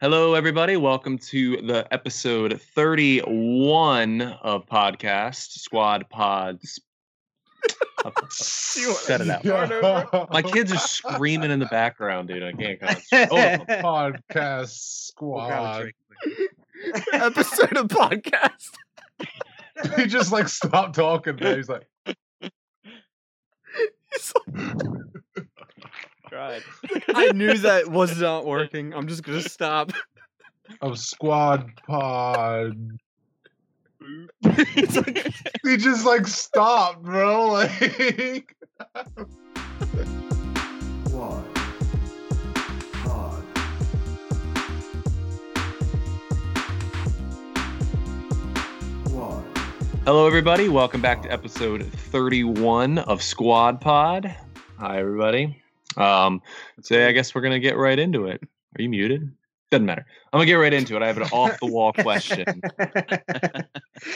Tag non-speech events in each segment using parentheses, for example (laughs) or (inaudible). Hello, everybody. Welcome to the episode 31 of Podcast Squad Pods. You wanna Shut it out. start over? (laughs) My (laughs) kids are screaming in the background, dude. I can't concentrate. Oh. All of (laughs) them. podcast squad. Episode of podcast. (laughs) he just like stopped talking. There. He's like, Tried. (laughs) I knew that was not working. I'm just gonna stop. "Of squad pod." (laughs) He just like stopped, bro. (laughs) Like, Squad. Pod. Squad. Hello, everybody. Welcome back to episode 31 of Squad Pod. Hi, everybody. Um, today, I guess we're going to get right into it. Are you muted? Doesn't matter. I'm going to get right into it. I have an off the (laughs) wall question. I have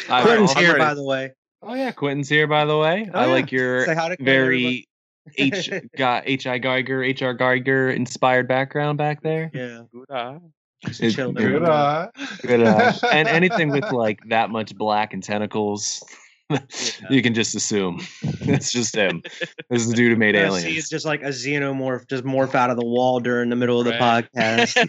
an Quentin's off- here, by the way. Oh, yeah. Quentin's here, by the way. Oh, I yeah. like your Say hi to Quentin, very (laughs) H got H I Geiger H R Geiger inspired background back there. everybody. Yeah, Good eye. just It- chilling. good eye. Good (laughs) eye. and anything with like that much black and tentacles, you can just assume that's just him. This is the dude who made Yeah, See, aliens. it's just like a xenomorph, just morph out of the wall during the middle of the Right. podcast.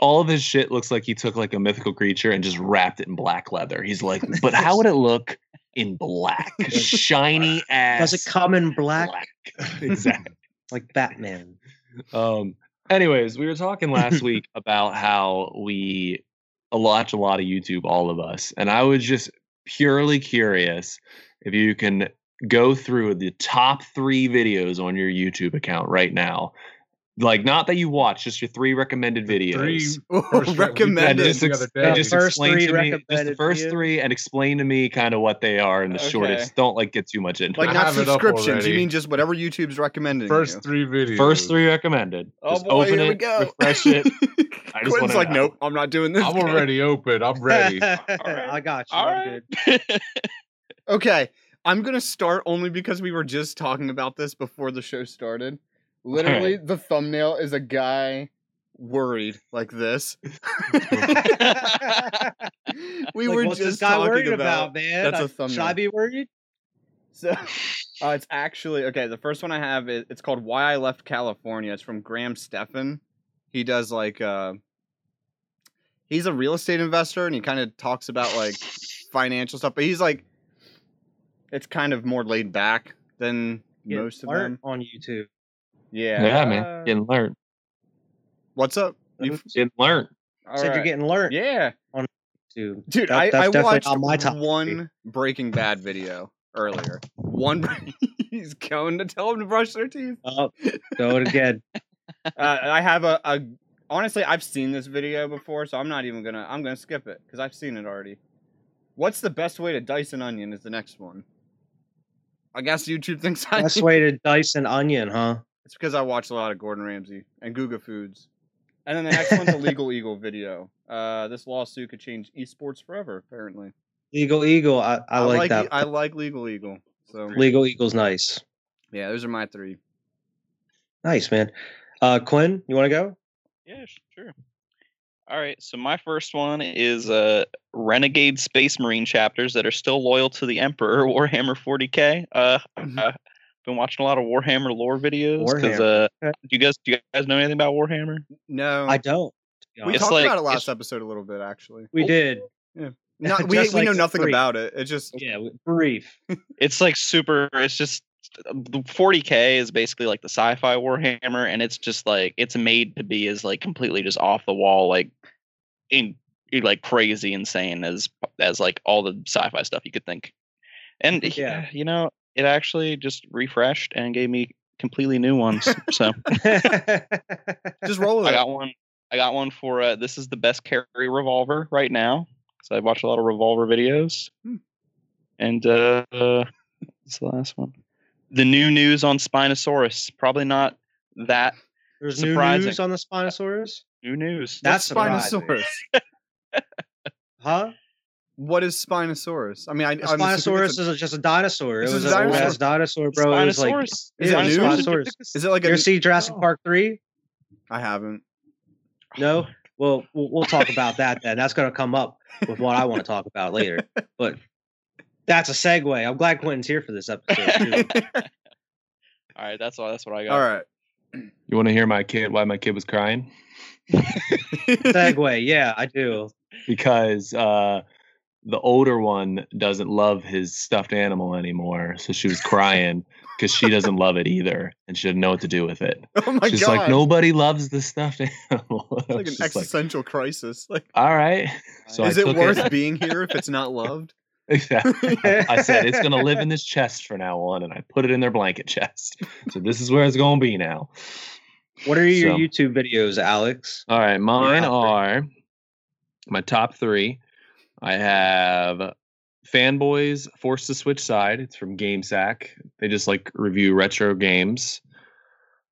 All of his shit looks like he took like a mythical creature and just wrapped it in black leather. He's (laughs) like, but how would it look in black, shiny ass? Does it come in black (laughs) black. Exactly. like Batman? Um. Anyways, we were talking last week about how we a- watch a lot of YouTube, all of us, and I was just purely curious if you can go through the top three videos on your YouTube account right now. Like, not that you watch, just your three recommended videos. (laughs) Three (laughs) first and recommended. Recommended. just, The ex- other and day. just The first explain three to me just the recommended first videos? three and explain to me kind of what they are in the Okay. shortest. Don't like get too much into Like I it. not have it up subscriptions. You already. mean just whatever YouTube's recommending. you. First three videos. First three recommended. Oh just boy, open here it, we go. refresh (laughs) it. I just wanna Quinn's like, know. nope, I'm not doing this. (laughs) I'm already open. I'm (laughs) ready. I got you. All I'm right. good. Okay, I'm gonna start only because we were just talking about this before the show started. Literally, the thumbnail is a guy worried (laughs) like this. (laughs) (laughs) we Like, were what's just this guy talking worried about. about, man? that's a I- Should thumbnail. I be worried? (laughs) So uh, it's actually okay. The first one I have is it's called "Why I Left California." It's from Graham Stephan. He does like uh, he's a real estate investor, and he kind of talks about (laughs) like financial stuff. But he's like, it's kind of more laid back than Get most of smart them. on YouTube. Yeah. Yeah, uh, Uh, man. Getting learned. What's up? You- Getting learned. all Said you're right. getting learned, yeah, dude. dude. That- I, that's I definitely watched not my top one Breaking Bad video earlier. One. (laughs) he's going to tell them to brush their teeth. Oh, do it again. uh, I have a, a honestly, I've seen this video before, so I'm not even gonna. I'm gonna skip it because I've seen it already. What's the best way to dice an onion? Is the next one. I guess YouTube thinks I. Best way to dice an onion, huh? It's because I watch a lot of Gordon Ramsay and Guga Foods. And then the next (laughs) one's a legal eagle video. Uh, this lawsuit could change esports forever. Apparently, Legal Eagle. I, I, like, that. e- I like legal eagle. So Legal Eagle's nice. yeah, those are my three. Nice, man. Uh, Quinn, you want to go? yeah, sh- sure. All right. So my first one is uh, renegade space marine chapters that are still loyal to the Emperor (laughs) Warhammer 40k. Uh, Mhm. I've been watching a lot of Warhammer lore videos because uh, Warhammer, do you guys do you guys know anything about Warhammer? (clears throat) No, I don't. we It's talked like- about it last it's- episode a little bit actually. We did. No, we, Just we like know nothing three. about it. It just (laughs) Yeah, we- brief. it's like super it's just the 40k is basically like the sci-fi warhammer and it's just like it's made to be as like completely just off the wall like in like crazy insane as as like all the sci-fi stuff you could think and yeah Yeah. you know it actually just refreshed and gave me completely new ones so just roll with i it. got one i got one for uh, this is the best carry revolver right now because i watch a lot of revolver videos Hmm. and uh what's the last one the new news on spinosaurus probably not that (laughs) There's new Surprising. news on the Spinosaurus, new news That's surprising. Spinosaurus. huh? What is Spinosaurus? I mean, A I, I'm assuming Spinosaurus it's a- is just a dinosaur. It It's a was a dinosaur. old ass dinosaur, bro. It was like Spinosaurus. Is yeah, it news? Spinosaurus. is it like You ever a? see Jurassic Oh. Park three? I haven't. No, Well, we'll, we'll talk about that then. That's going to come up with what I want to talk about later. But that's a segue. I'm glad Quentin's here for this episode. Too. All right, that's all. That's what I got. All right. (laughs) You want to hear my kid? Why my kid was crying? segue, yeah, I do. Because uh, the older one doesn't love his stuffed animal anymore, so she was crying because she doesn't love it either, and she didn't know what to do with it. Oh my She's god. like, nobody loves the stuffed (laughs) animal. It's like an She's existential crisis. Like, All right. So is I it took worth being here if it's not loved? Exactly. I said it's gonna live in this chest from now on, and I put it in their blanket chest. So this is where it's gonna be now. What are your So- YouTube videos, Alex? All right, mine Yeah. are my top three. I have Fanboys Forced to Switch Side. It's from GameSack. They just like review retro games.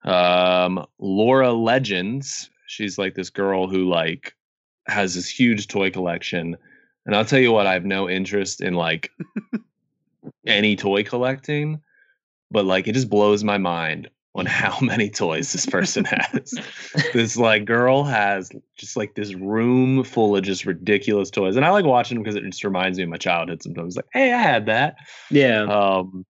Um, Laura Legends. She's like this girl who like has this huge toy collection. And I'll tell you what, I have no interest in like any toy collecting, but like it just blows my mind on (laughs) how many toys this person has. this like girl has just like this room full of just ridiculous toys. And I like watching them because it just reminds me of my childhood sometimes. Like, hey, I had that. Yeah. Um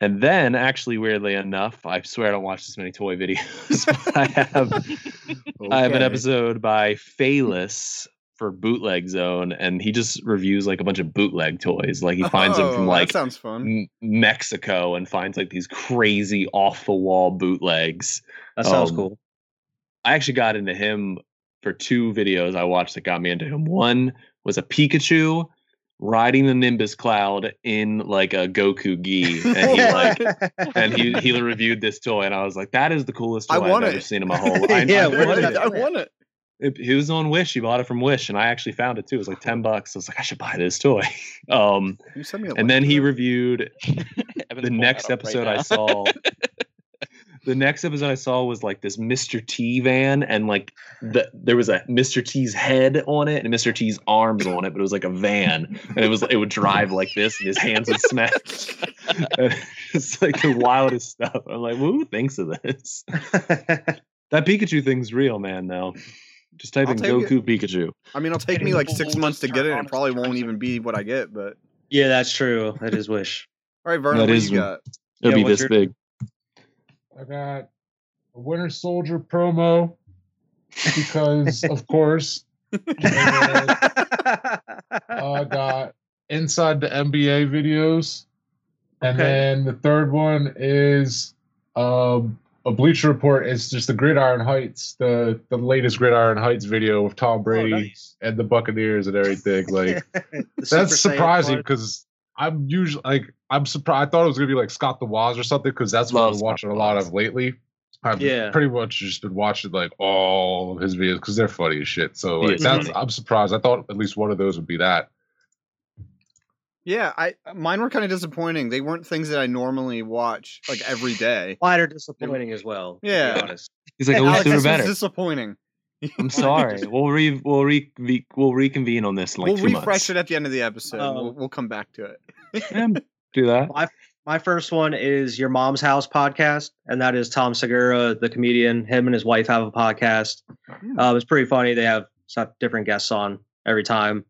and then actually weirdly enough, I swear I don't watch this many toy videos. (laughs) but I have (laughs) I have an Okay. episode by Phalus for Bootleg Zone, and he just reviews like a bunch of bootleg toys. Like he finds them Oh, from like that sounds fun. M- Mexico and finds like these crazy off the wall bootlegs. That sounds um, cool. I actually got into him for two videos I watched that got me into him. One was a Pikachu riding the Nimbus Cloud in like a Goku gi, and (laughs) he like (laughs) and he he reviewed this toy, and I was like, that is the coolest toy I I have want ever it. seen in my (laughs) whole life. I- Yeah, I where wanted did it. that- I want it. It, it was on Wish. He bought it from Wish, and I actually found it too. It was like ten bucks. I was like, I should buy this toy. (laughs) Um, You send me a and then link he to that? reviewed Evan's the pulling that next up right episode I now. saw. the next episode I saw was like this Mr. T van, and like the, there was a Mr. T's head on it and Mr. T's arms on it, but it was like a van, and it was it would drive like this, and his hands would smash. (laughs) And it's like the wildest stuff. I'm like, who thinks of this? That Pikachu thing's real, man. Though, just type I'll in take it. Goku Pikachu. I mean, it'll take And me he like will six just months to get it. turn on It probably his won't turn. even be what I get. But yeah, that's true. That is Wish. all right, Vernon, That what do is you got? It'll Yeah, be what's this your- big. (laughs) I got a Winter Soldier promo because, (laughs) of course, Oh, I got inside the NBA videos, and Okay. then the third one is um, a Bleacher Report. It's just the Gridiron Heights, the the latest Gridiron Heights video with Tom Brady Oh, nice. and the Buccaneers and everything. Like (laughs) The that's Super Saiyan surprising part. because I'm usually like I'm surprised. I thought it was gonna be like Scott the Waz or something because that's what Love I'm Scott watching a the lot Waz. of lately. I've Yeah. pretty much just been watching like all of his videos because they're funny as shit. So He like, is that's mm-hmm. funny. I'm surprised. I thought at least one of those would be that. Yeah, I mine were kind of disappointing. They weren't things that I normally watch like every day. Mine are disappointing as well. To Yeah. be honest. He's like, I wish Alex, they were this better. was disappointing. I'm sorry. (laughs) We'll re we'll re re- we'll reconvene on this in like we'll two refresh months. it at the end of the episode. we'll, Oh. we'll come back to it. Yeah, do that. My first one is Your Mom's House podcast, and that is Tom Segura, the comedian. Him and his wife have a podcast. Um, it's pretty funny. They have some different guests on every time.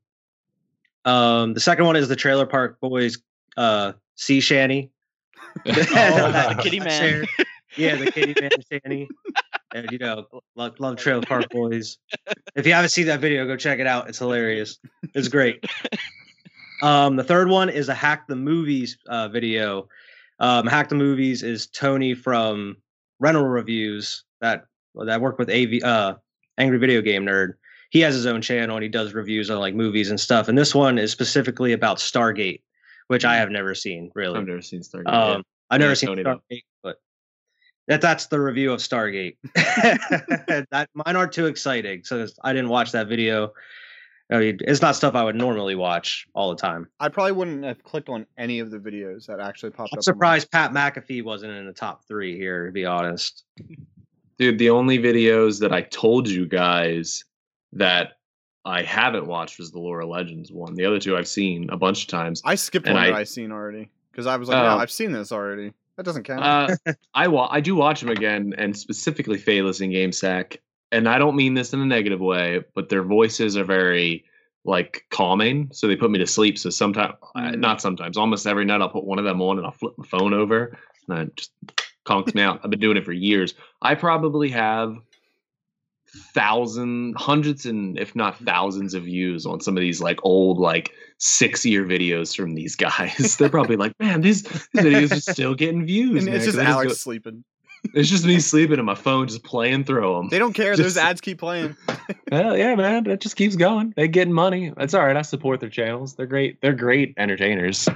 Um, the second one is the Trailer Park Boys uh, Sea Shanty. (laughs) (laughs) Oh, the kitty I man. shared- yeah, the Kitty (laughs) Man Shanty. And you know, love, love Trailer Park Boys. If you haven't seen that video, go check it out. It's hilarious. It's great. Um, the third one is a Hack the Movies uh, video. Um, Hack the Movies is Tony from Rental Reviews that that worked with AV uh, Angry Video Game Nerd. He has his own channel and he does reviews on like movies and stuff. And this one is specifically about Stargate, which I have never seen really. (laughs) Mm. I've never seen Stargate. Um, I've never Yeah, seen Tony Stargate, Bell. but that, that's the review of Stargate. (laughs) that mine are too exciting, so it's- I didn't watch that video. I mean, it's not stuff I would normally watch all the time. I probably wouldn't have clicked on any of the videos that actually popped I'm up. on mine. surprised Pat McAfee wasn't in the top three here, to be honest. Dude, the only videos that I told you guys that I haven't watched was the Laura Legends one. The other two I've seen a bunch of times. I skipped And one that I- I seen already because I was like, no, Oh. I've seen this already. That doesn't count. Uh, I wa- I do watch them again, and specifically Phaelus and GameSack. and I don't mean this in a negative way, but their voices are very like calming, so they put me to sleep. So sometimes, Mm. not sometimes, almost every night I'll put one of them on and I'll flip my phone over and I just conks me out. I've been doing it for years. I probably have thousand hundreds and if not thousands of views on some of these like old like six year videos from these guys they're probably (laughs) like man these, these videos are still getting views And man, it's 'cause just I Alex go- sleeping. it's just me sleeping and my phone just playing through them They don't care. Those Just- ads keep playing. Hell yeah, man. It just keeps going. They getting money. That's all right. I support their channels. They're great. They're great entertainers.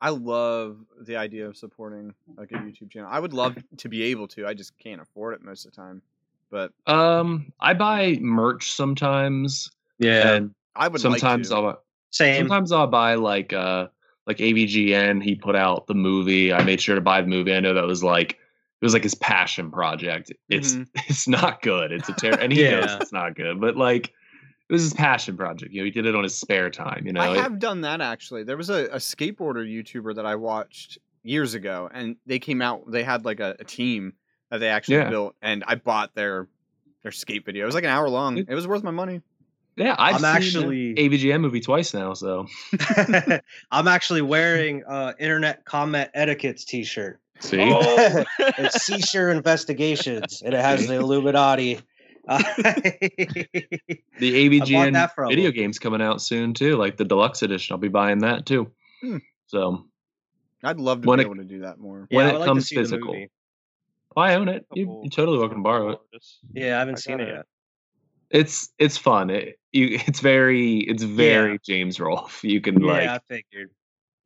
I love the idea of supporting like a YouTube channel. I would love to be able to. I just can't afford it most of the time. But Um, I buy merch sometimes, Yeah. and I would sometimes like to. I'll Um, Same. sometimes I'll buy like uh like AVGN. He put out the movie. I made sure to buy the movie. I know that was like it was like his passion project. It's Mhm. (laughs) it's not good. It's a terror, and he Yeah. knows it's not good. But like it was his passion project. You know, he did it on his spare time. You know, I It- have done that actually. There was a, a skateboarder YouTuber that I watched years ago, and they came out. They had like a, a team that they actually Yeah. built, and I bought their their skate video. It was like an hour long. It was worth my money. yeah. I've I'm seen the actually- AVGN movie twice now. So (laughs) I'm actually wearing uh internet comment (laughs) etiquettes t-shirt. Oh, see. Oh. It's Seashore Investigations and it (laughs) has the Illuminati. (laughs) Uh, The that AVGN from video them. game's coming out soon too, like the deluxe edition. I'll be buying that too. Hmm. So I'd love to When be it- able to do that more. when I it would like to comes see the physical, movie. I own it. You, you're totally welcome to borrow it. Yeah, I haven't I seen got it it. yet. It's it's fun. It, you, (laughs) it's very it's very James Rolfe. You can like yeah, I figured.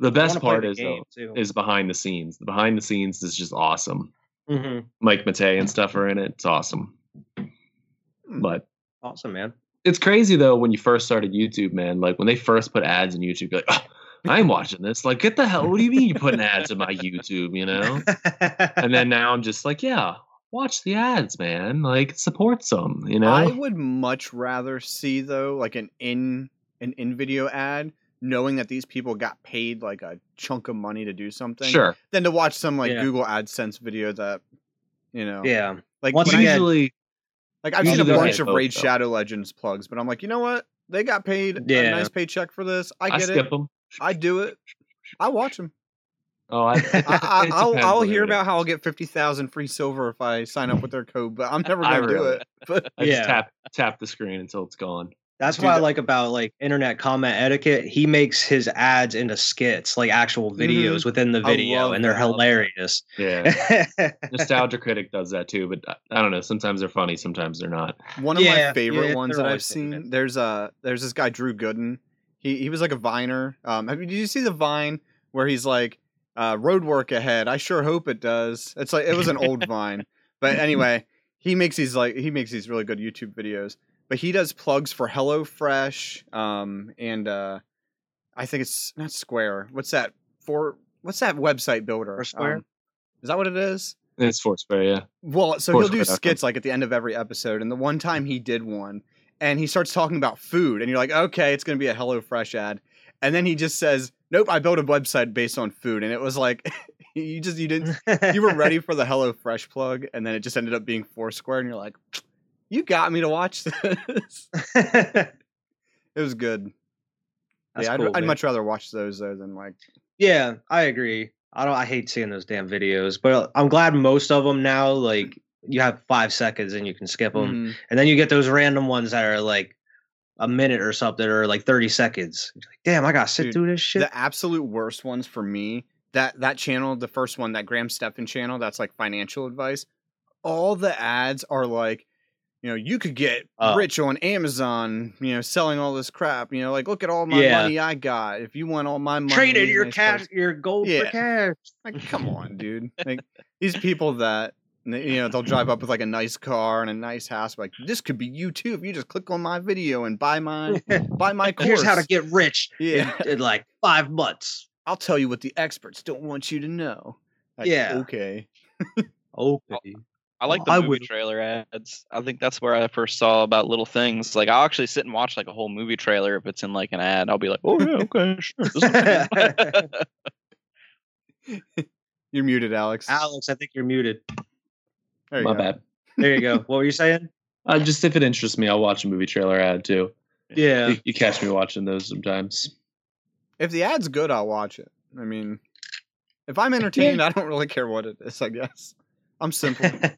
the I best wanna play part the is though game, too. is behind the scenes. The behind the scenes is just awesome. Mhm. Mike Matei and stuff are in it. It's awesome. Hmm. But awesome, man. (laughs) it's crazy though when you first started YouTube, man. Like when they first put ads in YouTube, you're like "Ugh, I ain't watching this. Like, get the hell. What do you mean you're putting ads in my YouTube? You know. And then now I'm just like, yeah, watch the ads, man. Like, support some. You know. I would much rather see though like an in an in video ad, knowing that these people got paid like a chunk of money to do something, sure. than to watch some like Yeah. Google AdSense video that you know, yeah. like Once when I- again- Usually, Like I've seen a Usually they're bunch paid of both, Raid though. Shadow Legends plugs, but I'm like, you know what? They got paid a Yeah. nice paycheck for this. I I, get skip it. them. I do it. I watch them. Oh, (laughs) I, it- (laughs) it I, I, I'll depends I'll on hear everybody. about how I'll get fifty thousand free silver if I sign up with their code, but (laughs) I'm never I gonna do really- it. But I Yeah. just tap tap the screen until it's gone. That's Do what I the- like about like internet comment etiquette. He makes his ads into skits, like actual videos within the Mm-hmm. I video, love and they're that. hilarious. Yeah. Nostalgia Critic does that too, but uh, I- I don't know. Sometimes they're funny, sometimes they're not. one of Yeah, my favorite yeah, ones they're that I've always doing seen. There's a there's this guy Drew Gooden. He he was like a viner. Um, have you, did you see the vine where he's like, uh, "Road work ahead." I sure hope it does. It's like it was (laughs) an old vine, but anyway, he makes these like he makes these really good YouTube videos. But he does plugs for HelloFresh, um, and uh, I think it's not Square. What's that for? What's that website builder? Foursquare? Um, is that what it is? It's Foursquare, yeah. Well, so Course he'll do production. skits like at the end of every episode, and the one time he did one, and he starts talking about food, and you're like, okay, it's gonna be a HelloFresh ad, and then he just says, nope, I built a website based on food, and it was like, (laughs) you just you didn't you (laughs) were ready for the HelloFresh plug, and then it just ended up being Foursquare, and you're like, you got me to watch (laughs) this. That's it was good. yeah, I'd, cool, I'd man. much rather watch those though than like Yeah, I agree. I don't. I hate seeing those damn videos, but I'm glad most of them now. Like you have five seconds and you can skip them, mhm. and then you get those random ones that are like a minute or something, or like 30 seconds. You're like, damn, I gotta sit Dude, through this shit. The absolute worst ones for me, that that channel, the first one, that Graham Stephan channel, that's like financial advice. All the ads are like, you know, you could get Oh. rich on Amazon, you know, selling all this crap. You know, like look at all my Yeah. money I got. If you want all my money, Traded you your nice cash, person." your gold for Yeah. cash. (laughs) Like, come on, dude. Like these people that you know, they'll drive up with like a nice car and a nice house. Like this could be you too if you just click on my video and (laughs) buy my buy my course. Here's how to get rich yeah. in, in like five months. I'll tell you what the experts don't want you to know. Like, Yeah. Okay. Oh, (laughs) Okay. I like the I movie would- trailer ads. I think that's where I first saw about little things. Like I'll actually sit and watch like a whole movie trailer if it's in like an ad. I'll be like, oh yeah, okay, sure. (laughs) This will be-" You're muted, Alex. Alex, I think you're muted. There you My go. bad. There you go. What were you saying? Uh, just if it interests me, I'll watch a movie trailer ad too. Yeah. (laughs) You, you catch me watching those sometimes. If the ad's good, I'll watch it. I mean, if I'm entertained, I don't really care what it is. I guess I'm simple. I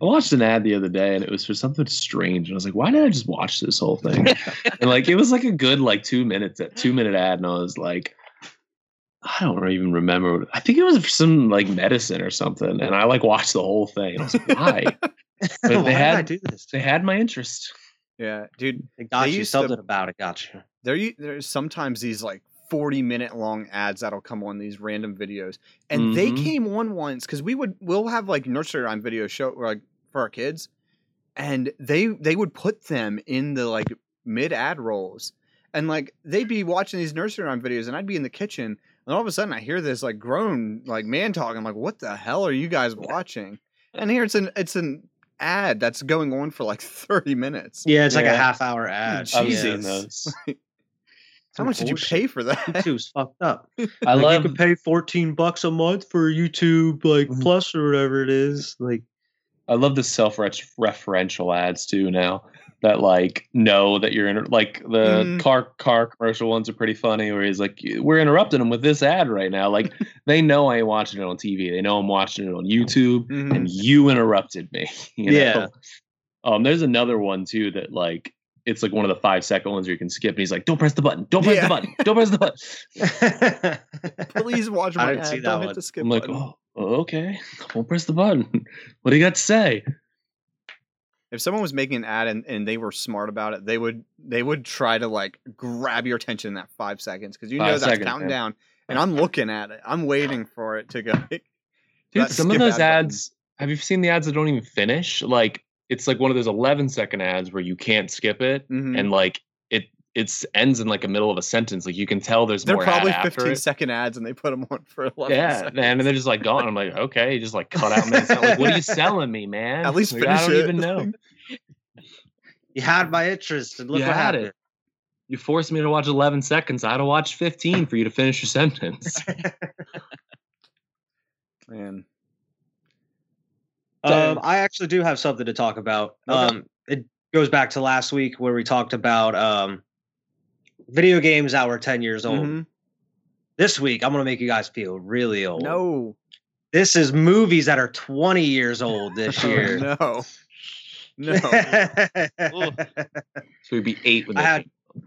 watched an ad the other day and it was for something strange. And I was like, why did I just watch this whole (laughs) thing? and like, it was like a good, like two minutes, two minute ad. And I was like, I don't even remember. What, I think it was for some like medicine or something. And I like watched the whole thing. And I was like, (laughs) why? But they Why did I had, do this? they had my interest. Yeah, dude. It got they you used to- something about it. Got you. There, you, there's sometimes these like 40 minute long ads that'll come on these random videos, and they Mhm. came on once because we would we'll have like nursery rhyme video show or, like for our kids, and they they would put them in the like mid ad rolls, and like they'd be watching these nursery rhyme videos, and I'd be in the kitchen, and all of a sudden I hear this like grown like man talking. I'm like, what the hell are you guys watching? And here it's an it's an ad that's going on for like 30 minutes. Yeah, Oh, it's like a Oh, Yeah. half hour ad. I've I've Jesus. seen seen those. (laughs) How much did you pay for that? YouTube is fucked up. I like love you could pay fourteen bucks a month for YouTube like Mhm. Plus or whatever it is. Like (laughs) I love the self referential ads too now that like know that you're in like the Mhm. car car commercial ones are pretty funny where he's like we're interrupting him with this ad right now (laughs) like they know I ain't watching it on TV they know I'm watching it on YouTube Mhm. and you interrupted me (laughs) you know? Yeah. um there's another one too that like it's like one of the five second ones where you can skip and he's like don't press the button don't press Yeah. the button don't press the (laughs) button Please (laughs) watch I my didn't ad. see that Don't hit one. the skip I'm like button. oh okay won't press the button (laughs) what do you got to say If someone was making an ad and, and they were smart about it, they would they would try to like grab your attention in that five seconds because you know Five that's seconds, counting yeah. down. And I'm looking at it. I'm waiting for it to go. (laughs) Dude, That some of skip those ad button. ads. Have you seen the ads that don't even finish? Like it's like one of those 11 second ads where you can't skip it, Mhm. and like it it's ends in like a middle of a sentence. Like you can tell there's They're more probably ad after 15 it. second ads and they put them on for 11 Yeah, seconds. man, and they're just like gone. I'm like, okay, you just like cut out. Man. Like, what are you selling me, man? At least Like, finish I don't it. even know. you had my interest, and look You what had happened. You forced me to watch 11 seconds. I had to watch 15 for you to finish your sentence. Man. Um, I actually do have something to talk about. Okay. Um, it goes back to last week where we talked about um, video games that were 10 years old. Mhm. This week, I'm going to make you guys feel really old. No. This is movies that are 20 years (laughs) old this Oh, year. (laughs) no. (laughs) No. So we'd be eight with I this. had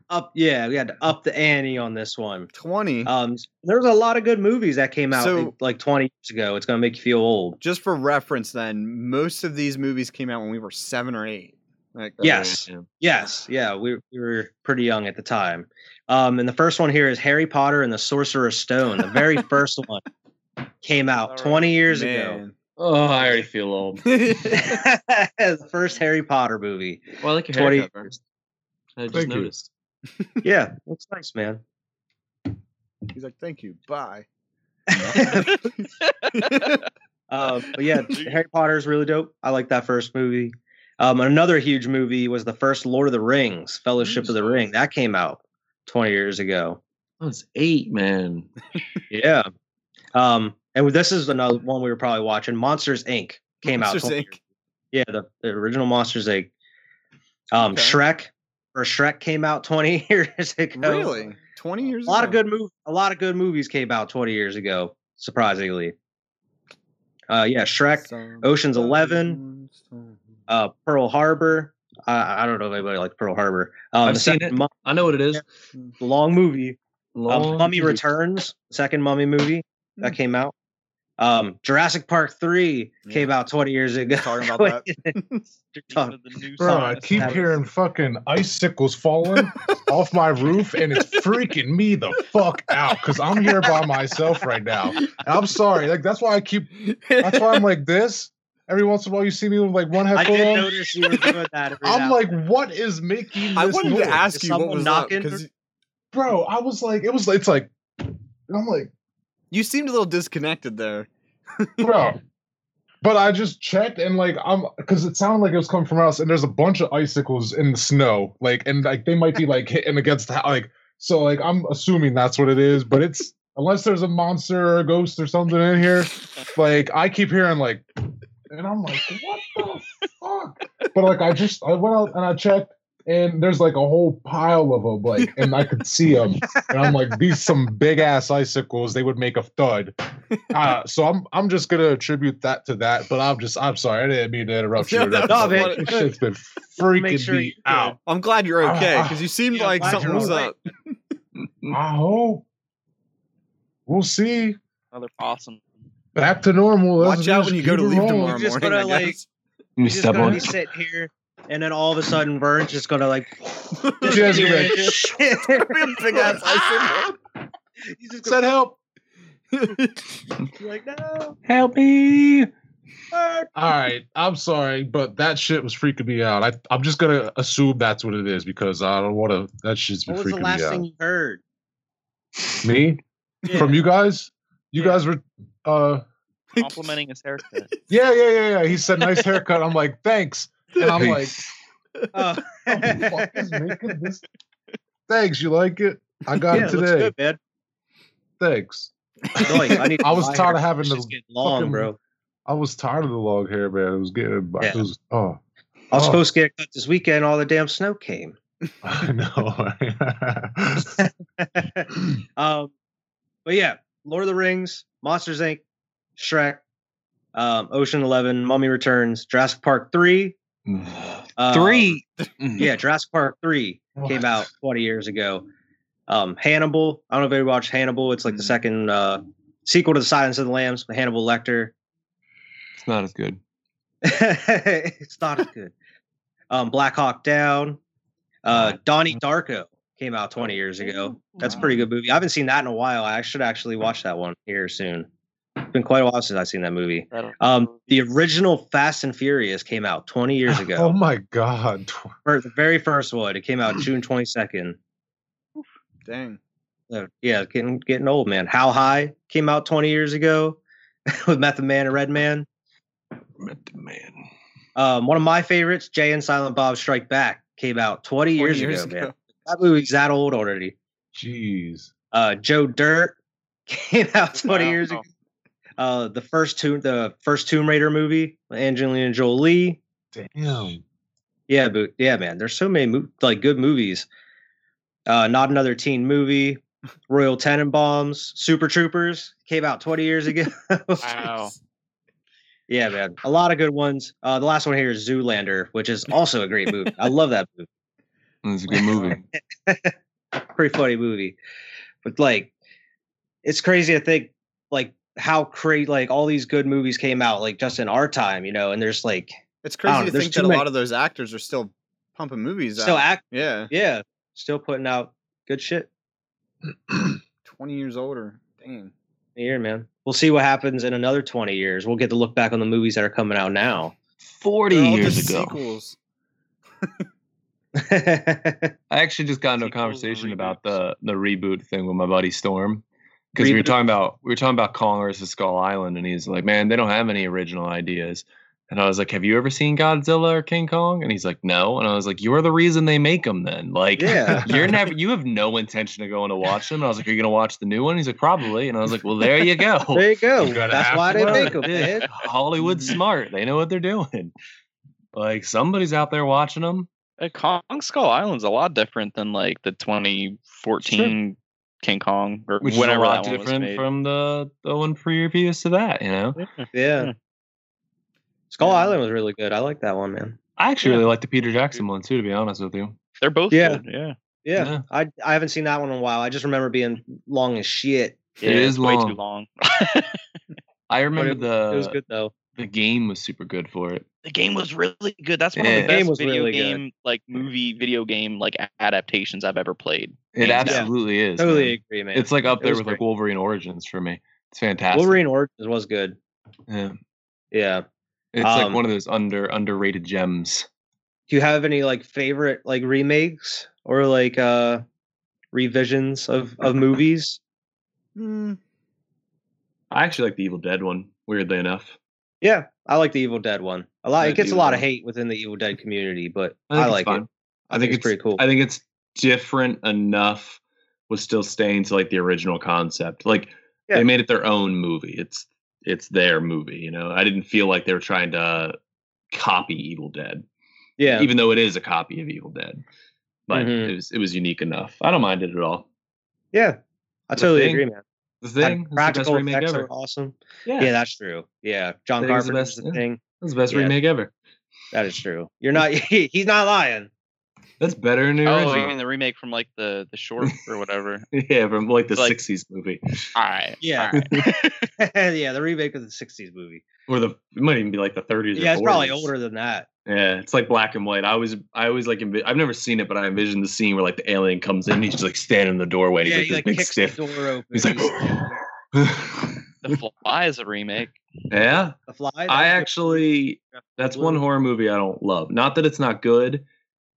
up, yeah, we had to up the ante on this one. 20. Uh, Um, there's a lot of good movies that came out So- like 20 years ago. It's going to make you feel old. just for reference, then, most of these movies came out when we were seven or eight. Like, Yes. Yes, yeah, we, we were pretty young at the time. Um, and the first one here is Harry Potter and the Sorcerer's Stone. The (laughs) very first one came out All right. 20 years man. Oh, I already feel old. (laughs) ago. (laughs) the first Harry Potter movie. Well, I like your 20 haircut. Bert. I just Thank you. noticed. Yeah, looks nice, (laughs) man. He's like, thank you. Bye. Um, but yeah, Harry Potter is really dope. I like that first movie. Um, another huge movie was the first Lord of the Rings, Fellowship of the Ring. That came out 20 years ago. I was eight, man. Yeah. Um, and this is another one we were probably watching. Monsters Inc. came Monsters, out. 20 Inc. Yeah, the, the original Monsters Inc. Um, Okay. Shrek or Shrek came out 20 (laughs) years ago. Really? 20 years A lot of ago? good mov- a lot of good movies came out 20 years ago, surprisingly. Uh, yeah, Shrek, Some Ocean's 11, bones, some- uh, Pearl Harbor. I, I don't know if anybody liked Pearl Harbor. Um, I've the seen second it. Mu- I know what it is. long movie. Um, Oh, Long Mummy movie. Returns, the second Mummy movie that Mm-hmm. came out. Um, Jurassic Park 3 came out 20 years ago. Talking about that. Bro, I keep hearing fucking icicles falling off my roof, and it's freaking me the fuck out because I'm here by myself right now. And I'm sorry, like that's why I keep. That's why I'm like this. Every once in a while, you see me with like one (laughs) I headphone. did on. notice you were doing that. every (laughs) I'm now like, what is making this (laughs) I wanted noise? to ask Is you what someone was knocking? because bro. I was like, it was. It's like, I'm like, you seemed a little disconnected there. bro. But I just checked and like I'm because it sounded like it was coming from us, and there's a bunch of icicles in the snow, like and like they might be like hitting against the hou- like so like I'm assuming that's what it is, but it's unless there's a monster or a ghost or something in here, like I keep hearing like, and I'm like, what the fuck? But like I just I went out and I checked, and there's like a whole pile of them, like, and I could see them, and I'm like, these some big ass icicles. They would make a thud. Uh, so I'm I'm just gonna attribute that to that. But I'm just I'm sorry, I didn't mean to interrupt you. (laughs) No, or nothing, no, but, man. like, this shit's been freaking sure me you- out. I'm glad you're Ah, okay ah. because you seemed Yeah, like glad something you're was all right. up. I hope we'll see. Another possum. Back to normal. Let's Watch out just when you go to keep it leave rolling. tomorrow You just morning. I gotta, like, guess. (laughs) You He's just step gonna on be it. (laughs) sitting here, and then all of a sudden, Vern's just gonna like. (laughs) She has to be like, big (laughs) ass icicle. He's just Send help. be like, no. Help me. Vern." All right, I'm sorry, but that shit was freaking me out. I, I'm just gonna assume that's what it is because I don't want to. That shit's been What was the freaking last me out. thing you heard? Me from you guys? You Yeah. guys were, uh, Complimenting his (laughs) haircut. yeah, yeah, yeah, yeah. He said nice haircut. I'm like thanks, and I'm (laughs) like, (laughs) (laughs) Oh. "The fuck is making this? Thanks, you like it? I got Yeah, it looks today. good, man. Thanks. Annoying. I, need I was my tired of hair. having It's the just getting long, fucking- bro. I was tired of the long hair, man. It was getting, it Yeah. was, oh, (laughs) I was Oh. supposed to get a cut this weekend. All the damn snow came. I know. (laughs) um, but yeah, Lord of the Rings, Monsters Inc., Shrek, um, Ocean Eleven, Mummy Returns, Jurassic Park Three. um, Three. yeah, Jurassic Park Three (laughs) came out 20 years ago. Um, Hannibal. I don't know if anybody watched Hannibal. It's like the second uh, sequel to The Silence of the Lambs. with Hannibal Lecter. It's not as good. (laughs) it's not as good. Um, Black Hawk Down. Uh, Donnie Darko came out 20 years ago. That's a pretty good movie. I haven't seen that in a while. I should actually watch that one here soon. It's been quite a while since I've seen that movie. That'll- Um, the original Fast and Furious came out 20 (gasps) years ago. Oh my god. Fir- the very first one. It came out June 22nd. Dang. So, uh, yeah, it's getting getting old, man. How High came out 20 years ago (laughs) with Method Man and Red Man. Met the man. Um, one of my favorites, Jay and Silent Bob Strike Back, came out 20 40 years, ago, man. That movie's that old already. Jeez. Uh, Joe Dirt (laughs) came out 20 Wow. years ago. Uh, the first tomb, the first Tomb Raider movie, with Angelina Jolie. Damn. Yeah, but yeah, man, there's so many mo- like good movies. Uh, not another teen movie. Royal Tenenbaums, Super Troopers came out 20 years ago. Wow. (laughs) yeah, man, a lot of good ones. Uh, the last one here is Zoolander, which is also a great movie. I love that movie. It's a good (laughs) movie. pretty funny movie. But like, it's crazy to think like how crazy like all these good movies came out like just in our time, you know. And there's like It's I don't know, crazy to Oh, there's think too that a many- lot of those actors are still pumping movies still out. act, yeah, yeah, still putting out good shit. twenty years older. Dang. in a Year, man. We'll see what happens in another 20 years. We'll get to look back on the movies that are coming out now. (laughs) Forty They're all years just ago. Sequels. I actually just got into a Sequels and conversation reboots. about the the reboot thing with my buddy Storm because we were Reboot. talking about we were talking about Kong versus Skull Island, and he's like, "Man, they don't have any original ideas." And I was like, "Have you ever seen Godzilla or King Kong?" And he's like, "No." And I was like, "You are the reason they make them, then. Like, yeah. (laughs) you're never you have no intention of going to watch them." And I was like, "Are you going to watch the new one?" He's like, "Probably." And I was like, "Well, there you (laughs) go." There you go. You gotta That's have why to they learn. make them, Yeah, man. Hollywood (laughs) smart. They know what they're doing. Like somebody's out there watching them. Uh, Kong Skull Island's a lot different than like the 2014 King Kong or which whatever is a lot that one was different made. from the the one previous to that. You know, Yeah. Yeah. Yeah. Skull Yeah. Island was really good. I like that one, man. I actually Yeah. really like the Peter Jackson one too. To be honest with you, They're both Yeah. good. Yeah. Yeah. Yeah. I I haven't seen that one in a while. I just remember being long as shit. It Yeah, is it's way long. too long. I remember it- the it was good though. the game was super good for it. the game was really good. That's one Yeah. of the The best game was video really good. game like movie video game like a- adaptations I've ever played. It Yeah. absolutely is. Totally man. agree, man. It's like up It there was with like great. Wolverine Origins for me. It's fantastic. Wolverine Origins was good. Yeah. Yeah. It's like Um, one of those under underrated gems. Do you have any like favorite like remakes or like uh revisions of of movies? Hmm. I actually like the Evil Dead one. Weirdly enough, Yeah, I like the Evil Dead one. A lot. Yeah, It gets a Evil lot of Dead. hate within the Evil Dead community, but think I, it's like fine. it. I, think, it's pretty cool. I think it's different enough with still staying to like the original concept. Like Yeah. they made it their own movie. It's it's their movie, you know. I didn't feel like they were trying to copy Evil Dead. Yeah. even though it is a copy of Evil Dead. But Mhm. it was it was unique enough. I don't mind it at all. Yeah. I The totally Thing agree, man. The thing is Like, the best practical remake effects ever. are awesome. Yeah, Yeah. that's true. Yeah. John Thing's the Carpenter's best, the yeah. thing. that's the best Yeah. remake ever. That is true. (laughs) You're not (laughs) he's not lying. That's better than the Oh, original. you mean the remake from like the (laughs) the short or whatever? (laughs) yeah, from like the Like- '60s movie, All right. (laughs) Yeah. all (laughs) right. yeah, the remake of the 60s movie. or the it might even be like the '30s. Yeah, or it's probably 40s. older than that. Yeah, it's like black and white. I always, I always like, envi- I've never seen it, but I envision the scene where like the alien comes in, and he's just like standing in the doorway, and yeah, he's he like like this big kicks stiff. the door open. (laughs) He's like, the Fly is a remake. (gasps) yeah. (laughs) the fly. I That's- actually, that's one horror movie I don't love. Not that it's not good,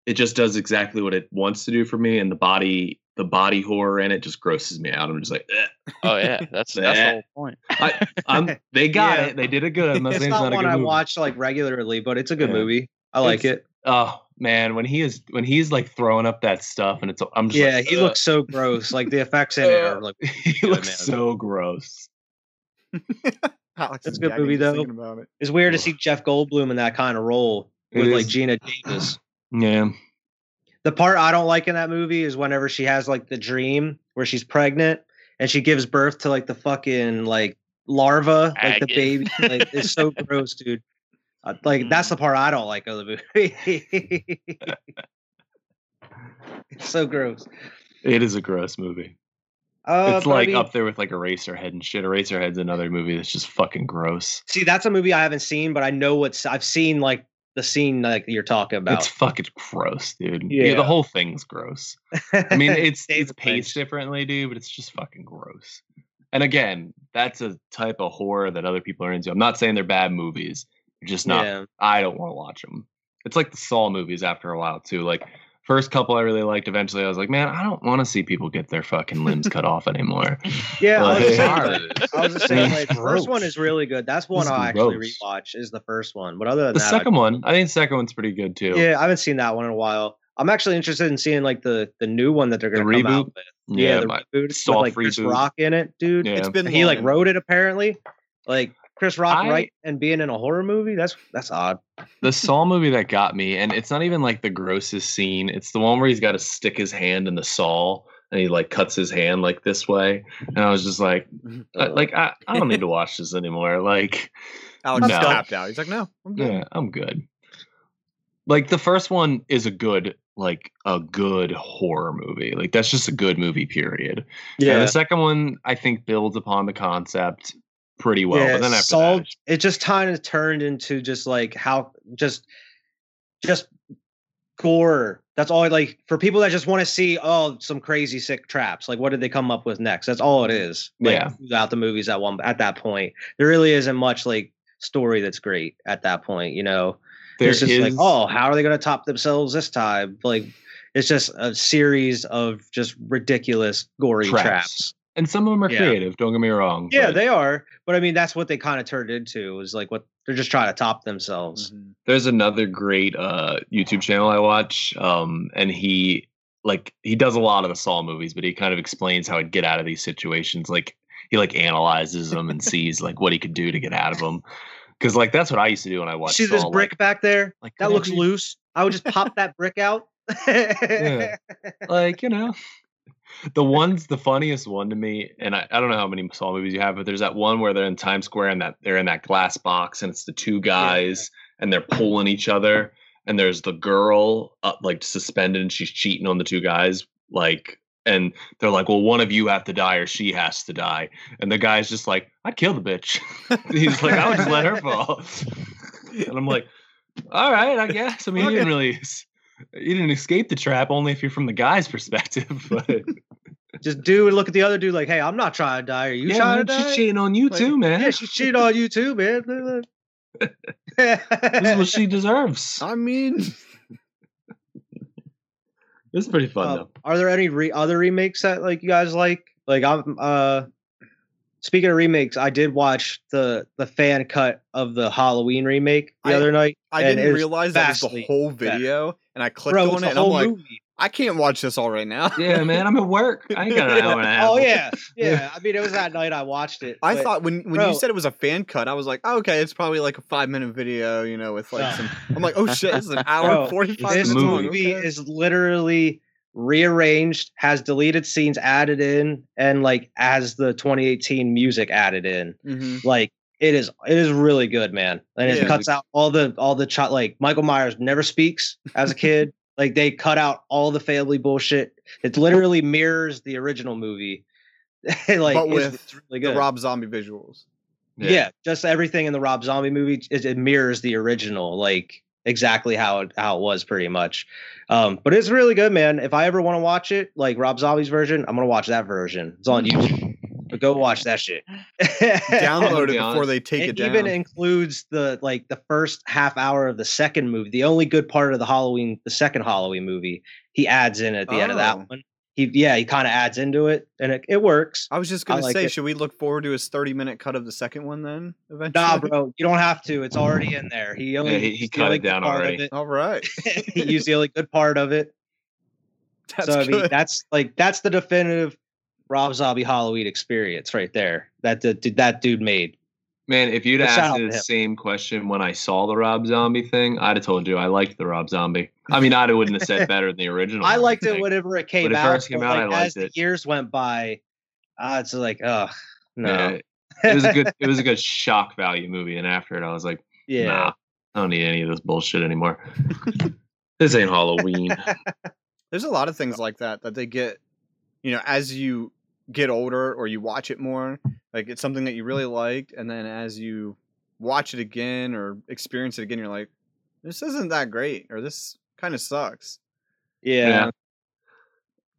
it just does exactly what it wants to do for me, and the body, the body horror in it just grosses me out. I'm just like, eh. Oh yeah, (laughs) that's that's the whole point. I, (laughs) I'm, they got Yeah. it, they did it good. I'm not (laughs) it's saying not, it's not one a good I movie. watch like regularly, but it's a good Yeah. movie. I like It's- it. Oh man, when he is, when he's like throwing up that stuff, and it's, I'm just Yeah, like, he "Ugh." looks so gross. Like the effects in it are like (laughs) he Yeah, looks man. so gross. Alex That's is a good gagging movie, just though. thinking about it. It's weird to see Jeff Goldblum in that kind of role It with like is. Gina Davis. Yeah. The part I don't like in that movie is whenever she has like the dream where she's pregnant and she gives birth to like the fucking like larva, like the Agate. baby. Like it's so gross, dude. Uh, Like that's the part I don't like of the movie. (laughs) it's so gross. It is a gross movie. Uh, it's but I like mean- up there with like Eraserhead and shit. Eraserhead's another movie that's just fucking gross. See, that's a movie I haven't seen, but I know what's I've seen like the scene like you're talking It's about. fucking gross, dude. Yeah. the Yeah. whole thing's gross. I (laughs) mean, it's it's David paced differently, dude, but it's just fucking gross. And again, that's a type of horror that other people are into. I'm not saying they're bad movies. They're just not. Yeah. I don't want to watch them. It's like the Saw movies after a while too. Like first couple I really liked. Eventually I was like, man, I don't want to see people get their fucking limbs cut off (laughs) anymore. Yeah, (laughs) I was Like- the same Tired way. of this. I was the same way. The Gross. first one is really good. That's one It's I'll actually gross. rewatch is the first one. But other than The that, I- second one, I think the second one's pretty good too. yeah, I haven't seen that one in a while. I'm actually interested in seeing like the the new one that they're The gonna come out reboot? with. yeah, the my- reboot with Saw like Chris reboot. Rock in it, dude. yeah. It's been He like long. wrote it apparently. Like Chris Rock I- right and being in a horror movie. That's that's odd. the Saw movie that got me, and it's not even like the grossest scene. It's the one where he's got to stick his hand in the saw and he like cuts his hand like this way. And I was just like, I- Uh. like I, I don't (laughs) need to watch this anymore. Like, Alex No. just tapped out. He's like, no, I'm good. yeah, I'm good. Like the first one is a good, like a good horror movie. Like that's just a good movie, period. Yeah. the second one I think builds upon the concept pretty well. but then after Saul, that, it just kind of turned into just like how just just gore. That's all. Like for people that just want to see oh some crazy sick traps. Like what did they come up with next? That's all it is. Like, Yeah. Throughout the movies at one at that point, there really isn't much like story that's great at that point. You know, there it's just like is- oh how are they going to top themselves this time? Like it's just a series of just ridiculous gory Traps. traps. and some of them are Yeah. creative. Don't get me wrong. Yeah, but- they are. But I mean, that's what they kind of turned into is like what they're just trying to top themselves. Mhm. there's another great uh youtube channel i watch um and he like he does a lot of the saw movies but he kind of explains how he'd get out of these situations like he like analyzes them and sees like what he could do to get out of them because like that's (laughs) what i used to do when i watched See this Saw, brick back there? like, like That could I (laughs) looks be- loose. I would just pop that brick out. Yeah. like you know the one's the funniest one to me and I, I don't know how many saw movies you have but there's that one where they're in times square and that they're in that glass box and it's the two guys and they're pulling each other and there's the girl up like suspended and she's cheating on the two guys like and they're like well one of you have to die or she has to die and the guy's just like i'd kill the bitch (laughs) he's like i would just let her fall and i'm like all right i guess i mean you didn't really you didn't escape the trap only if you're from the guy's perspective (laughs) but (laughs) Just do and look at the other dude like, hey, I'm not trying to die. Are you yeah, trying to man, she's die? cheating on you Like, too man yeah, she cheated on you too, man. (laughs) (laughs) this is what she deserves I mean, this is pretty fun Um, though are there any re- other remakes that like you guys like? Like I'm uh speaking of remakes, I did watch the the fan cut of the Halloween remake the I- other night. I and it didn't was realize that was the vastly whole better. video, and I clicked Bro, on it's it, the and I'm whole like, movie. I can't watch this all right now. Yeah, man, I'm at work. I (laughs) ain't got an (laughs) hour and a half. Oh yeah, yeah. I mean, it was that night I watched it. I but- thought when when bro. you said it was a fan cut, I was like, oh, okay, it's probably like a five minute video, you know, with like No. some. I'm like, oh shit, this is an hour Bro, forty five this minutes long. movie. movie okay. is literally rearranged, has deleted scenes added in, and like has the 2018 music added in. Mhm. Like it is, it is really good, man. And it Yeah. cuts out all the all the cho- like Michael Myers never speaks as a kid. (laughs) like they cut out all the family bullshit. It literally mirrors the original movie. (laughs) like it's- But with it's really The good. Rob Zombie (laughs) visuals. Yeah. yeah. just everything in the Rob Zombie movie it, it mirrors the original, like exactly how it how it was pretty much. Um, but it's really good, man. If I ever want to watch it, like Rob Zombie's version, I'm gonna watch that version. It's on (laughs) YouTube. but go watch that shit. (laughs) Download be it before honest. they take it, It down. E- even includes the like the first half hour of the second movie, the only good part of the Halloween, the second Halloween movie. He adds in at the end of Oh. that one. He yeah, he kind of adds into it, and it, it works. I was just I gonna like say, it. should we look forward to his thirty minute cut of the second one then? Eventually. (laughs) Nah, bro, you don't have to. It's already in there. He only Yeah, he- he used the cut only it good down part of already. it. (laughs) All right, he used the only good part of it. (laughs) that's so I mean, good. that's like that's the definitive Rob Zombie Halloween experience right there. That the, that dude made. Man, if you'd But shout out asked me to the him. same question when I saw the Rob Zombie thing, I'd have told you I liked the Rob Zombie. I mean, I wouldn't have (laughs) said better than the original. (laughs) I liked it think. whenever it came it out. first came but, out, I like, liked as the it. years went by, uh, it's like, ugh, Yeah, no, it (laughs) was a good. It was a good shock value movie, and after it, I was like, yeah. Nah, I don't need any of this bullshit anymore. this ain't (laughs) Halloween. There's a lot of things like that that they get, you know, as you get older or you watch it more, like it's something that you really liked, and then as you watch it again or experience it again, you're like, this isn't that great, or this kind of sucks. Mm-hmm. yeah, Yeah.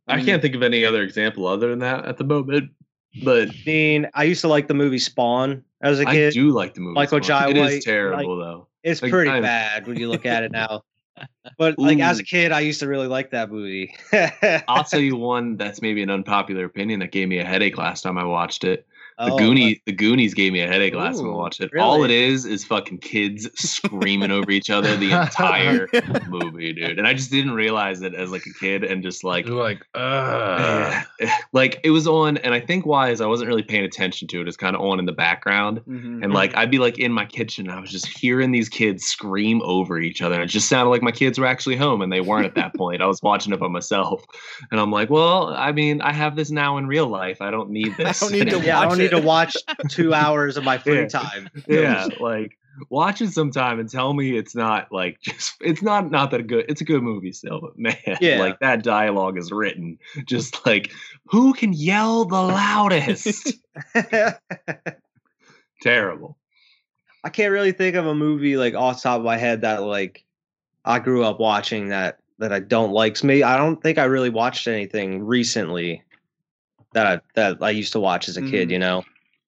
I I mean- can't think of any other example other than that at the moment. But I mean, I used to like the movie Spawn as a I kid. do like the movie. Michael Spawn. Jai It White, like- is terrible though. It's Like, pretty I'm- bad when you look at (laughs) it now. But like as a Ooh. kid, I used to really like that movie. (laughs) I'll tell you one that's maybe an unpopular opinion that gave me a headache last time I watched (laughs) it. The Oh, Goonies, the Goonies gave me a headache last time I Ooh, watched it. All it really? is is fucking kids screaming over each other the (laughs) entire movie, dude. And I just didn't realize it as like a kid, and just like You're (laughs) like, uh, Yeah. (laughs) like it was on and i think wise i wasn't really paying attention to it it's kind of on in the background Mhm. and like i'd be like in my kitchen and i was just hearing these kids scream over each other and it just sounded like my kids were actually home and they weren't at that point i was watching it by myself and i'm like well i mean i have this now in real life i don't need (laughs) I this don't need to Yeah, I watch don't need to it. watch two hours of my free Yeah. time. (laughs) (laughs) yeah like watch it sometime and tell me it's not like just it's not not that good it's a good movie still but man Yeah. like that dialogue is written just like who can yell the (laughs) loudest terrible I can't really think of a movie like off the top of my head that like I grew up watching that that I don't like. Maybe I don't think I really watched anything recently that I that I used to watch as a kid. Mhm. You know,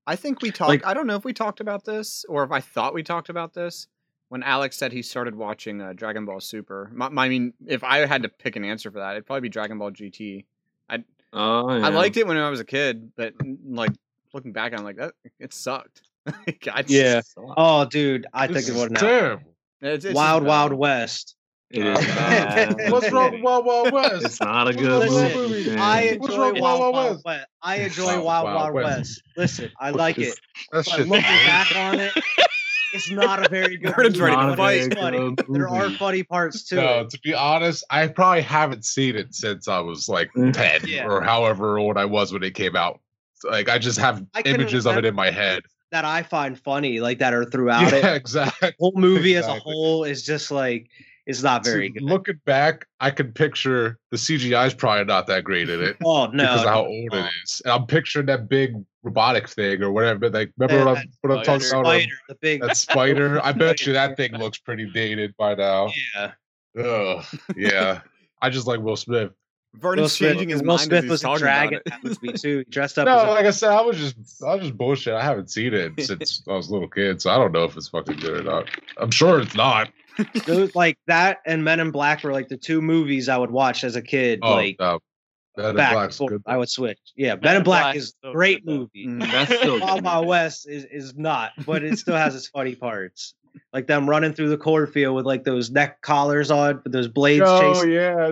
I think we talked. Like- I don't know if we talked about this or if I thought we talked about this when Alex said he started watching uh, Dragon Ball Super. My, my- I mean, if I had to pick an answer for that, it'd probably be Dragon Ball GT. oh I liked it when I was a kid, but mm, like looking back, I'm like that it sucked. (laughs) Like, I just- Yeah. Oh, dude, I this think of is what now. terrible. it's- it's just Wild bad. Wild West. it (laughs) is bad. What's wrong with Wild (laughs) Wild West? it's not a good Listen, movie man. I What's enjoy wrong Wild with Wild, Wild Wild West. West? I enjoy Wild Wild Wild, West. Listen, I like it. That But shit. looking back on it, it's not a very good. Vernon's It's ready to not a movie, but very it's funny. good There are movie. funny parts too. No, to be honest, I probably haven't seen it since I was like Mm. 10 Yeah. or however old I was when it came out. So, Like, I just have I couldn't images of it in my head. that I find funny, like that are throughout (laughs) it. Yeah, exactly. whole movie as a Exactly. whole is just like it's not See, very good. Looking back, I can picture the CGI is probably not that great in it oh because of (laughs) no, how old it is. And I'm picturing that big robotic thing or whatever. Like, Yeah, remember what I'm, that what I'm talking spider, about? um, the big That spider. (laughs) I bet you that Spider. thing looks pretty dated by now. yeah. Ugh, (laughs) yeah. I just like Will Smith. Will Vernon's Smith, changing his Will mind as Smith he's was a talking dragon. about in That it. movie too. He dressed up. (laughs) as No, a, like I said, I was just I was just bullshit. I haven't seen it since I was a little kid, so I don't know if it's fucking good or not. I'm sure it's not. those, like that and Men in Black were like the two movies I would watch as a kid. Oh, like no. Men in back and Black's forth. good. I would switch. Yeah, Men in Black is so a great good, though. movie. (laughs) Mm. that's (laughs) still a good Wild Wild movie. West is, is not, but it still has its funny parts. Like them running through the cornfield with like those neck collars on, with those blades Oh chasing. yeah,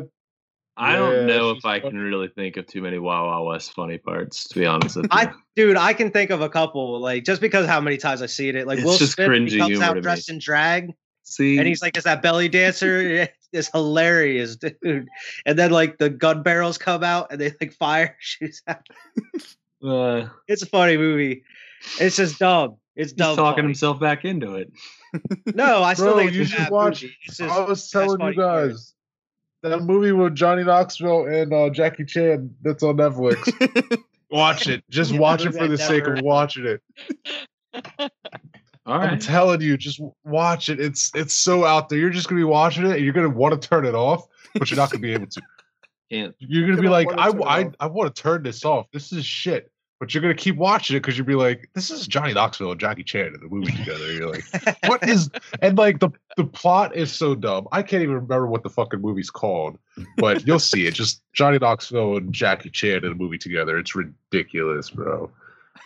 I Yeah, don't know she's if I can really think of too many Wow Wow West funny parts, to be honest with you. I dude, I can think of a couple. Like just because how many times I've seen it. Like It's Will just Smith cringy he comes humor to out me. dressed in drag, See, and he's like, "Is that belly dancer?" (laughs) it's hilarious, dude. And then like the gun barrels come out, and they like fire (laughs) shoots out. uh, It's a funny movie. It's just dumb. It's he's dumb. talking funny. himself back into it. No, I (laughs) still Bro, think you it's a should bad watch- movie. It's I just was that's telling you funny part. guys that movie with Johnny Knoxville and uh, Jackie Chan that's on Netflix. (laughs) Watch it. Just Yeah, watch it maybe for I the sake never- of watching it. All I'm right. telling you, just w- watch it. It's it's so out there. You're just gonna be watching it. and You're gonna want to turn it off, but you're not gonna be able to. Can't. You're gonna be Gonna like, wanna I turn it I, off. I want to turn this off. This is shit. But you're gonna keep watching it because you'll be like, this is Johnny Knoxville and Jackie Chan in the movie together. You're like, what is? (laughs) And like the the plot is so dumb. I can't even remember what the fucking movie's called. But you'll see it. Just Johnny Knoxville and Jackie Chan in a movie together. It's ridiculous, bro.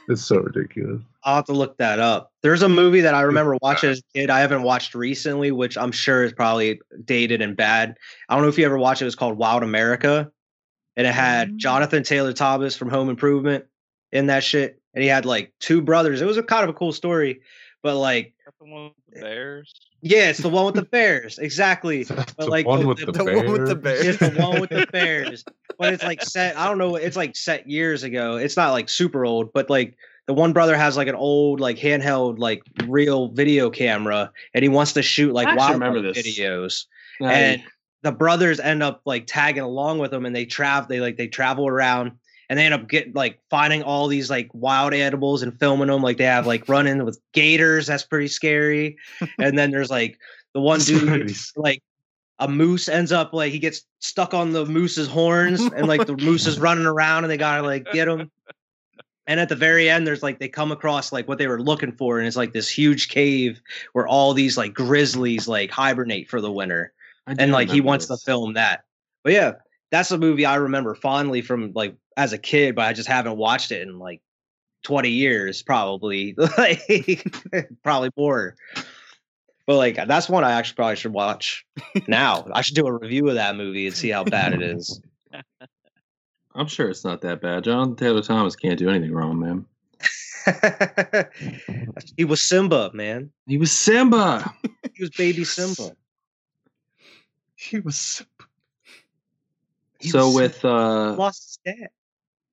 It's so ridiculous. I'll have to look that up. There's a movie that I remember watching as a kid. I haven't watched recently, which I'm sure is probably dated and bad. I don't know if you ever watched it. It was called Wild America, and it had Jonathan Taylor Thomas from Home Improvement in that shit, and he had like two brothers. It was a kind of a cool story, but like, That's the one with the bears. yeah, it's the one with the bears, exactly. That's But like the- the- the one with (laughs) the bears. It's the one (laughs) with the bears, but it's like set. I don't know. It's like set years ago. It's not like super old, but like the one brother has like an old like handheld like real video camera, and he wants to shoot like I actually wild remember this. videos. Now, And the brothers end up like tagging along with him, and they travel. They like they travel around. And they end up getting like finding all these like wild animals and filming them. Like they have like running with gators. That's pretty scary. And then there's like the one dude who like a moose ends up like he gets stuck on the moose's horns and like the moose is running around and they gotta like get him and at the very end there's like they come across like what they were looking for and it's like this huge cave where all these like grizzlies like hibernate for the winter I do and like he remember wants this. to film that but yeah that's a movie i remember fondly from like as a kid but i just haven't watched it in like 20 years probably (laughs) like probably more but like that's one i actually probably should watch now i should do a review of that movie and see how bad (laughs) it is I'm sure it's not that bad. Jonathan Taylor Thomas can't do anything wrong, man. he was simba man He was Simba. he was baby simba He was He so was with Simba, uh, lost his dad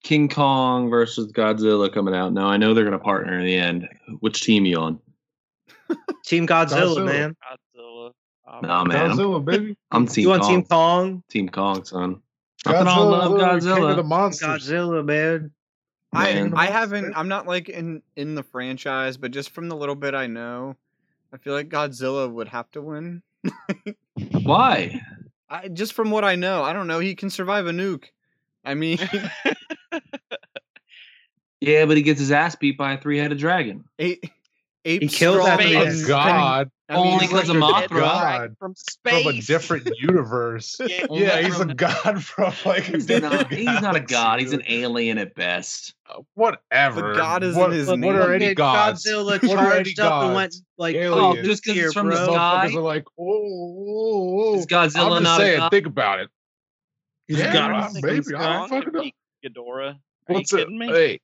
King Kong versus Godzilla coming out, now I know they're going to partner in the end. Which team you on? team godzilla, Godzilla. man Godzilla. Nah, man. I'm, Godzilla, baby. I'm Team you on Kong. team kong Team Kong, son. Nothing wrong Godzilla, with love King of the Godzilla. monsters. godzilla man I Man. I haven't. I'm not like in in the franchise, but just from the little bit I know, I feel like Godzilla would have to win. Why? I just from what I know, I don't know. He can survive a nuke. I mean, (laughs) Yeah, but he gets his ass beat by a three-headed dragon. eight, eight. He killed that strong thing. and- A god I mean, Only (laughs) he's 'cause of like- Oh, Mothra. God. from from a (laughs) space. different universe. (laughs) Yeah. yeah, Only he's a from- god from like a He's different not, he's (laughs) not a galaxy, god. He's an dude. Uh, alien at best. whatever. But God isn't what, his what name. are any Fucking gods? Godzilla What are any charged up and went gods? like Oh, (laughs) Aliens. oh, just because here, it's from the bro. sky? Motherfuckers are like, oh, oh, oh. Is Godzilla I'm just not saying, a god? think about it. He's Yeah, got right, him. baby, I don't fucking know. Ghidorah. Are What's you it? kidding me? Hey,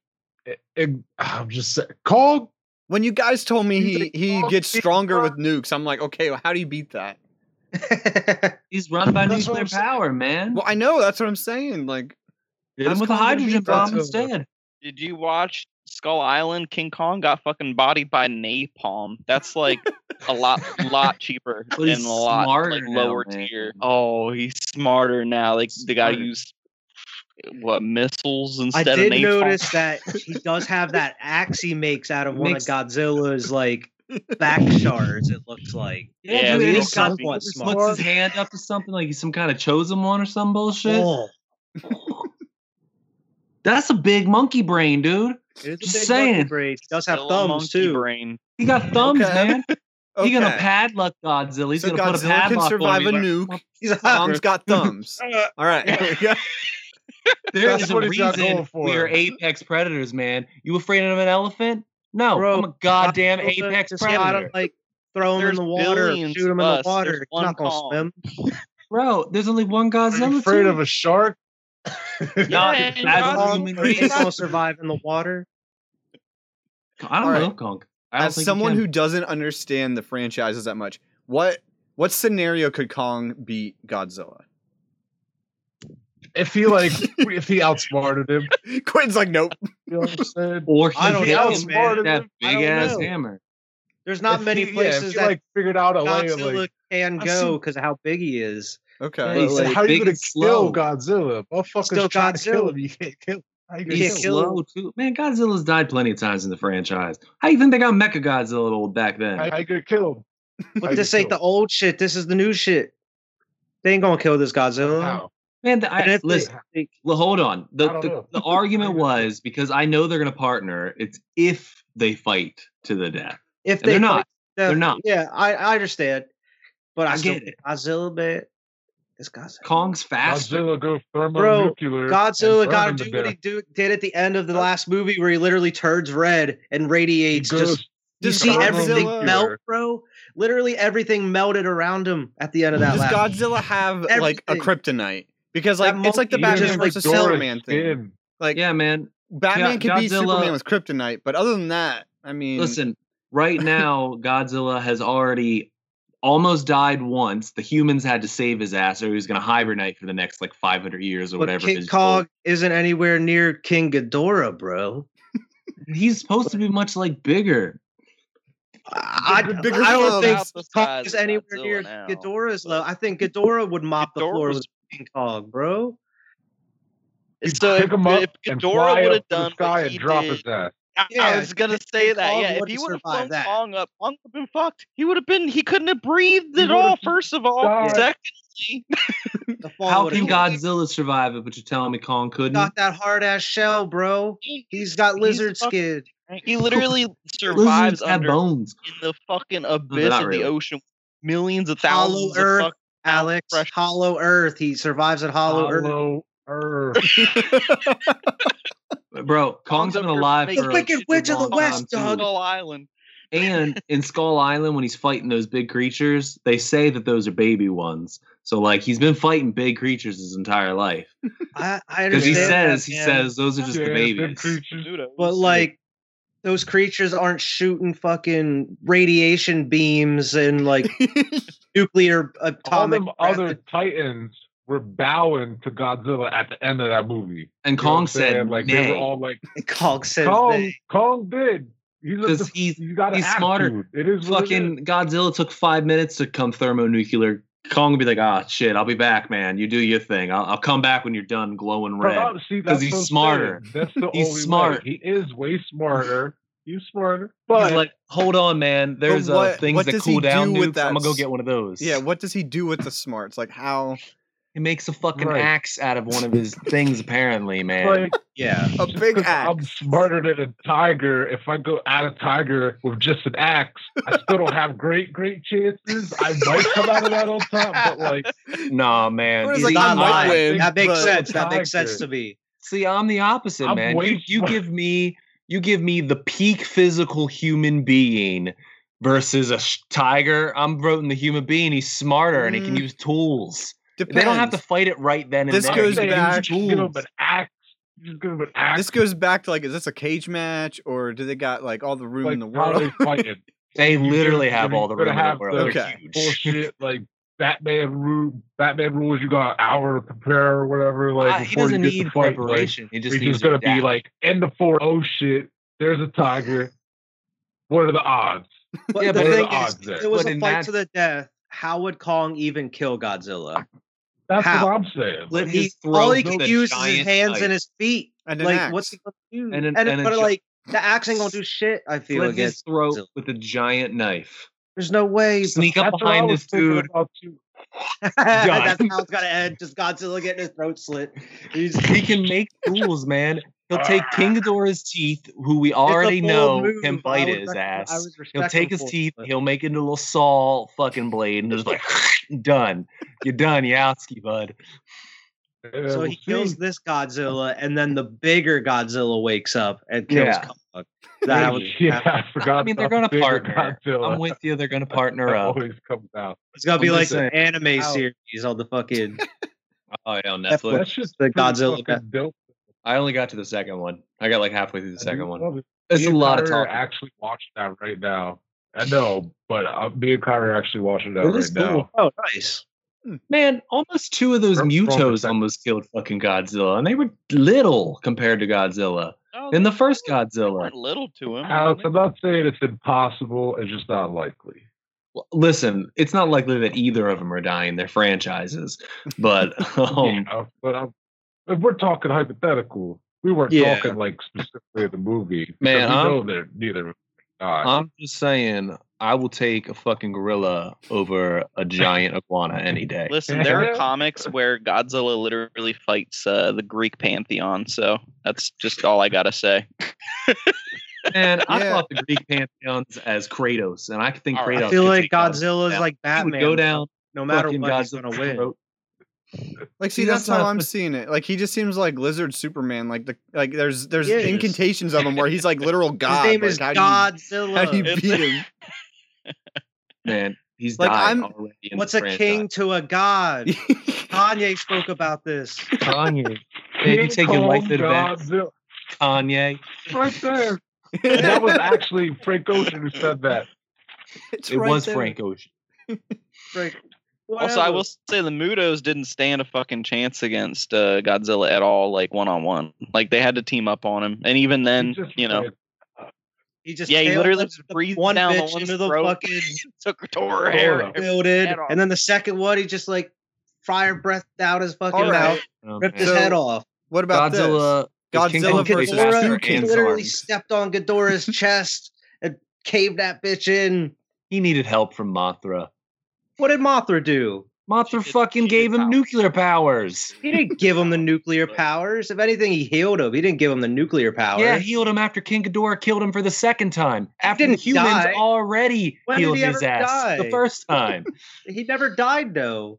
it, it, I'm just saying, Kong. when you guys told me He's he like, he "Oh, gets he's stronger with strong." nukes, I'm like, okay, well, how do you beat that? He's run by That's what nuclear I'm saying. power, man. Well, I know that's what I'm saying. Like, Hit him that's with a Kong gonna hydrogen beat that? bomb instead. Did you watch Skull Island? King Kong got fucking bodied by napalm. That's like a lot, (laughs) lot cheaper But and he's a lot like smarter now, lower man. tier. Oh, he's smarter now. Like the guy Smarter. used what missiles I instead of did napalm. notice that he does have that axe he makes out of one Makes- of (laughs) Godzilla's like back shards. It looks like. Yeah, dude, he and he is got- somewhat he smart. puts his hand up to something like he's some kind of chosen one or some bullshit. Oh, That's a big monkey brain, dude. it is Just a big monkey saying. brain. He does have Still a thumbs monkey too. Brain. He got thumbs, Okay. man. okay. He's gonna padlock Godzilla. He's so gonna put a Godzilla padlock can survive a on me. nuke. He's a Tom's got thumbs. All right, here (laughs) we go. There That's is a what he's got reason going for we are him. apex predators, man. You afraid of an elephant? No, Bro, I'm a goddamn Godzilla apex just gotta, predator. like throw him in There's the water, billions shoot him in of the us. There's water. He's one not gonna Kong. swim. Bro, there's only one Godzilla. Are you afraid too. of a shark? Not Yeah, as and a Godzilla- human being it's gonna survive in the water. I don't All right. know, Kong. I don't As think you someone can. who doesn't understand the franchises that much, what what scenario could Kong beat Godzilla? (laughs) (laughs) if he like, if he outsmarted him, Quinn's like, nope. you know what I'm saying? or he I don't hit know, him man. with that I big don't ass know. hammer. There's not If many he- yeah, if places he, that like figured out a way of Godzilla like, can I go because of how big he is. Okay. Yeah, Hey, he's so like how are you big gonna kill and slow. Godzilla? Motherfuckers Still trying to kill Godzilla. him. You can't kill. Him. How you gonna He's kill? him? slow too. Man, Godzilla's died plenty of times in the franchise. How you think they got Mecha Godzilla old back then? How, how you gonna kill? Him? how but you this gonna ain't kill the old shit. This is the new shit. They ain't gonna kill this Godzilla. How? Man, the, And I, if they- listen. Well, hold on. The I don't the, know. (laughs) the I argument don't know. was because I know they're gonna partner. It's if they fight to the death. If And they they're not. fight them- They're not. Yeah, I, I understand. But I, I still get think Godzilla, man. It's Godzilla. Kong's faster. Godzilla go thermonuclear. and Godzilla burn got him to do death. what he do, did at the end of the last movie, where he literally turns red and radiates. goes- Just you Does see everything Godzilla- melt, bro. Literally everything melted around him at the end of that Does last. Godzilla have like a Everything. kryptonite? Because like That it's like the monkey was Batman just, like, versus tore his Superman thing. skin. Like yeah, man. Batman Go- can beat Godzilla- Superman with kryptonite, but other than that, I mean, Listen, Right now, Godzilla has already almost died once. The humans had to save his ass, or he was going to hibernate for the next like 500 years or but whatever. King his- Kong isn't anywhere near King Ghidorah, bro. He's supposed to be much like bigger. I, I- bigger I don't club. think About the Kong size is of anywhere Godzilla near now, Ghidorah's but- level. I (laughs) think Ghidorah would mop the Ghidorah floor was- with King Kong, bro. You So pick if, him up if and fly up Ghidorah would have to the done sky what and he drop did, his ass. I- I Yeah, was gonna if say King that. Kong yeah, if would've he would have flown survived that. Kong up, Kong would have been fucked. He would have been. He couldn't have breathed He at would've all. First of all, died. secondly, The fall How would've can killed him. Godzilla survive it, but you're telling me Kong couldn't? got that hard ass shell, bro. He's got He's lizard fucking- skin. he literally Lizards survives have under in bones. the fucking abyss not of really. the ocean, millions of Hollow thousands Earth. of fuck- Alex, fresh- Hollow Earth. He survives at Hollow, Earth. Hollow Earth. Bro, Kong's been up here alive making for a Wicked super Witch of the long West, time, too. dog. Skull Island. And in Skull Island, when he's fighting those big creatures, they say that those are baby ones. So like he's been fighting big creatures his entire life I, I because he understand, says that, he man, says those are just Yeah, the them babies. creatures. but like those creatures aren't shooting fucking radiation beams and (laughs) like nuclear All atomic. them weapons. (laughs) other titans were bowing to Godzilla at the end of that movie. And You know what Kong I'm saying? said, like they were "Nay," all like, Kong says Kong, that. Kong did. He's a, 'Cause def- he's- he's got an he's smarter. attitude. It is what it is. fucking Godzilla took five minutes to come thermonuclear. Kong would be like, "Ah, shit, I'll be back, man. You do your thing. I'll, I'll come back when you're done glowing Bro, red." I- Oh, see, 'cause that's he's what I'm smarter. saying. That's the (laughs) He's only way. smart. He is way smarter. He's smarter, He's but like, "Hold on, man. There's uh, what- things what that does he cool down do with nukes. I'm gonna go that get one of those." yeah, what does he do with the smarts? Like how He makes a fucking Right. axe out of one of his things, apparently, man. like Yeah. a just big 'cause I'm axe. smarter than a tiger. If I go at a tiger with just an axe, I still don't have great, great chances. I might come out of that on top, but like, nah, man. What is See, like, not I might lying. win. That makes but- sense. That makes Tiger. sense to me. see, I'm the opposite, I'm man. You, way you smart- give me, you give me the peak physical human being versus a sh- tiger. I'm voting the human being. He's smarter and he can Mm. use tools. Depends. They don't have to fight it right then and This there. goes He Say can back- use axe, give him tools. an axe. Just give him an axe. This goes back to like, is this a cage match or do they got like all the room like, in the how world? they fighting. They You're literally gonna- have you're all the gonna room in the have world. the They're (laughs) huge. Bullshit, like Batman rule. Batman rules. You got an hour to prepare or whatever. Like Ah, he before doesn't you get need the fight, like, preparation. he just He's needs just gonna to be adapt. like in the four. Oh shit! There's a tiger. What are the odds? But Yeah, the but what are the thing is, odds there? if it was But a in fight that- to the death. How would Kong even kill Godzilla? That's how? what I'm saying. Let He, his throat all he with can a use is his giant hands knife. and his feet. And an like, axe. what's he gonna do? And And, an- and a but gi- like the axe ain't gonna do shit. I feel Slit against. his throat Godzilla. with a giant knife. There's no way. (laughs) Sneak That's up what I behind was this thinking dude. about too. That's how it's gotta end. Just Godzilla getting his (laughs) throat slit. He's (laughs) He can make tools, man. He'll take King Ghidorah's teeth, who we Ah. It's a already bold know move. can I bite was his respect- I ass. was He'll take his respectful, teeth. but- He'll make it into a little (laughs) saw fucking blade, and just like done. You're done, Yowski, bud. Yeah, so we'll he kills see. this Godzilla, and then the bigger Godzilla wakes up and kills Yeah. (laughs) Kong. That was (laughs) yeah, I forgot. I mean, they're about gonna the bigger partner. (laughs) Godzilla. I'm with you. They're going to (laughs) That partner up. Always comes out. it's gonna be I'm like just an anime Ow. series on the fucking Oh, yeah, on Netflix. Netflix. That's just the pretty Godzilla. guy. fucking dope. I only got to the second one. I got like halfway through the second one. It's It's a lot of talk. Actually, watching that right now. I know, but uh, me and Kyrie are actually watching that It right is now. cool. Oh, nice. Man, almost two of those From- from Mutos the- almost killed fucking Godzilla, and they were little compared to Godzilla. Oh, In they- the first they weren't- they Godzilla. weren't little to him. Alex, I'm not saying it's impossible. It's just not likely. Well, Listen, it's not likely that either of them are dying. They're franchises, (laughs) but You um, know, but I'm, if we're talking hypothetical, we weren't Yeah. talking like specifically of the movie. Man, because we I'm- know that neither. Uh, I'm just saying I will take a fucking gorilla over a giant iguana any day. (laughs) Listen, (laughs) there are comics where Godzilla literally fights uh, the Greek pantheon, so that's just all I gotta say. And I Yeah. thought the Greek pantheons as Kratos, and I think All right. Kratos. Yeah, I feel could like take out- Godzilla's Yeah. like he would Batman. go down. no matter fucking what, he's Godzilla gonna win. Kratos. Like, see, See, that's that's, not how a I'm pussy. seeing it. Like, he just seems like Lizard Superman. Like the like, there's there's Yeah, he is. incantations of him where he's like literal god. His name Like, is how do you- Godzilla. (laughs) How do you It's- beat him? Man, he's Like, died I'm- already. in the What's a franchise. king to a (laughs) god? Kanye spoke about this. (laughs) Kanye. Baby King taking Kong, life advantage. Godzilla, Kanye. right there. And (laughs) that was actually Frank Ocean who said that. (laughs) It's It right was there. Frank Ocean. Frank, Also, I whatever. will say the Mutos didn't stand a fucking chance against uh, Godzilla at all, like one on one. Like they had to team up on him, and even He then, just you know, said, He just Yeah, he tail literally whips just the breathed one down the bitch one's into the throat. fucking took tore her Tore hair. up. builded, head off. and then the second one he just like fire breathed out his fucking All right. mouth, Oh, ripped man. his So- head off. What about Godzilla. the Godzilla King Kong versus faces Godzilla after can Anne's literally arms. stepped on Ghidorah's chest and caved that bitch in. He needed help from Mothra. What did Mothra do? Mothra did- fucking she gave did him power. nuclear powers. He didn't (laughs) give him the nuclear powers. If anything, he healed him. He didn't give him the nuclear powers. Yeah, healed him after King Ghidorah killed him for the second time. After the didn't humans die. already When did healed he his ever ass the die? (laughs) first time, He never died though,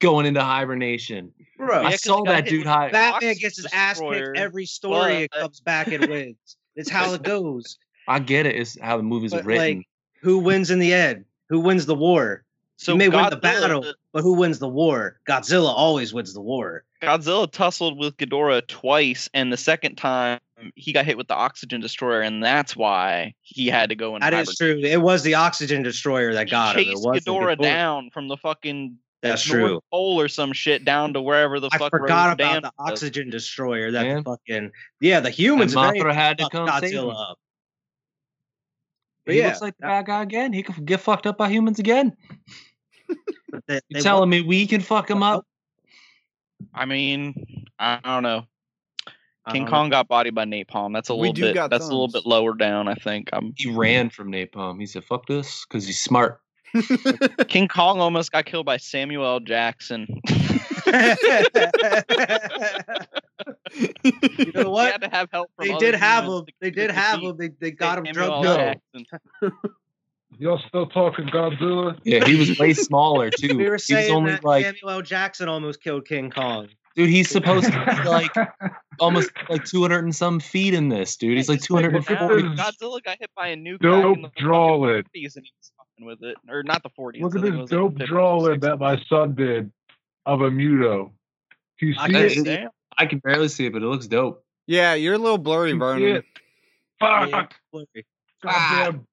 going into hibernation. bro. Yeah, I 'cause saw he got that hit dude with high. Batman Ox gets his ass Destroyer, uh, kicked every story. It but- comes back (laughs) and wins. It's how it goes. I get it. It's how the movies are But, written. like, who wins in the end? Who wins the war? So you may Godzilla, win the battle, but who wins the war? Godzilla always wins the war. Godzilla tussled with Ghidorah twice, and the second time he got hit with the oxygen destroyer, and that's why he had to go in. That is hibernation. true. It was the oxygen destroyer that got him. It Chased was Ghidorah down from the fucking That's North true. Pole or some shit down to wherever the I fuck. forgot Rodan about the was. oxygen destroyer. That Man. fucking yeah, the And humans Mothra eventually had to fucked come save him. Godzilla up. But he yeah, looks like the bad that- guy again. He could get fucked up by humans again. but they, You they Oh. telling won- me we can fuck him up? I mean, I don't know. I King don't Kong got bodied by napalm. That's a We little do bit. got That's a little thumbs. bit lower down. I think. I'm, He ran from napalm. He said, "Fuck this," because he's (laughs) smart. (laughs) King Kong almost got killed by Samuel L. Jackson. know. you know (laughs) he what? had to have help from. They other did have humans him. to- They to did have defeat him. They they got him Samuel L. drugged No. up. Jackson. Y'all still talking Godzilla? Yeah, he was way smaller too. We were he was saying only that like, Samuel L. Jackson almost killed King Kong. dude, (laughs) he's supposed to be like (laughs) almost like 200 and some feet in this, dude. He's like Just like 240. Godzilla Godzilla got hit by a nuke. back in the dope fucking drawing. 40s and he was fucking with it, or not the 40s. Look I at think it this was like dope 50s or drawing 60s. that my son did of a Muto. Do You I see can it? see Damn. I can barely see it, but it looks dope. yeah, you're a little blurry, You see Vernon. it? Fuck! Ah. Goddamn!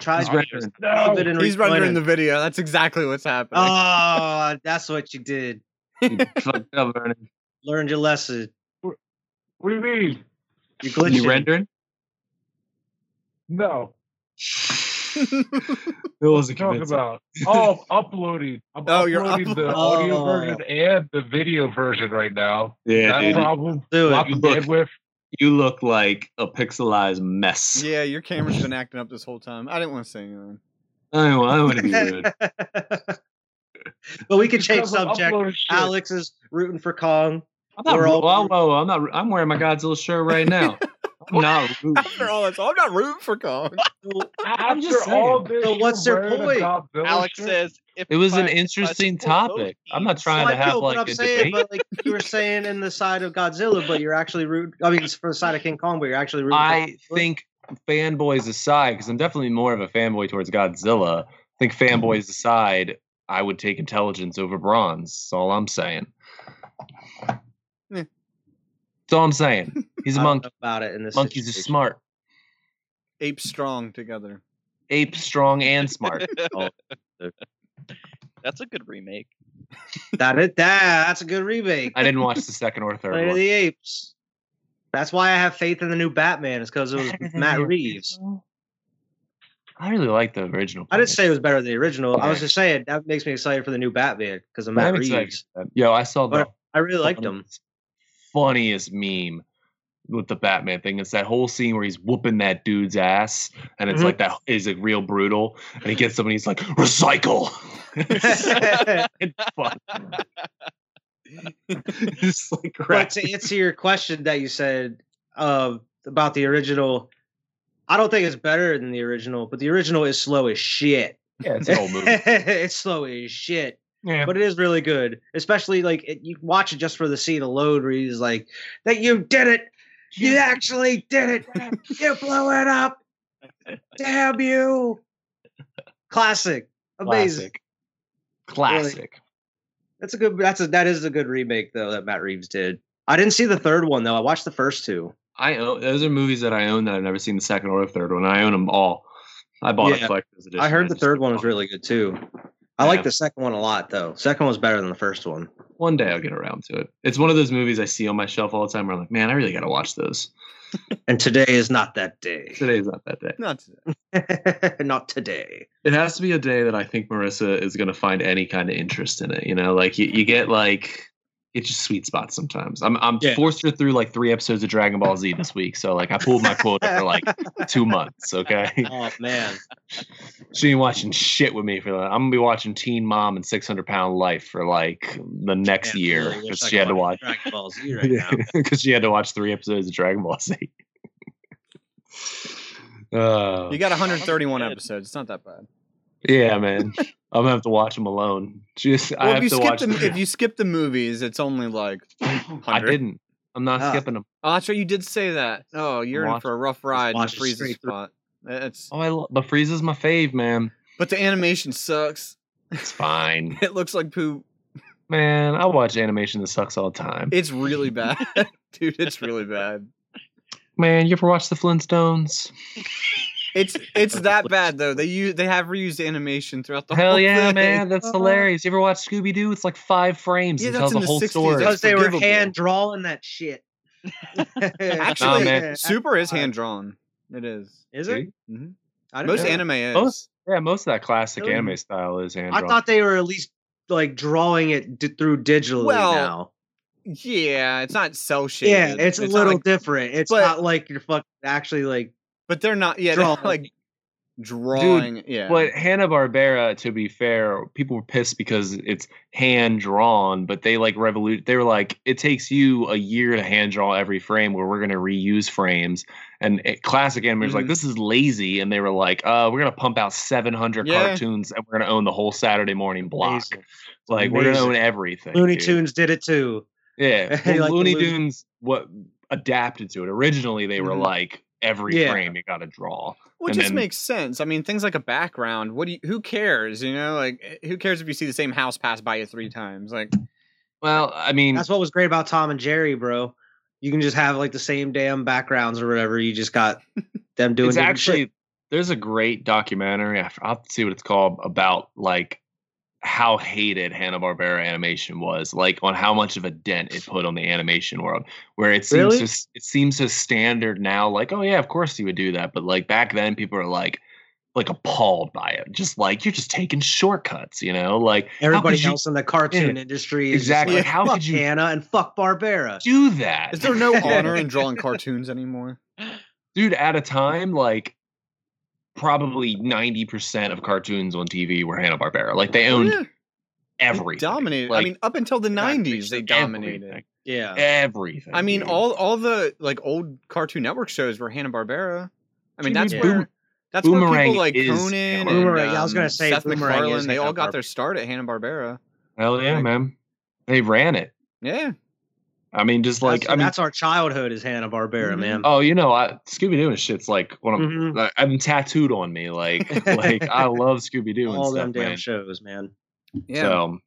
Tries He's Audio rendering. No! He's rendering the (laughs) video. That's exactly what's happening. (laughs) Oh, that's what you did. He fucked up, (laughs) Vernon. Learned your lesson. What do you mean? You're glitching. You rendering? No. It wasn't What are you talking convincing. about? Oh, I'm uploading. I'm Oh, you're uploading the uploading. audio Oh. version and the video version right now. Yeah, That dude. problem. Do it. Lots You of look- bandwidth. You look like a pixelized mess. (laughs) yeah, your camera's been acting up this whole time. I didn't want to say anything. I don't, I don't (laughs) want to be rude. but (laughs) we could change Because I'm subject. uploading shit. Alex is rooting for Kong. I'm not, We're all- (laughs) whoa, whoa, whoa, I'm not. I'm wearing my Godzilla shirt right now. I'm not rude. (laughs) After all that's all, I'm not rooting for Kong. I'm just After all saying. this, So you're what's their wearing a point? Godzilla Alex shirt? says if It was I- an if I interesting support both topic. I'm not teams- trying Well, to I have know, like but I'm a saying, debate. but like you were saying in the side of Godzilla, but you're actually rooting. I mean, it's for the side of King Kong, but you're actually rooting. I think fanboys aside, because I'm definitely more of a fanboy towards Godzilla. I think Mm-hmm. fanboys aside, I would take intelligence over bronze. That's all I'm saying. Yeah. That's all I'm (laughs) saying. He's for, a I don't monkey. know about it in this. Monkeys are situation. smart. Ape strong together. Ape strong and smart. Oh, That's a good remake. That it. That that's a good remake. I didn't (laughs) watch the second or third Planet of one. the Apes. That's why I have faith in the new Batman. Is because it was (laughs) Matt Reeves. I really like the original. I Planet. didn't say it was better than the original. I was just saying that makes me excited for the new Batman because of Matt I'm Reeves. excited. Yo, I saw the But I really liked him. Funniest meme with the Batman thing. It's that whole scene where he's whooping that dude's ass, and it's Mhm. like that is like real brutal. And he gets somebody, he's like, recycle. (laughs) (laughs) It's fun. it's like but crap. to answer your question that you said uh, about the original, I don't think it's better than the original, but the original is slow as shit. Yeah, (laughs) it's an old (laughs) movie. it's slow as shit, Yeah. but it is really good. Especially like it, you watch it just for the scene alone, where he's like, "That you did it, you actually did it, you blew it up, damn you!" Classic, amazing. Classic. Classic. That's a good. That's a that is a good remake though that Matt Reeves did. I didn't see the third one though. I watched the first two. I own those are movies that I own that I've never seen the second or third one. I own them all. I bought Yeah. a collector's edition. I heard the just third keep one was buying. really good too. I like Yeah. the second one a lot though. Second one's better than the first one. One day I'll get around to it. It's one of those movies I see on my shelf all the time. Where I'm like, man, I really got to watch those. And today is not that day. Today's not that day. Not today. (laughs) not today. it has to be a day that I think Marissa is going to find any kind of interest in it. You know, like you, you get like it's just sweet spots sometimes. I'm I'm Yeah. forced her through like three episodes of Dragon Ball Z this week, so like I pulled my quota for like two months. Okay, Oh man. she ain't watching shit with me for that. I'm gonna be watching Teen Mom and 600 Pound Life for like the next Man, I year really wish because I she could had to watch Dragon Ball (laughs) Z right now. because she had to watch three episodes of Dragon Ball Z. (laughs) Oh, You got 131 good. episodes. It's not that bad. yeah, man. I'm gonna have to watch them alone. Just I Well, have if you to skip watch the if you skip the movies, it's only like 100. I didn't. I'm not Ah. skipping them. Oh, that's right. You did say that. Oh, you're in watch- for a rough ride. in The watch it freezer straight through. spot. It's Oh, I lo- but Frieza's my fave, man. but the animation sucks. (laughs) It's fine, It looks like poop. man. I watch animation that sucks all the time. It's really bad, (laughs) dude. It's really bad. Man, you ever watch the Flintstones? It's it's that bad though. They use they have reused animation throughout the Hell whole yeah, thing. man. That's hilarious. You ever watch Scooby Doo? It's like five frames Yeah, and that's tells in a the whole 60s. story. That's- Because they were forgivable. hand drawing that shit. (laughs) (laughs) Actually, Oh, Nah, man. Super is hand drawn. It is. Is it? Mhm. I didn't Most know that. anime is. Most- yeah, most of that classic Really? anime style is hand I drawn. thought they were at least like drawing it d- through digitally Well, now. Yeah, it's not cell shaded. Yeah, it's, a not little like- different. It's but- not like you're fucking actually like but they're not. Yeah, they're Drawn. not, like drawing. yeah, But Hanna Barbera, to be fair, people were pissed because it's hand drawn, but they like revolution. They were like, it takes you a year to hand draw every frame, where we're gonna reuse frames. And it, classic animators like, Mm-hmm. Mhm. this is lazy, and they were like, uh, we're gonna pump out 700 Yeah. cartoons, and we're gonna own the whole Saturday morning block. Amazing. Like we're gonna Amazing. own everything. Looney dude. Tunes did it too. (laughs) Yeah, Like well, the Looney Looney- Mm-hmm. Tunes what adapted to it. Originally, they were Mhm. like every Yeah. frame you gotta draw. which and just then- makes sense. I mean, things like a background. What do you, who cares? You know, like eh, who cares if you see the same house pass by you three times? Like, Well, I mean, That's what was great about Tom and Jerry, bro. You can just have like the same damn backgrounds or whatever. You just got them doing it's different actually shit. there's a great documentary. I f- I'll have to see what it's called about like how hated Hanna Barbera animation was, like on how much of a dent it put on the animation world. Where it seems Really? so, s- it seems so standard now, like oh yeah, of course you would do that, but like back then people are like like appalled by it, just like you're just taking shortcuts, you know, like how could everybody you else in the cartoon industry is just Exactly. Like, How fuck could you- Hannah and fuck Barbera? do that, is (laughs) there no honor in drawing cartoons anymore? dude? At a time like. Probably ninety percent of cartoons on TV were Hanna Barbera. Like they owned Yeah. everything. dominated. I Like, mean, up until the not '90s, they everything, dominated. uh, Yeah. Everything. I mean, dude. all all the like old Cartoon Network shows were Hanna Barbera. I mean, Dude, that's yeah. where that's where Boomerang people like is Conan and Hanna-Barbera. Boomerang, yeah, I was um, gonna say Seth Boomerang is MacFarlane. They all got Hanna-Barbera. their start at Hanna Barbera. Hell yeah, like- man. They ran it. Yeah, I mean, just like that's, I mean, that's our childhood is Hanna Barbera, Mhm. man. oh, you know, I, Scooby Doo and shit's like one of (laughs) Mhm. like, I'm tattooed on me. (laughs) Like, like I love Scooby Doo and All them stuff, damn man. shows, man. yeah. So,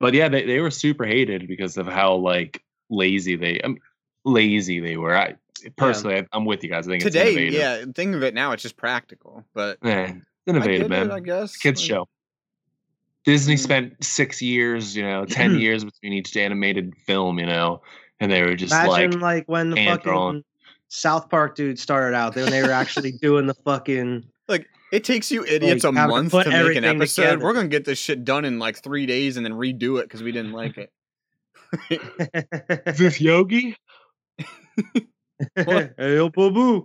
but yeah, they, they were super hated because of how like lazy they, I mean, lazy they were. I personally, I, I'm with you guys. I think it's Today, innovative. yeah. Think of it now; it's just practical, but yeah, it's I innovative, get it, man. I guess Kids Like, show. Disney Mm. Mm-hmm. spent six years, you know, (clears throat) ten years between each animated film, you know, and they were just Imagine like, like, when the hand fucking drawn. South Park dude started out when they were actually doing the fucking It takes you idiots Like, a have to month put to make an everything episode. together. We're gonna get this shit done in like three days and then redo it because we didn't like it. this yogi? (laughs) Hey, boo boo.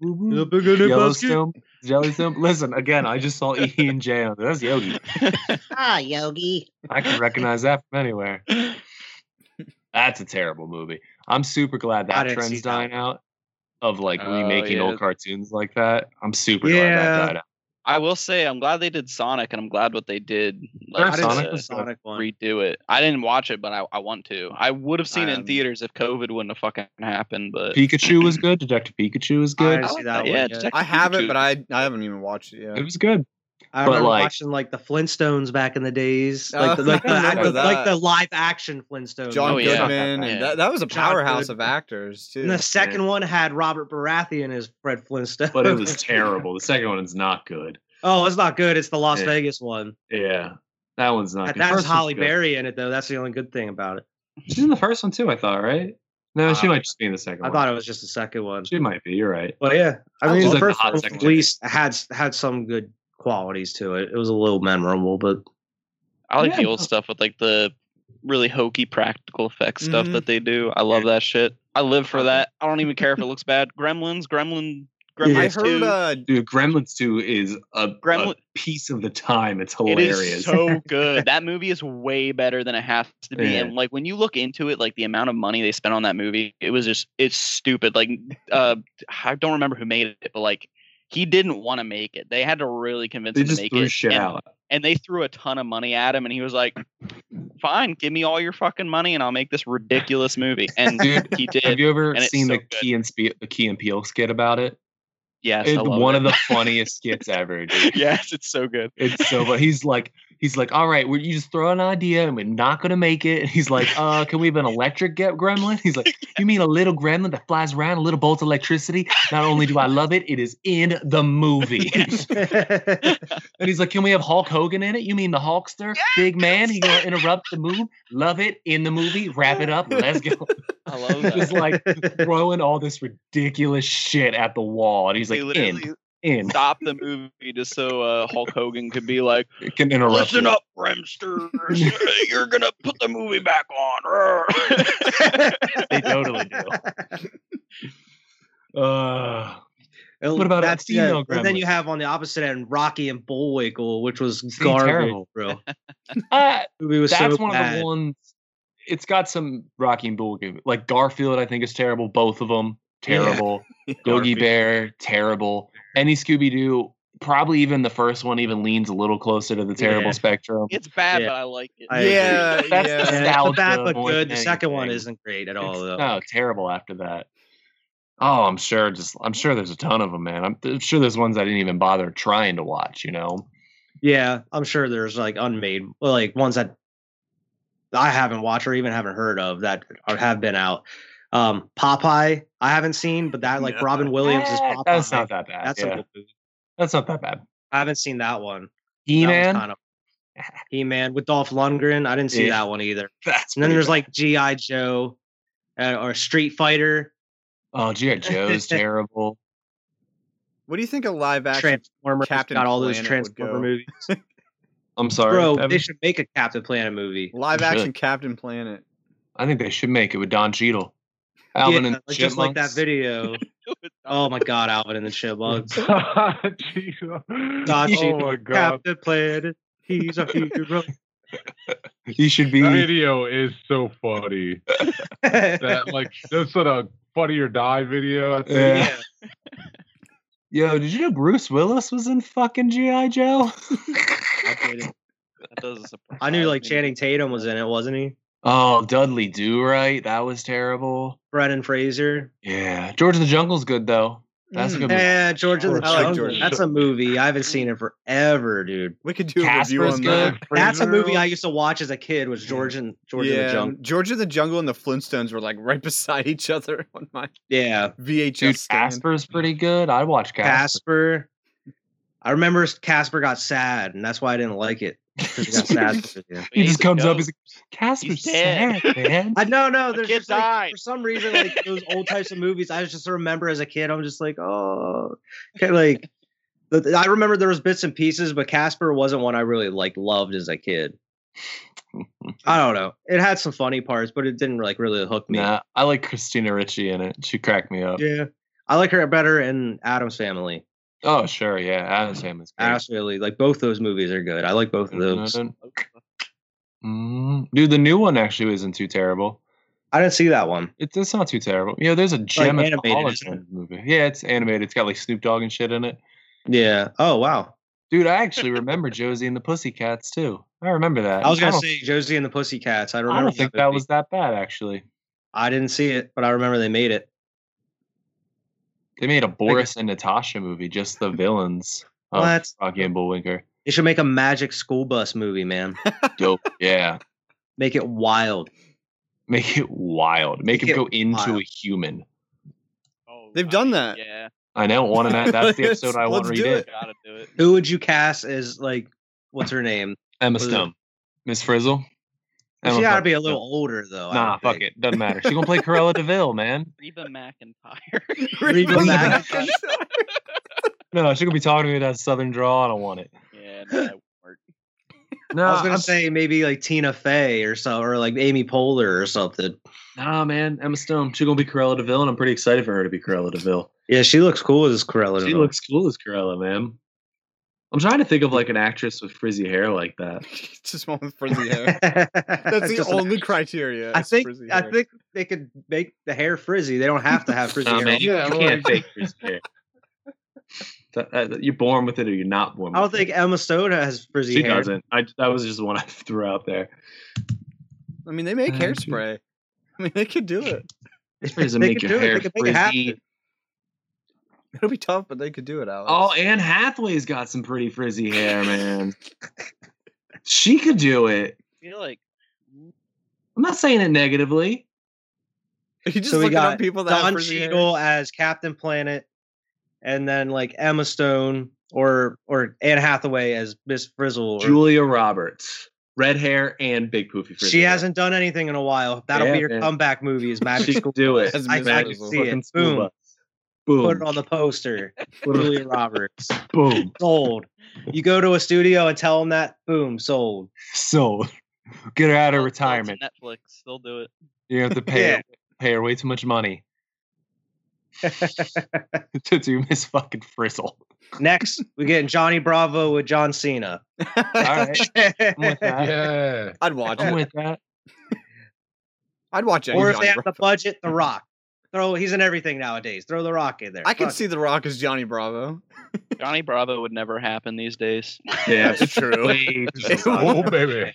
Yellowstone, Yellowstone. Listen, again, I just saw E and J on there. That's Yogi. Ah, Yogi. I can recognize that from anywhere. That's a terrible movie. I'm super glad I that didn't see trend's that dying out of like Oh, remaking yeah. old cartoons like that. I'm super glad Yeah. that died out. I will say I'm glad they did Sonic, and I'm glad what they did. I I Like, didn't did see Sonic Sonic. the Sonic one. redo it. I didn't watch it, but I, I want to. I would have seen it in Um, theaters if COVID wouldn't have fucking happened. But Pikachu was good. Detective Pikachu was good. I I see like that that, one, yeah. (laughs) yeah, Detective I have it, Pikachu. but I I haven't even watched it It yet. was good. I But, remember like- watching like the Flintstones back in the days, Oh, like the, like, (laughs) I the, act- remember like the that. live action Flintstones. John Oh, Like, yeah. suck that Goodman, back. and Yeah. that, that was a John powerhouse Goodman. of actors too. And the second one had Robert Baratheon as Fred Flintstone. But it (laughs) was terrible. The second one is not good. (laughs) oh, it's not good. It's the Las Yeah. Vegas one. Yeah. That one's not good. That was First one's Holly good. Berry in it though. That's the only good thing about it. She's in the first one too, I thought, right? No, she Uh, might just be in the second I one. thought it was just the second one. she might be. You're right. But yeah, I I mean, love the the first hot one at second. least had had some good qualities to it. It was a little memorable, but I like Yeah. the old stuff with like the really hokey practical effects stuff Mhm. that they do. I love that shit. I live for that. I don't even care if it looks bad. Gremlins, Gremlin, Gremlins I 2. heard uh, Dude, Gremlins 2 is a, Gremlin- a piece of the time. It's it hilarious. is so good. That movie is way better than it has to be. Yeah. And like when you look into it, like the amount of money they spent on that movie, it was just it's stupid. Like uh (laughs) I don't remember who made it, but like he didn't want to make it. They had to really convince they him to just make threw it. shit and, out. and they threw a ton of money at him and he was like fine give me all your fucking money and i'll make this ridiculous movie and Dude, (laughs) he Have did you ever and it's seen so the good. Key and Spe- the Key and Peele skit about it? yes I It's love one it. of the funniest skits (laughs) ever, dude. yes it's so good It's so but he's like he's like, all right, well, you just throw an idea and we're not gonna make it. And he's like, uh, can we have an electric get gremlin? He's (laughs) like, You mean a little gremlin that flies around, a little bolt of electricity? Not only do I love it, it is in the movie. And he's like, Can we have Hulk Hogan in it? You mean the Hulkster? Big man, he gonna interrupt the move. Love it in the movie, wrap it up, let's go. i love Just that like throwing all this ridiculous shit at the wall. And he's they like, literally in, in. stopped the movie just so uh, hulk hogan could be like It can (laughs) interrupt. listen you. up remsters (laughs) (laughs) you're gonna put the movie back on (laughs) They totally (laughs) do. Uh, It- What about a that's female yeah, And then gremlin? you have on the opposite end Rocky and Bullwinkle, which was See, garbage, terrible. bro. (laughs) I- Movie was Uh, that's so one bad. of the ones. It's got some Rocky and Bulgy. Like Garfield, I think is terrible. Both (laughs) of them terrible. Gogi Garfield. Bear terrible. Any Scooby Doo, probably even the first one even leans a little closer to the terrible Yeah. spectrum. it's bad Yeah. but i like it I yeah, agree. That's the yeah. sad Yeah, it's a bad nostalgia but more good. The than second one anything. isn't great at all, though. It's- no, terrible after that. Oh, I'm sure. Just I'm sure there's a ton of them, man. I'm, I'm sure there's ones I didn't even bother trying to watch. You know, Yeah, I'm sure there's like unmade, well, like ones that I haven't watched or even haven't heard of that are, have been out. Um, Popeye, I haven't seen, but that like No. Robin Williams is Eh, Popeye. that's not that bad. That's yeah. a good movie. that's not that bad. I haven't seen that one. He Man, (laughs) kind of He Man with Dolph Lundgren. I didn't see Yeah. that one either. that's And then pretty there's bad. like GI Joe uh, or Street Fighter, oh, GI (laughs) Joe's terrible. What do you think of live action? Transformers. Captain got all those Planet would Transformer go. movies. I'm sorry, Bro, Evan. they should make a Captain Planet movie. Live Should. action Captain Planet. I think they should make it with Don Cheadle, Alvin Yeah, and the like, just like that Chipmunks. (laughs) video. oh my God, Alvin and the Chipmunks. Don Cheadle. Don Oh Cheadle, my god. Captain Planet. He's a hero. He should be. That video is so (laughs) funny. That like that's sort of funny or die video. I think. Yeah. Yo, did you know Bruce Willis was in fucking GI Joe? That does surprise I knew like me. Channing Tatum was in it, wasn't he? oh, Dudley Do Right. That was terrible. Brendan Fraser. Yeah, George of the Jungle's good though. That's a Mm. good one. Yeah, George of the I like Jungle. George. That's a movie. I haven't seen it forever, dude. We could do a Casper's review on good. that. That's a Fraser? movie I used to watch as a kid. Was George and George of yeah, the Jungle? George of the Jungle and the Flintstones were like right (laughs) beside each other on my Yeah, VHS Dude, stand. (laughs) Casper's pretty good. I watch Casper. Casper. I remember Casper got sad, and that's why I didn't like it. (laughs) 'cause (laughs) He got sad. for a year. he He's just comes up. dope. He's like, Casper's dead." sad, man. (laughs) I no no. The There's kid just, like, died. for some reason like those old types of movies. I just remember as a kid, I'm just like, oh, okay, like. the- I remember there was bits and pieces, but Casper wasn't one I really like loved as a kid. I don't know. It had some funny parts, but it didn't like really hook me. Nah, I like Christina Ricci in it. She cracked me up. Yeah. I like her better in Adam's Family. Oh, sure, yeah. Adam's family's great. Adam's Family, like both those movies are good. I like both of Mm-hmm. those. (laughs) Mm, Dude, the new one actually isn't too terrible. I didn't see that one. It's, it's not too terrible. Yeah, there's a gem animated, isn't it? animated movie. Yeah, it's animated. It's got like Snoop Dogg and shit in it. Yeah. Oh wow. Dude, I actually remember Josie and the Pussycats too. I remember that. I was gonna don't- say Josie and the Pussycats. I I remember. don't think that movie. was that bad actually. I didn't see it, but I remember they made it. They made a Boris and Natasha movie, just the villains of What? Rocky and Bullwinkle. They should make a Magic School Bus movie, man. (laughs) Dope. Yeah. Make it wild. Make it wild. Make, Make him it go into wild. a human. Oh, They've done that. Yeah, I know, one of that. (laughs) That's the Let's- episode I want let's redid. do it. gotta do it. Who would you cast as like what's her name? Emma Was it- Stone. Miss Frizzle. She Emma gotta be a Stone. little older though. I Nah, would fuck think. it. Doesn't matter. She gonna play Corella Deville, man. Reba McIntyre. Reba (laughs) Reba McEntire. McEntire. No, she gonna be talking to me about Southern draw. I don't want it. yeah, no, that won't work. No, (laughs) I was gonna I'm- say maybe like Tina Fey or so, or like Amy Poehler or something. nah, man. Emma Stone. She gonna be Corella Deville, and I'm pretty excited for her to be Corella Deville. Yeah, she looks cool as Corella. She Deville. (laughs) looks cool as Corella, man. I'm trying to think of like an actress with frizzy hair like that. (laughs) Just one with frizzy (laughs) hair. That's the Just an- only criteria. I is think frizzy I hair. think they could make the hair frizzy. They don't have to have frizzy (laughs) Nah, hair. man, you, Yeah, you can't like- fake frizzy (laughs) hair. That- that- You're born with it, or you're not born. I don't with it. think Emma Stone has frizzy she (laughs) hair. doesn't. I, that was just one I threw out there. I mean, they make Uh, hairspray. I mean, they could do it. This person They make could your do it. hair They could make it happen. frizzy. It'll be tough, but they could do it, Alex. Oh, Anne Hathaway's got some pretty frizzy hair, man. she could do it. I feel like I'm not saying it negatively. (laughs) you just so we looking up got people that have Don frizzy hair? Cheadle as Captain Planet, and then like Emma Stone or or Anne Hathaway as Miss Frizzle. or- Julia Roberts, red hair and big poofy frizzy. she hair. hasn't done anything in a while. That'll Yeah, be her man. comeback movie. Is Magic She School could do it. As I- Miss I can Frizzle. see it. Fucking school Boom. bus. put Boom. it on the (laughs) poster? Put it on- Julia Roberts boom. sold. You go to a studio and tell them that. Boom, sold. So get her out they'll- of they'll- it's retirement. Netflix, they'll do it. You (laughs) have to pay Oh, Yeah. her, pay her way too much (laughs) money to do Miss fucking (laughs) frizzle. Next, we get Johnny Bravo with John (laughs) Cena. (laughs) All right. I'm with that. Yeah. I'd watch I'm it. with that. I'd watch any or if Johnny they have Bravo. the budget, The Rock. Throw he's in everything nowadays. Throw The Rock in there. I can Fuck. see The Rock as Johnny Bravo. Johnny Bravo would never happen (laughs) these days. Yeah. That's true. Way too It much. Oh baby.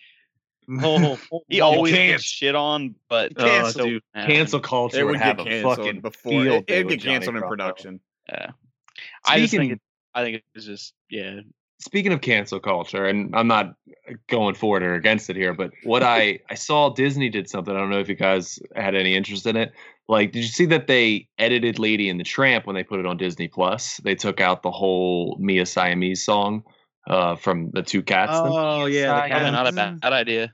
Oh, oh, He yeah. always can't. gets shit on, but uh, Oh, it's so dude, bad. cancel culture Um, It would, would have get a canceled fucking before. field It, day it'd with get Johnny canceled in Bravo. (laughs) production. Yeah. I just think Speaking- it, I think it's just yeah. Speaking of cancel culture, and I'm not going for it or against it here, but what (laughs) I I saw Disney did something. I don't know if you guys had any interest in it. Like, did you see that they edited Lady and the Tramp when they put it on Disney Plus? They took out the whole Mia Siamese song uh, from the two cats. thing. Oh yeah. the Yeah. Probably cat. not a bad, bad idea.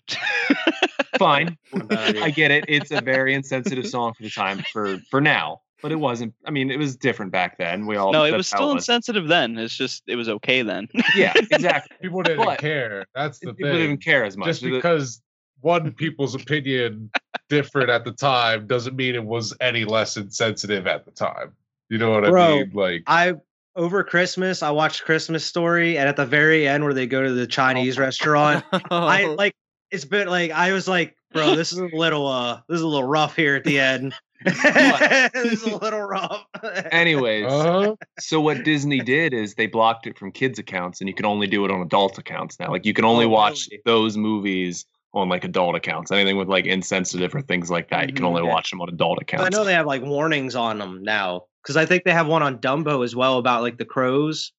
(laughs) Fine, (laughs) Bad idea. I get it. It's a very insensitive song for the time for for now, but it wasn't. I mean, it was different back then. We all no, it that's was how still insensitive then. It's just it was okay then. (laughs) Yeah, exactly. People didn't But- care. That's the People thing. didn't care as much. Just The- because one people's opinion different at the time doesn't mean it was any less insensitive at the time. You know what I Bro, mean? Like I over Christmas Oh (laughs) (laughs) I watched Christmas Story, and at the very end where they go to the Chinese restaurant, I like it's been like I was like, bro, this is a little uh, this is a little rough here at the end. (laughs) What? (laughs) this (laughs) is a little rough. Anyways, Uh-huh. so what Disney did is they blocked it from kids' accounts, and you can only do it on adult accounts now. Like you can only Oh, watch really? those movies on like adult accounts. Anything with like insensitive or things like that, you can Mhm, only okay. watch them on adult (laughs) But I accounts. know they have like warnings on them now because I think they have one on Dumbo as well about like the crows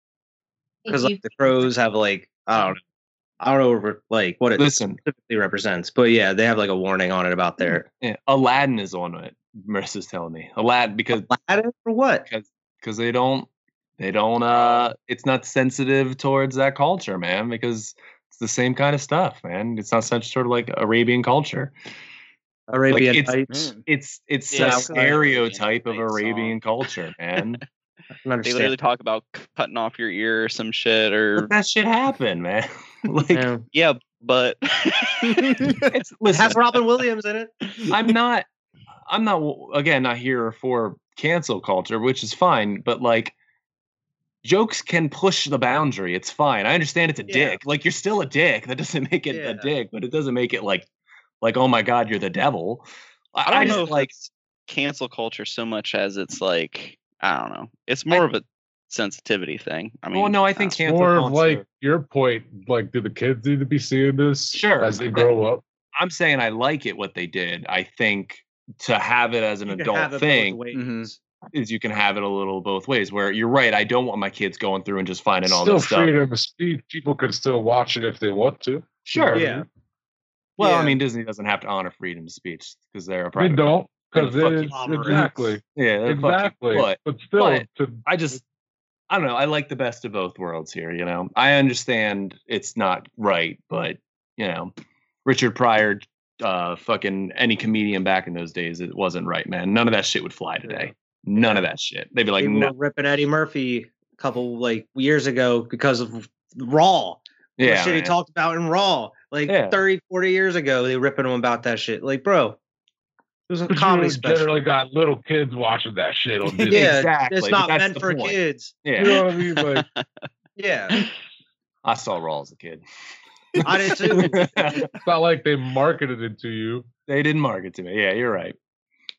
because like the crows have like I don't know, I don't know over, like what it Listen, Hmm. specifically represents, but yeah, they have like a warning on it about their yeah, eh, Aladdin is on it. Marissa's telling me Aladdin because Aladdin for what? because they don't they don't uh it's not sensitive towards that culture man because it's the same kind of stuff man it's not sensitive to like arabian culture like, Arabian it's- Nights. Mm. it's it's Yeah, a it's like Arabian stereotype of type arabian song. culture man I don't They understand. literally talk about c- cutting off your ear or some shit, or Let that shit happen man (laughs) like Yeah. yeah, but (laughs) it's, It listen, has (laughs) Robin Williams in it. i'm not i'm not again not here for cancel culture which is fine but like jokes can push the boundary it's fine i understand it's a Yeah. dick like you're still a dick that doesn't make it Yeah. a dick but it doesn't make it like like oh my god you're the devil i, I don't just, know if like like cancel culture so much as it's like I don't know. It's more of a sensitivity thing. I mean, well no i uh, think cancel More of culture- like your point, like, do the kids need to be seeing this Sure. as they grow up? i'm saying i like it what they did i think to have it as an You can have it adult both thing ways. Mhm. is you can have it a little both ways where you're right i don't want my kids going through and just finding all still this stuff freedom of speech. People can still watch it if they want to. sure Yeah. well i Yeah. mean disney doesn't have to honor freedom of speech because they're a They private don't because They're they fucking conglomerates. exactly, yeah they're fucking- exactly. but But, still, but- to I just I don't know. I like the best of both worlds here, you know. I understand it's not right, but you know, Richard Pryor uh fucking any comedian back in those days it wasn't right, man. None of that shit would fly today. None of that shit. They'd be like, They no. were ripping Eddie Murphy a couple like years ago because of Raw. the Yeah. shit he man. talked about in Raw. Like Yeah. 30, 40 years ago, they ripping him about that shit. Like, bro, it was a but you comedy special. generally got little kids watching that shit (laughs) on Disney. Yeah, Exactly, it's but not that's meant the for point. kids. You Yeah. know what I mean? Like, Yeah, I saw Raw as a kid. I (laughs) did too. it's not like they marketed it to you. they didn't market to me. Yeah, you're right.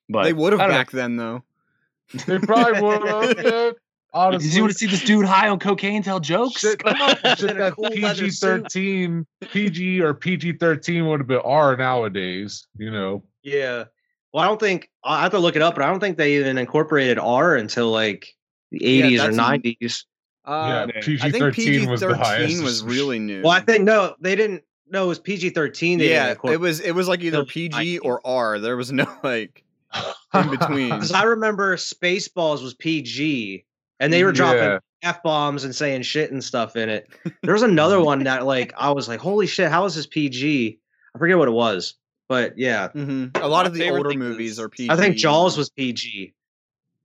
But they would have I don't know. back then though. They (laughs) probably would have. Yeah, honestly, Did you want to see this dude high on cocaine tell jokes? Shit, come on, In (laughs) shit a that cool leather PG thirteen, PG or PG thirteen would have been R nowadays. You know, yeah. Well, I don't think I have to look it up, but I don't think they even incorporated R until like the eighties or that's- nineties. Uh, yeah, I PG think thirteen PG was the highest. thirteen (laughs) was really new. Well, I think no, they didn't. No, it was PG thirteen. yeah, it was it was like either Till PG 19. or R. There was no (laughs) like in between. (laughs) because I remember Spaceballs was PG, and they were dropping Yeah. f bombs and saying shit and stuff in it. There was another one that like I was like, holy shit, how is this PG? I forget what it was, but yeah, Mhm. A lot My of the favorite older thing movies is- are PG. I think Jaws was PG.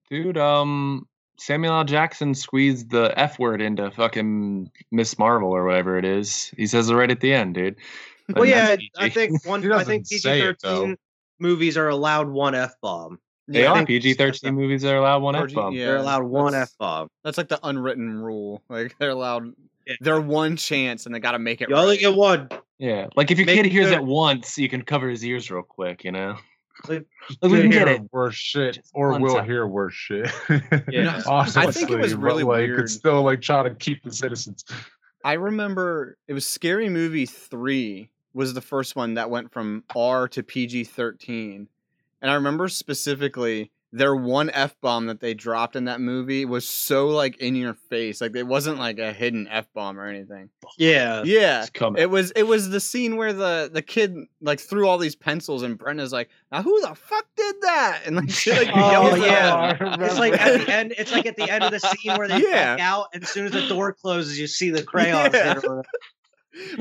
Dude, um, Samuel L. Jackson squeezed the F word into fucking Miss Marvel or whatever it is. He says it right at the end, dude. Well, And yeah, that's I PG. think one. He I think doesn't PG say it, though. thirteen movies are allowed one f bomb. they I are think- PG thirteen movies that are allowed one F Or- bomb. yeah. They're allowed one f that's- bomb. That's like the unwritten rule. Like they're allowed Yeah. their one chance and they got to make it. You only Right. get one. Yeah, like if your Make kid it hears good. it once, you can cover his ears real quick, you know. Like, Like, we They can get hear it. Worse shit, Just or one will time. hear worse shit. (laughs) Yeah. Honestly, I think it was but, really like, weird. It's still like trying to keep the citizens. (laughs) I remember it was Scary Movie 3 was the first one that went from R to PG 13. And I remember specifically their one F bomb that they dropped in that movie was so like in your face. Like it wasn't like a hidden F bomb or anything. Yeah, Yeah. It's coming. It was it was the scene where the the kid like threw all these pencils and Brenda's like, now who the fuck did that? And like she like (laughs) Oh, yells at yeah. (laughs) him. it's like at the end. It's like at the end of the scene where they Yeah. back out, and as soon as the door closes, you see the crayons. Yeah. hit her.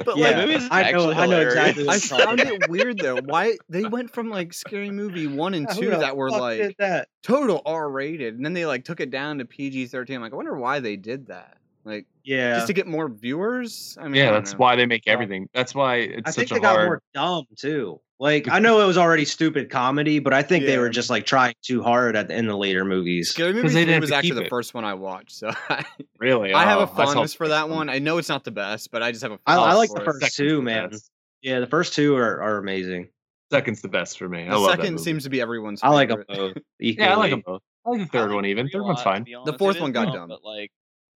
But Yeah. (laughs) like movie is I know. actually I know hilarious. exactly. What I you're talking found (laughs) about. it weird though. Why they went from like Scary Movie one (laughs) and Yeah, who two the that were fuck like did that? total R rated, and then they like took it down to PG thirteen. I'm like, I wonder why they did that. Like Yeah, just to get more viewers. I mean, I yeah, don't that's know. why they make Yeah. everything. That's why it's I think such a they got hard. more dumb too. Like I know it was already stupid comedy, but I think they Yeah. were just like trying too hard at the, in the later movies. Scary Movie they three didn't was have to actually keep the it. first one I watched, so (laughs) I, Really, I have Oh, a that's how- fondness for that one. I know it's not the best, but I just have a. I, I Oh, fondness like for the it. first Second's two, the man. best. Yeah, the first two are, are amazing. Second's the best for me. I The love second that seems to be everyone's. I Favorite. like them both. movie. Yeah, I like equally. them both. I like the third I one like even. three a Third one's lot, to fine. be honest. fourth It is one got dumb, dumb. But like,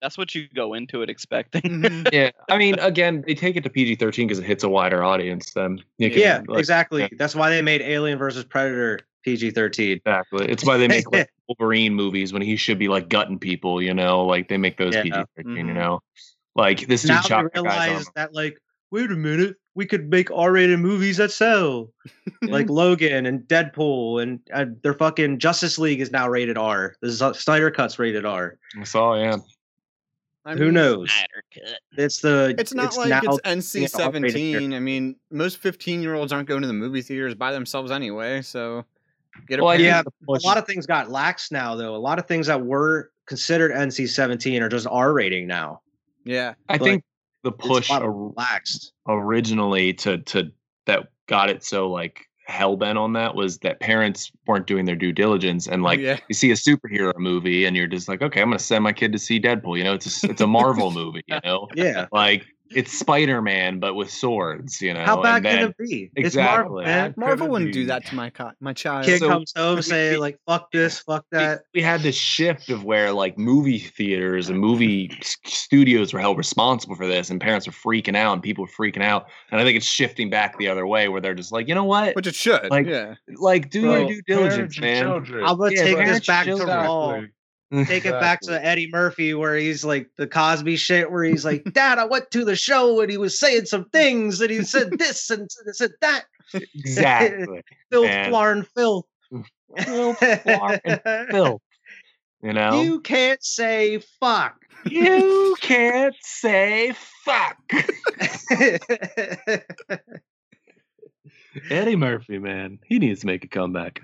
that's what you go into it (laughs) expecting. Mhm. Yeah, I (laughs) mean, again, they take it to PG thirteen because it hits a wider audience than you can, Yeah, like, exactly. yeah. That's why they made Alien versus Predator PG thirteen. Exactly. It's why they make (laughs) like Wolverine movies when he should be like gutting people, you know, like they make those Yeah. PG 13 you Mhm. know. Like this dude Mm-hmm. Now they chopped the guy's arm realize that like, wait a minute, we could make R rated movies that sell, (laughs) like Logan and Deadpool and uh, their fucking Justice League is now rated R. The Z- Snyder Cut's rated R. off. I saw, yeah. (laughs) I Who mean, knows? Snyder Cut. It's the. It's not now- like it's NC rated seventeen. I mean, most fifteen year olds aren't going to the movie theaters by themselves anyway. So get a Well, I Yeah, think the a push- lot of things got lax now though. A lot of things that were considered NC seventeen are just R rating now. yeah. I think the It's a lot push or- laxed. originally to to that got it so like hell bent on that was that parents weren't doing their due diligence and like yeah. you see a superhero movie and you're just like okay I'm gonna send my kid to see Deadpool you know it's a, s- it's a Marvel movie you know Yeah. like it's Spider Man but with swords you know How bad and then, can it be? It's Marvel, Exactly. man. Marvel could've wouldn't do (laughs) been. that to my co- my child. Kid So- comes home saying like, "Fuck this, fuck we- that." we had this shift of where like movie theaters and movie s- studios were held responsible for this and parents were freaking out and people were freaking out and i think it's shifting back the other way where they're just like you know what Which it should. Like- yeah. like do Bro, your due diligence parents and man children. I'm gonna Yeah, take parents this back to should- Raw. Take it back to Eddie Murphy, where he's like the Cosby shit, where he's like, (laughs) "Dad, I went to the show and he was saying some things and he said this and said that." exactly Filth, Man. flarn, filth. Filth, flarn, and (laughs) Phil, you know you, You can't say fuck. can't say fuck eddie murphy man he needs to make a comeback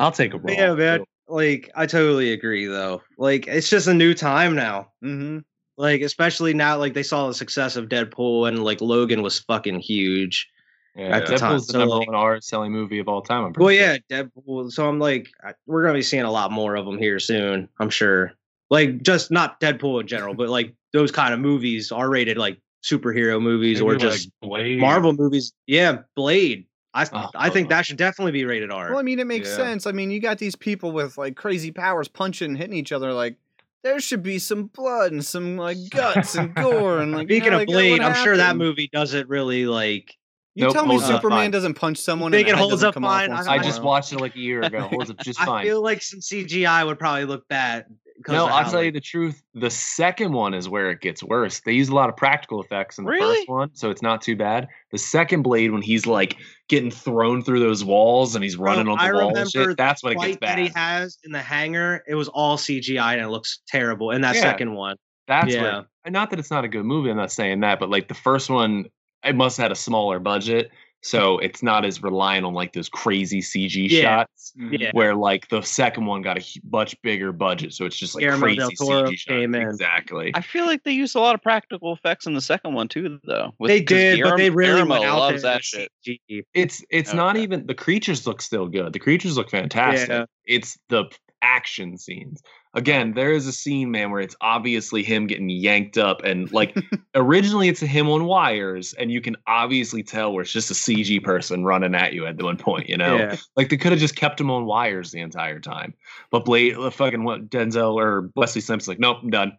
i'll take a roll. yeah, man. Like, I totally agree, though. Like, it's just a new time now. Mm-hmm. Like, especially now, like they saw the success of Deadpool and like Logan was fucking huge. Yeah, At the Deadpool's time, the so, number like- one R selling movie of all time. I'm pretty Well, sure. yeah, Deadpool. So I'm like, I- we're gonna be seeing a lot more of them here soon. I'm sure. Like, just not Deadpool in general, but like those kind of movies, R-rated, like superhero movies or Maybe, like, just Blade. (laughs) Marvel movies. Yeah, Blade. I Oh. I think that should definitely be rated R. Well, I mean, it makes Yeah. sense. I mean, you got these people with like crazy powers punching, hitting each other. Like, there should be some blood and some like guts and gore. And like, Speaking you know, of like, what Blade, I'm sure that happened? movie doesn't really like. You Nope, tell me holds up Superman fine. doesn't punch someone. think it and the head holds doesn't up come off fine? once I I in a don't just while? watched it like a year ago. Holds up just (laughs) I fine. feel like some CGI would probably look bad. 'cause No, of I'll how, tell you like- the truth. The second one is where it gets worse. They use a lot of practical effects in the Really? first one, so it's not too bad. The second blade, when he's like getting thrown through those walls and he's running on Oh, I the wall and remember shit, that's when it gets fight that bad. he has in the hangar, it was all CGI and it looks terrible. And that Yeah. second one, that's yeah. yeah. not that it's not a good movie. I'm not saying that, but like the first one, it must have had a smaller budget, so it's not as reliant on like those crazy CG Yeah. shots. yeah, where like the second one got a hu- much bigger budget, so it's just like Guillermo crazy del Toro CG shots. came in. Exactly. I feel like they used a lot of practical effects in the second one too, though. with- they 'cause did, but they Guillermo- really Guillermo went out loves there that with shit. CG. It's it's not Okay. even the creatures look still good. The creatures look fantastic. Yeah. It's the p- action scenes. Again, there is a scene, man, where it's obviously him getting yanked up, and (laughs) like originally it's him on wires, and you can obviously tell where it's just a CG person running at you at the one point. You know, Yeah. like they could have just kept him on wires the entire time. But Blade, uh, fucking what Denzel or Wesley Simpson's like, nope, I'm done.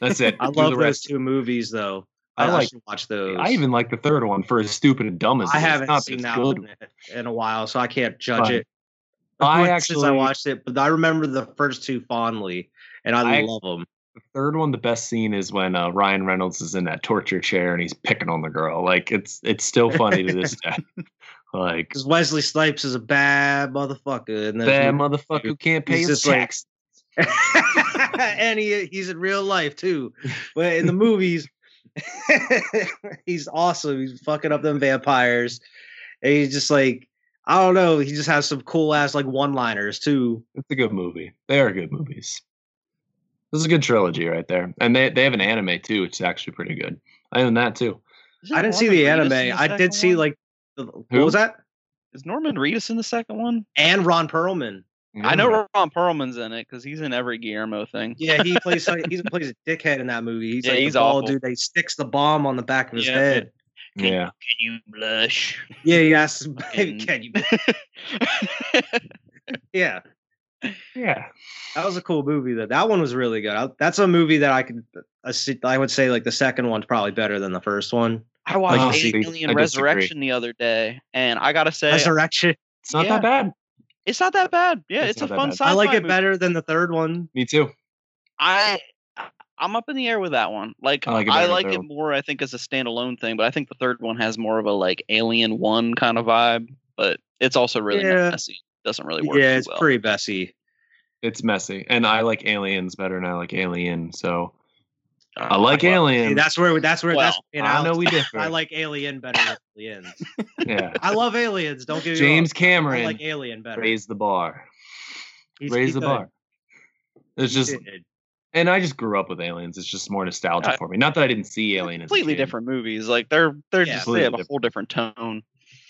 That's it. I Do the love those rest." two movies though. I I, I like- should watch those. I even like the third one for as stupid and dumb as it I is. haven't Not that seen it's that good. one in a while, so I can't judge Fine. it. I Once since I actually- watched it, but I remember the first two fondly, and I, I- love them. The third one, the best scene is when uh, Ryan Reynolds is in that torture chair and he's picking on the girl. Like it's it's still funny to (laughs) this day. Like Because Wesley Snipes is a bad motherfucker, and that then motherfucker who can't pay he's his just like- tax. (laughs) and he he's in real life too, but in the movies, (laughs) he's awesome. He's fucking up them vampires, and he's just like I don't know. He just has some cool ass like one liners too. it's a good movie. They are good movies. This is a good trilogy right there, and they they have an anime too, which is actually pretty good. I own that too. Is it I didn't see Norman the Reedus in anime. the I second did see one? like the, what Who? was that? Is Norman Reedus in the second one? And Ron Perlman. I know Ron Perlman's in it because he's in every Guillermo thing. Yeah, he (laughs) plays like, he plays a dickhead in that movie. He's Yeah, like he's the bald awful. dude that he sticks the bomb on the back of his Yeah. head. Yeah. Can you blush? (laughs) Yeah, yes. (laughs) Fucking- Can you? Yeah, Yeah. that was a cool movie. Though that one was really good. I, that's a movie that I could. I see- I would say like the second one's probably better than the first one. I watched Wow. Alien I disagree. Resurrection the other day, and I gotta say, Resurrection. It's not Yeah. that bad. it's not that bad. Yeah, It's it's, not a that fun bad. sci-fi. I like it movie. better than the third one. Me too. I I'm up in the air with that one. Like I I like like it it, better, third one. more, I think, as a standalone thing, but I think the third one has more of a like Alien One kind of vibe. But it's also really Yeah. messy. Doesn't really work. Yeah, too it's well. pretty messy. It's messy. And I like aliens better than I like alien. So Uh, Oh, I like well, alien. See, that's where that's where that's Well, you I know Alex, we differ. (laughs) I like Alien better (laughs) than Aliens. yeah. I love Aliens. Don't get me wrong. James Cameron I like Alien better. raised the bar. He's- raised he the did. bar. It's He just did. and I just grew up with aliens. It's just more nostalgic I- for me. Not that I didn't see Alien as a completely kid. different movies. Like they're they're Yeah. just they have a Completely whole different tone.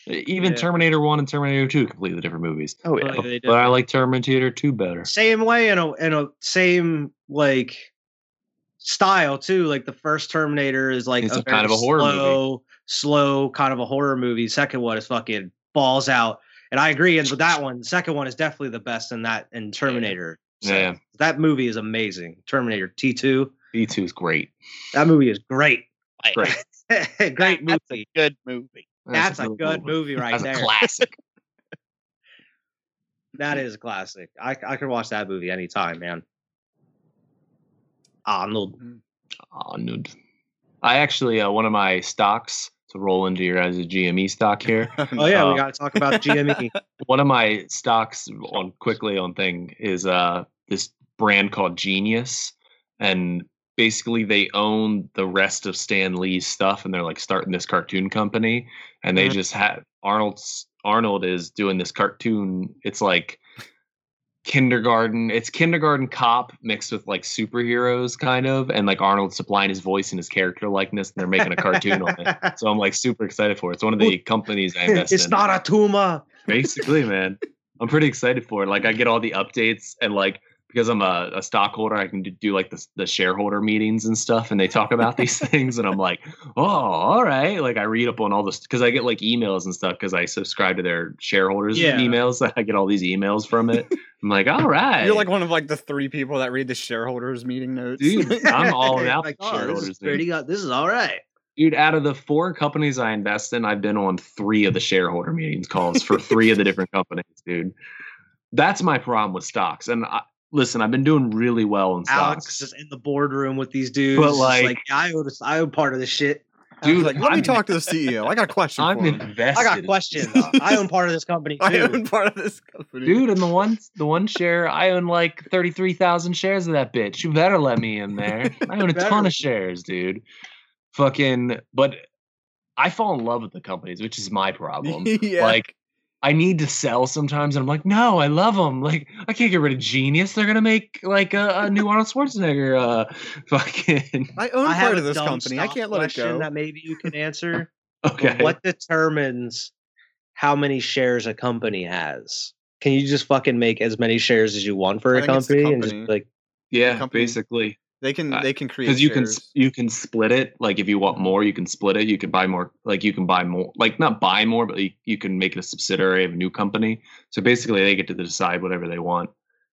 E, Even Yeah. Terminator 1 and Terminator 2 completely different movies. Oh yeah. yeah. But, they but I like Terminator 2 better. same way in a in a same like style too. Like the first Terminator is like It's a very kind of a horror movie. slow, slow kind of a horror movie. Second one is fucking balls out, and I agree. And with that one, second one is definitely the best in that in Terminator. So, Yeah. that movie is amazing. Terminator T two. B2 is great. That movie is great. (laughs) Great. (laughs) great That's movie. a good movie. That's, a really good cool. movie right That's there. a classic. That is a classic. I I could watch that movie anytime, man. Ah, Arnold. Oh, nude. I actually uh, one of my stocks to roll into your as a GME E stock here. (laughs) Oh yeah, Uh, we got to talk about (laughs) E. (laughs) GME. one of my stocks on quickly on thing is uh this brand called Genius, and basically they own the rest of Stan Lee's stuff, and they're like starting this cartoon company, and Mm-hmm. they just had Arnold's Arnold is doing this cartoon. It's like kindergarten it's kindergarten cop mixed with like superheroes kind of and like arnold supplying his voice and his character likeness and they're making a cartoon on (laughs) it so i'm like super excited for it it's one of the companies i invest it's in not a tumor. (laughs) basically man i'm pretty excited for it like i get all the updates and like because i'm a, a stockholder i can d- do like the, the shareholder meetings and stuff and they talk about (laughs) these things and i'm like oh all right like i read up on all this because i get like emails and stuff because i subscribe to their shareholders Yeah. emails (laughs) i get all these emails from it i'm like all right You're like one of like the three people that read the shareholders meeting notes. (laughs) dude (laughs) i'm all about Like, the oh, this is shareholders pretty dude. good. This is all right. dude out of the four companies i invest in i've been on three of the shareholder meetings calls for three of the different companies dude that's my problem with stocks and I, listen i've been doing really well in Alex is stocks just in the boardroom with these dudes. But, just like- yeah, I owe this, I owe part of this shit. Dude, dude like, let I'm, me talk to the CEO. I got a question i'm (laughs) for him. invested I got questions. I own part of this company I too. own part of this company. (laughs) dude and the one the one share i own like 33000 shares of that bitch you better let me in there i (laughs) own a Better. ton of shares dude fucking but i fall in love with the companies which is my problem yeah. Like I need to sell sometimes, and I'm like, no, I love them. Like I can't get rid of Genius. They're gonna make like a, a new Arnold Schwarzenegger. Uh, (laughs) fucking I own I have part a of this dumb company. I stock can't let it question go. That maybe you can answer. (laughs) But okay. What determines how many shares a company has? Can you just fucking make as many shares as you want for I a think it's the company, and just company. like Yeah, company- basically, They can I- they can create because Uh, you can shares. s- you can split it. Like if you want more, you can split it. You can buy more. Like you can buy more. Like not buy more, but you, you can make it a subsidiary of a new company. So basically, they get to decide whatever they want.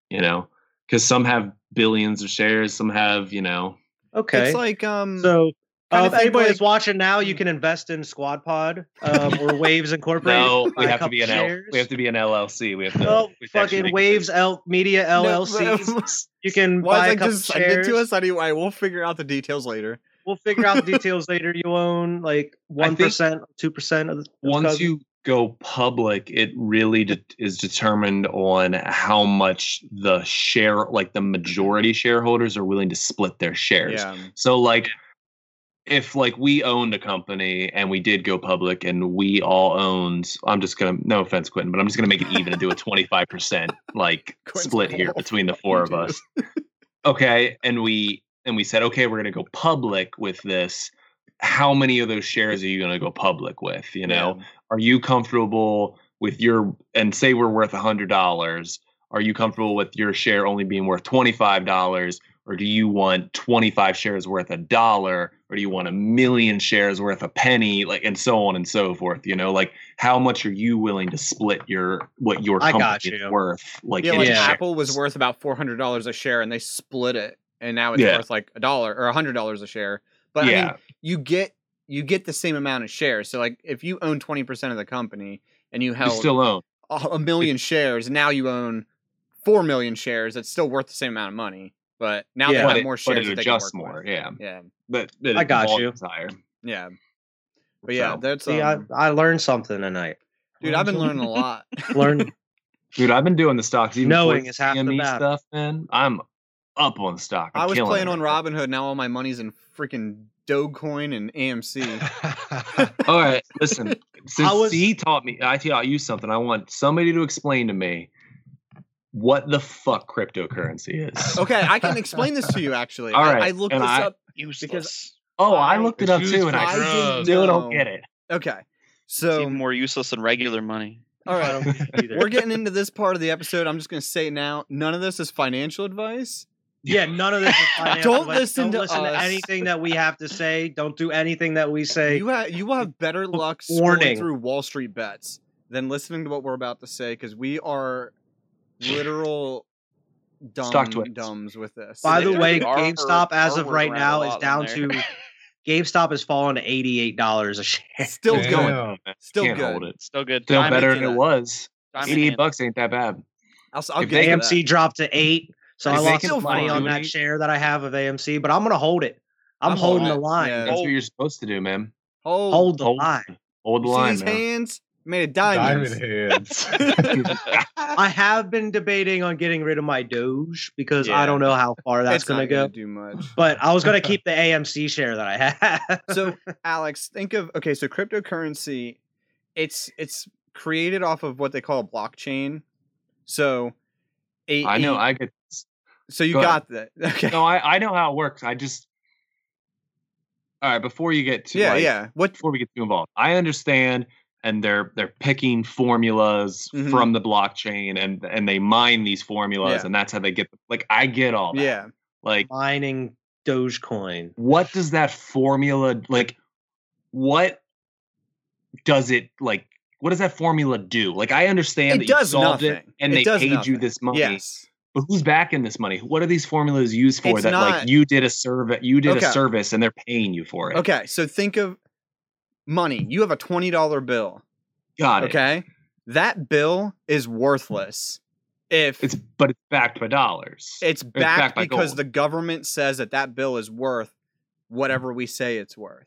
You know, because some have billions of shares, some have you know. okay? It's like um so. kinda Uh, if think anybody that's like- watching now, you can invest in Squad Pod um, or Waves Incorporated. No, Buy we a have to be an couple L. We shares. have to be an LLC. We have to. Oh, we actually fucking make a Waves L- Media No, LLCs. (laughs) you (laughs) can buy Why a is that couple just send it shares. to us anyway? We'll figure out the details later. We'll figure out the details later. You (laughs) own like one think percent, two percent of the. of once Coke. you go public, it really de- is determined on how much the share, like the majority shareholders, are willing to split their shares. Yeah. So, like, if like we owned a company and we did go public and we all owned, I'm just gonna, no offense, Quentin, but I'm just gonna make it even and do a 25 percent like Quentin's split here awful between the fucking four of dude. us. Okay, and we and we said, okay, we're gonna go public with this. How many of those shares are you gonna go public with? You know, are you comfortable with your and say we're worth $100 are you comfortable with your share only being worth $25 or do you want 25 shares worth a dollar or do you want a million shares worth a penny like and so on and so forth you know like how much are you willing to split your what your I company got you. is worth like, yeah, into like Yeah. Apple was worth about four hundred dollars a share, and they split it, and now it's Yeah. worth like a dollar or a hundred dollars a share. But I yeah mean, you get you get the same amount of shares. So like, if you own twenty percent of the company and you you held still own a (laughs) a million shares, now you own four million shares. It's still worth the same amount of money, but now Yeah. they but have it, more more shares. but it that they can adjusts work more with. yeah Yeah, but that I it got volume you. is higher yeah. But yeah, So, that's um, See, I, I learned something tonight. dude. I've been (laughs) learning a lot. Learned dude i've been doing the stocks even before Knowing is half the CME battle. stuff man i'm up on stock I'm I was killing playing it. on Robinhood. Now all my money's in freaking Dogecoin and (laughs) AMC. All right, (laughs) listen. Since was- he taught me, I taught you something. I want somebody to explain to me what the fuck cryptocurrency is. (laughs) Okay, I can explain this to you. Actually, All I- right, I, looked and this I- up. useless. Oh, I looked it up It's too, and used I for still drugs. don't get it. Okay, It's so even more useless than regular money. (laughs) all I (laughs) right, don't think either. (laughs) we're getting into this part of the episode. I'm just gonna say it now. None of this is financial advice. Yeah, none of this is financial. (laughs) Don't advice. listen to Don't listen us. to anything that we have to say. Don't do anything that we say. You ha- you will have better luck scrolling warning. through Wall Street bets than listening to what we're about to say because we are literal dumb Stock twits. dumbs with this. By They the do way, the R- GameStop as R of word right around now a is lot down on to there. (laughs) GameStop has fallen to eighty eight dollars a share. still Damn. going, still Can't good. hold it. Still good. Still Diamond- better into than it that. was. diamond Eighty-eight hand. bucks ain't that bad. I'll, s- I'll If get they to can that. AMC dropped to eight, so If I they lost can some money on that fluctuate- share that I have of AMC. But I'm gonna hold it. I'm, I'm holding holding the it, line. yeah. That's what you're supposed to do, man. Hold, Hold the Hold. line. Hold the you see line, these man. hands made of diamonds. Diamond heads. I have been debating on getting rid of my Doge because I Yeah. don't know how far that's It's not gonna go. (laughs) do much. But I was (laughs) gonna keep the AMC share that I (laughs) have. so alex think of okay so cryptocurrency it's it's created off of what they call a blockchain so a, I know. a- I (laughs) could. so you go got that (laughs) okay No, I, I know how it works. I just. All right, before you get to yeah like, yeah what before we get too involved, I understand, and they're they're picking formulas Mhm. from the blockchain, and and they mine these formulas, Yeah. and that's how they get. Like I get all that. yeah Like mining Dogecoin. what does that formula like? What does it like? What does that formula do? Like I understand It that you does solved it, nothing. and It they does paid nothing. you this money. yes But who's backing this money? What are these formulas used for? It's that not- like you did a service, you did Okay. a service, and they're paying you for it. okay so think of money you have a $20 bill got it. okay that bill is worthless if It's but it's backed by dollars. It's backed back by because gold. the government says that that bill is worth whatever we say it's worth.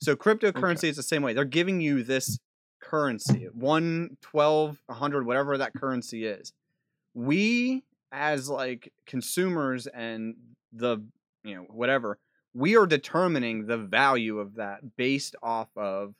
So cryptocurrency is the same way. They're giving you this currency, 1, 12, 100, whatever that currency is. We as like consumers and the, you know, whatever, we are determining the value of that based off of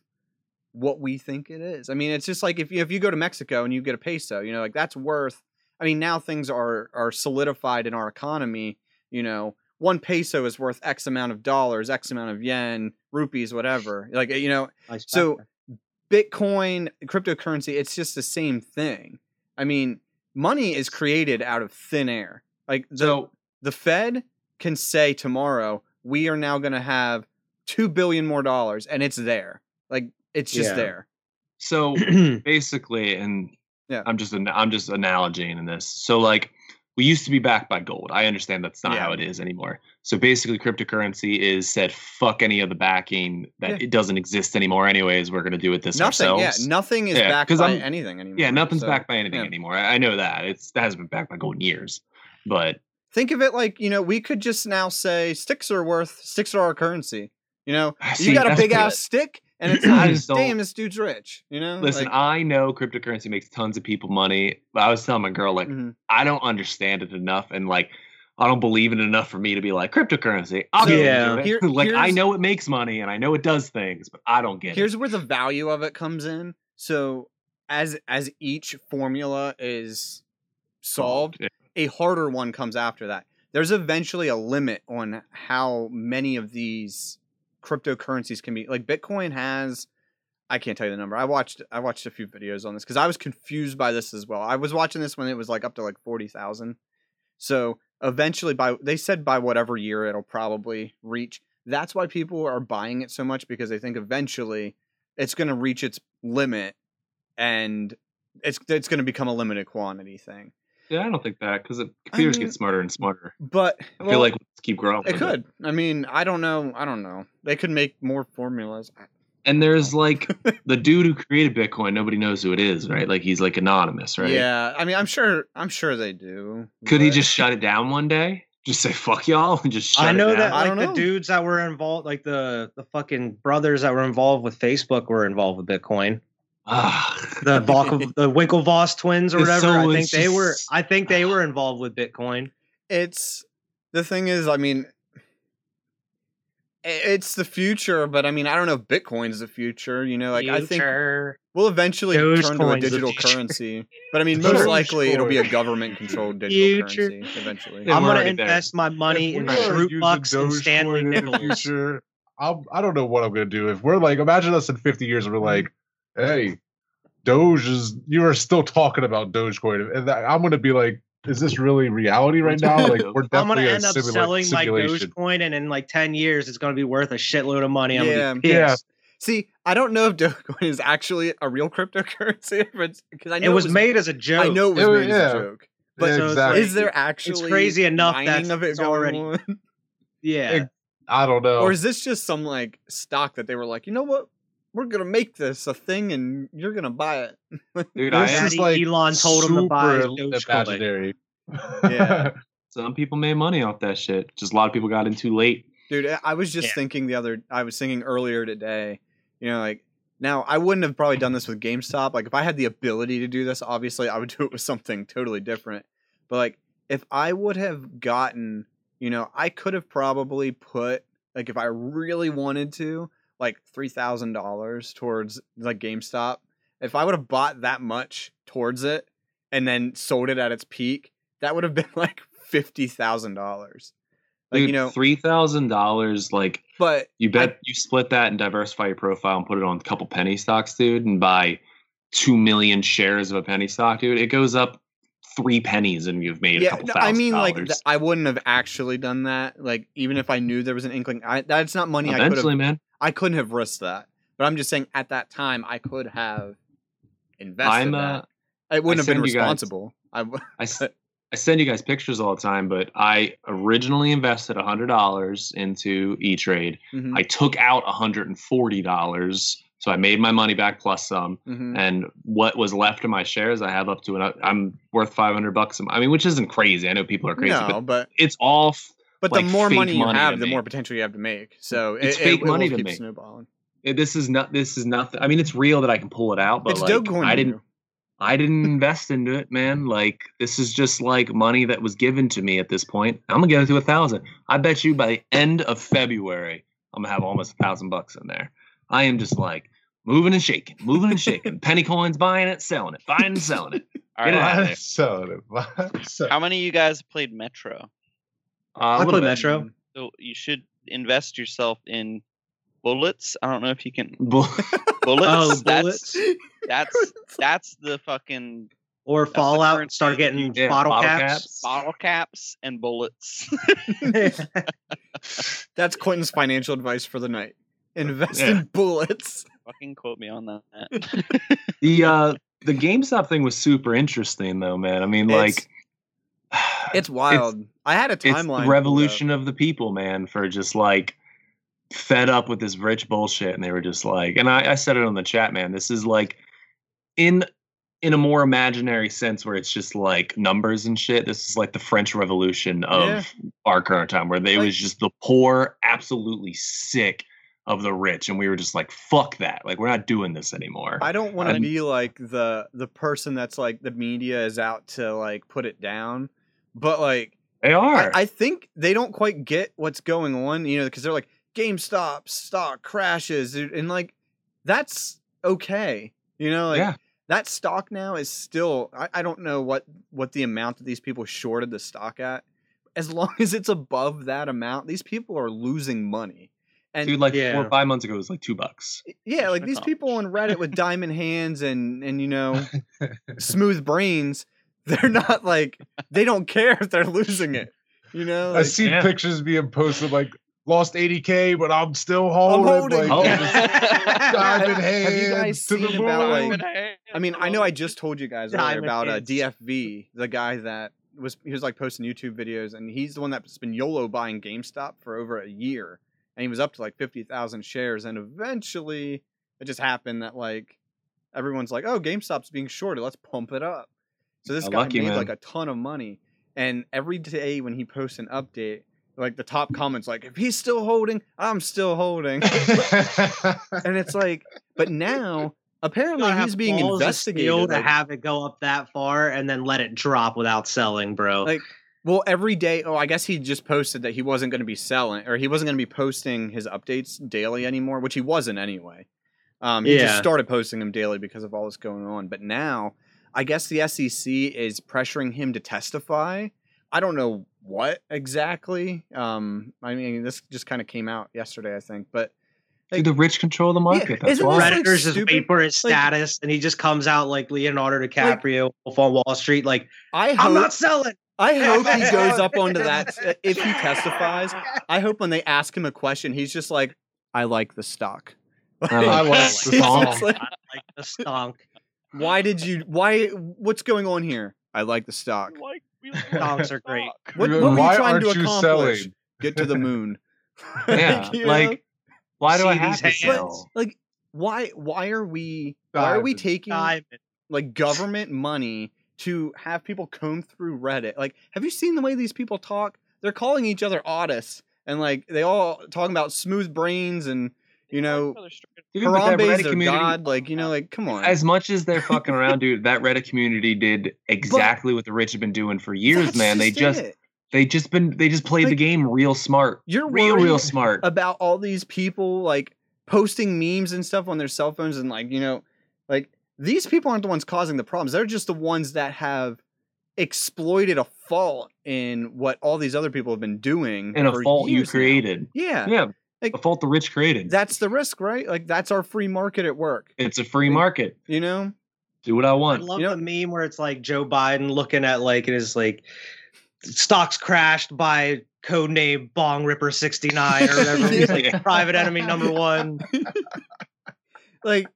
what we think it is. I mean, it's just like if you, if you go to Mexico and you get a peso, you know, like that's worth I mean, now things are are solidified in our economy. You know, one peso is worth X amount of dollars, X amount of yen, rupees, whatever. Like you know, I spent so (clears throat) Bitcoin, cryptocurrency, it's just the same thing. I mean, money is created out of thin air. Like the So the Fed can say tomorrow we are now going to have two billion more dollars, and it's there. Like it's just Yeah. there. (clears throat) so basically, and Yeah. I'm just an, I'm just analogizing in this. So like we used to be backed by gold. I understand that's not Yeah. how it is anymore. So basically, cryptocurrency is said fuck any of the backing that Yeah. it doesn't exist anymore. Anyways, we're gonna do it this Nothing, ourselves. yeah, nothing is Yeah, backed 'cause by I'm- anything anymore. yeah, nothing's so- backed by anything yeah. anymore. I I know that it's that hasn't been backed by gold in years, but Think of it like, you know, we could just now say sticks are worth sticks are our currency. You know, you See, got a that's big what- ass stick and (clears throat) it's I like, just don't- damn, this dude's rich. You know? Listen, Mm, Like, I know cryptocurrency makes tons of people money, but I was telling my girl like mhm. I don't understand it enough, and like I don't believe in it enough for me to be like cryptocurrency. I'll So, get yeah. into it. here- (laughs) like I here's- know it makes money and I know it does things, but I don't get here's it. where the value of it comes in. So as as each formula is solved, Yeah. a harder one comes after that. There's eventually a limit on how many of these cryptocurrencies can be. Like Bitcoin has, I can't tell you the number. I watched I watched a few videos on this because I was confused by this as well. I was watching this when it was like up to like forty thousand, So eventually, by they said by whatever year it'll probably reach. That's why people are buying it so much because they think eventually it's going to reach its limit, and it's it's going to become a limited quantity thing. Yeah, I don't think that because computers mean- get smarter and smarter. But I Um, well, feel like we'll just keep growing. it with could. I mean, I don't know. I don't know. They could make more formulas. And there's (laughs) like the dude who created Bitcoin. Nobody knows who it is, right? Like he's like anonymous, right? Yeah, I mean, I'm sure. I'm sure they do. Could he but- just shut it down one day? Just say fuck y'all and just shut I know it that down. I like don't the know. dudes that were involved, like the the fucking brothers that were involved with Facebook were involved with Bitcoin. Ugh. (laughs) The Volk, the Winklevoss twins or It's whatever. so- I think it's they were. just- I think they were involved with Bitcoin. it's the thing is i mean i- it's the future but i mean i don't know if bitcoin's the future you know like i think Future. we'll eventually turn to a Dogecoin's the digital future. currency but i mean most likely it'll be a government (laughs) controlled digital Future. currency eventually Yeah, I'm we're gonna already there. invest my money If in we are Shroot using Bucks and Stanley Dogecoin in the Nichols. future, I'll, I don't know what I'm going to do. If we're like, imagine us in 50 years, we're like, Mm-hmm. hey, Doge is, you are still talking about Dogecoin. And that, I'm going to be like, is this really reality right now? (laughs) Like, we're I'm gonna definitely in a end up simula- selling my simulation. Dogecoin, and in like ten years, it's gonna be worth a shitload of money. I'm gonna be Yeah. pissed. see i don't know if dogecoin is actually a real cryptocurrency (laughs) because i know It was made as a joke. i know it was It was- made yeah. as a joke Yeah, but so it's exactly. is there actually crazy enough mining that's- of it it's already- (laughs) going on? Yeah, It- I don't know. or is this just some like stock that they were like you know what we're gonna make this a thing and you're gonna buy it Dude, I this am, is like Elon told him to buy super Dogecoin. imaginary. (laughs) Yeah. some people made money off that shit. Just a lot of people got in too late. Dude, I- I was just Yeah. thinking the other I was thinking earlier today, you know, like now I wouldn't have probably done this with GameStop. Like if I had the ability to do this, obviously I would (laughs) do it with something totally different. But like if I would have gotten, you know, I could have probably put like if I really wanted to, like three thousand dollars towards like GameStop. If I would have bought that much towards it and then sold it at its peak, that would have been (laughs) like fifty thousand dollars. Like Dude, you know, three thousand dollars. Like but you bet you split that and diversify your profile and put it on a couple penny stocks, dude, and buy two million shares of a penny stock, dude. It goes up three pennies and you've made a couple no, thousand I mean, dollars. like, th- I wouldn't have actually done that. Like, even if I knew there was an inkling, I, that's not money I could Eventually, have. man. I couldn't have risked that. But I'm just saying, at that time, I could have invested. I'm uh, that. It wouldn't have been send you guys- responsible. I w- (laughs) I, s- I send you guys pictures all the time, but I originally invested $100 into E Trade. Mhm, I took out $140. So I made my money back plus some. mhm. And what was left of my shares, I have up to, an, I'm worth 500 bucks. a m- I mean, which isn't crazy. I know people are crazy, no, but but it's all f- but like, the more fake money you money to have, the me. more potential you have to make. So It's it, fake it, will money to keep me. snowballing. it- this is not, this is nothing. I mean, it's real that I can pull it out, but it's like, Dogecoin. I to didn't, you. I didn't invest into it, man. Like this is just like money that was given to me at this point. I'm gonna get it to a thousand. I bet you by the end of February, I'm gonna have almost a thousand bucks in there. I am just like moving and shaking, moving and shaking. Penny coins, buying it, selling it, buying and selling it. All Get right. it (laughs) out of Why there. so, (laughs) why so- How many of you guys played Metro? Uh, I a little play bit. Mm-hmm. Metro. So you should invest yourself in bullets. I don't know if you can (laughs) Bull- bullets. Oh, that's, bullets (laughs) That's that's the fucking or the Fallout and currency start that getting yeah, bottle, bottle caps. bottle caps and bullets. (laughs) (laughs) (laughs) That's Quentin's financial advice for the night. Invest in bullets. fucking quote me on that. (laughs) the uh, the GameStop thing was super interesting though, man. I mean, like It's wild. I had (sighs) a it's timeline. the pulled up. revolution of the people, man, for just like fed up with this rich bullshit. And they were just like, and I, I said it on the chat, man, this is like in in a more imaginary sense where it's just like numbers and shit. This is like the French Revolution of Yeah. our current time, where they Like- was just the poor, absolutely sick of the rich. And we were just like, fuck that. Like we're not doing this anymore. I don't want to I'm- be like the the person that's like the media is out to like put it down, but like they I, are. I think they don't quite get what's going on, you know, because they're like GameStop stock crashes, dude, and like that's okay, you know, like Yeah. that stock now is still I, I don't know what what the amount that these people shorted the stock at, as long (laughs) as it's above that amount, these people are losing money, and Dude, like four Yeah. or five months ago, it was like two bucks. yeah, like Mission these people on (laughs) accomplished. Reddit with diamond hands and and you know smooth brains (laughs) they're not like they don't care if they're losing it. You know, I like, see yeah. pictures being posted like lost 80k, but I'm still holding. holding. Oh, Like, Holding. just diving Have you hands guys to the seen about, moon. like- I mean, I know I just told you guys earlier Diamond about uh, hands. DFV, the guy that was he was like posting YouTube videos, and he's the one that's been YOLO buying GameStop for over a year, and he was up to like fifty thousand shares, and eventually it just happened that like everyone's like, oh, GameStop's being shorted, let's pump it up. So this Oh, guy lucky made man. like a ton of money, and every day when he posts an update, like the top comments like, if he's still holding, I'm (laughs) (laughs) still holding and it's like, but now apparently Gotta have he's being balls to investigated. steal to like- have it go up that far and then let it drop without selling, bro. Like- well, every day. Oh, I guess he just posted that he wasn't going to be selling, or he wasn't going to be posting his updates daily anymore, which he wasn't anyway. Um, he just Yeah. started posting them daily because of all this going on. But now, I guess the SEC is pressuring him to testify. I don't know what exactly. Um, I mean, this just kind of came out yesterday, I think. But Dude, the rich control the market. Yeah, that's isn't why. this like Predators just stupid- wait for his like- status, and he just comes out like Leonardo DiCaprio, Wolf on Wall Street, like I hope, I'm not selling. I hope (laughs) he goes up onto that uh, if he testifies. I hope when they ask him a question, he's just like, "I like (laughs) the stock." I like the (laughs) He's just stock. like, I like the stonk. why did you? Why? What's going on here? I like the stock. Like, we Um, (laughs) Dogs are great. What, what were you Why trying to aren't you accomplish? selling? (laughs) Get to the moon. (laughs) yeah, You know? like why do I See have these to hands? sell? like why? Why are we? Why are we Diamond. taking Diamond. like government money to have people comb through Reddit. Like, have you seen the way these people talk? They're calling each other autists and like they all talking about smooth brains and you know Dude, but that Harambe's Reddit their community- god. Like, you know, like come on. As much as (laughs) they're fucking around, dude, that Reddit community did exactly what the rich have been doing for years, That's man. They just it. they just been they just played the Like, game real smart. you're real worried real smart. about all these people like posting memes and stuff on their cell phones and like you know like these people aren't the ones causing the problems they're just the ones that have exploited a fault in what all these other people have been doing And a for fault you years now. created. yeah Yeah. Like- a fault the rich created. that's the risk right like that's our free market at work it's a free Like- market. you know Do what I I want. love You know- the meme where it's like Joe Biden looking at like and is like stocks crashed by codename Bong Ripper 69 or whatever. He's like (laughs) private enemy number one. like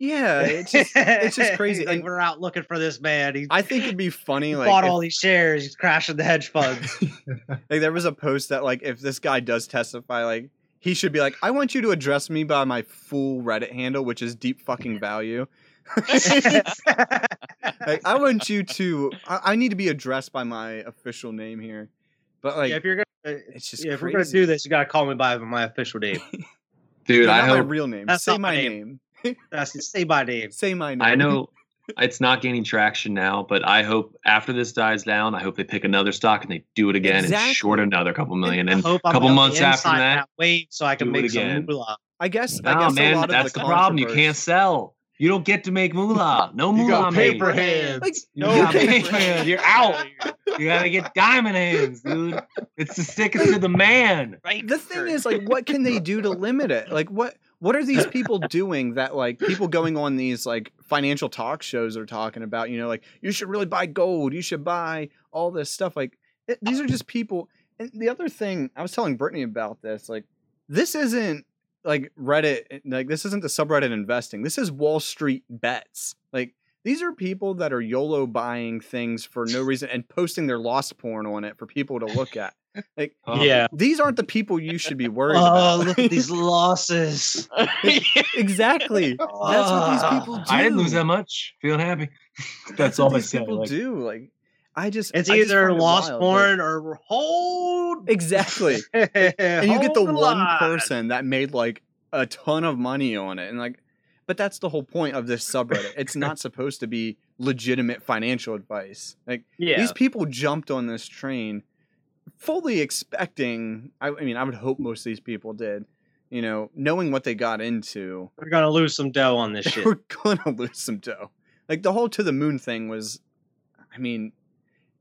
yeah it's (laughs) just it's just crazy. (laughs) like And- we're out looking for this man. He i think it'd be funny like bought if- all these shares. He's crashing the hedge funds. Like there was a post that like if this guy does testify, like he should be like, I want you to address me by my full Reddit handle, which is deep fucking value. (laughs) Like I want you to I, I need to be addressed by my official name here. But like yeah, if you're gonna, uh, it's just yeah, if we're gonna crazy. do this, you gotta call me by my official name. Dude, No, I not my hope real name. That's Say not my my name. name. That's say my name. Say my name. I know it's not gaining traction now, but I hope after this dies down, I hope they pick another stock and they do it again Exactly. and short another couple million. And I hope I'm couple on the months after inside of that, wave so I can do it make some again. moolah. I guess I nah, guess a man, lot that's of the, the problem. You can't controversy- sell. You don't get to make moolah. No You moolah, got made. paper hands. like (laughs) You no got paper paper hands. You're out. You gotta get diamond hands, dude. It's the sickest of the man. Right. the thing is like what can they do to limit it like what what are these people doing that like people going on these like financial talk shows are talking about you know like you should really buy gold you should buy all this stuff like it, these are just people and the other thing i was telling brittany about this like this isn't like reddit like this isn't the subreddit investing this is wall street bets like these are people that are YOLO buying things for no reason and posting their lost porn on it for people to look at. Like, Oh, these aren't the people you should be worried Oh, about. look (laughs) at these losses. Oh. exactly. That's what these uh, people do. I didn't lose that much. Feeling happy. That's all I these said. people Like, do. Like, I just It's I just either find it lost wild, (laughs) like- porn or (laughs) hold. exactly. And you get (laughs) the Hold one line. person that made like a ton of money on it, and like, but that's the whole point of this (laughs) subreddit. It's not supposed to be legitimate financial advice. Like. yeah. These people jumped on this train fully expecting, I, I mean, I would hope most of these people did, you know, knowing what they got into, We're gonna lose some dough on (laughs) this shit. we're going to lose some dough. Like the whole to the moon thing was, I mean,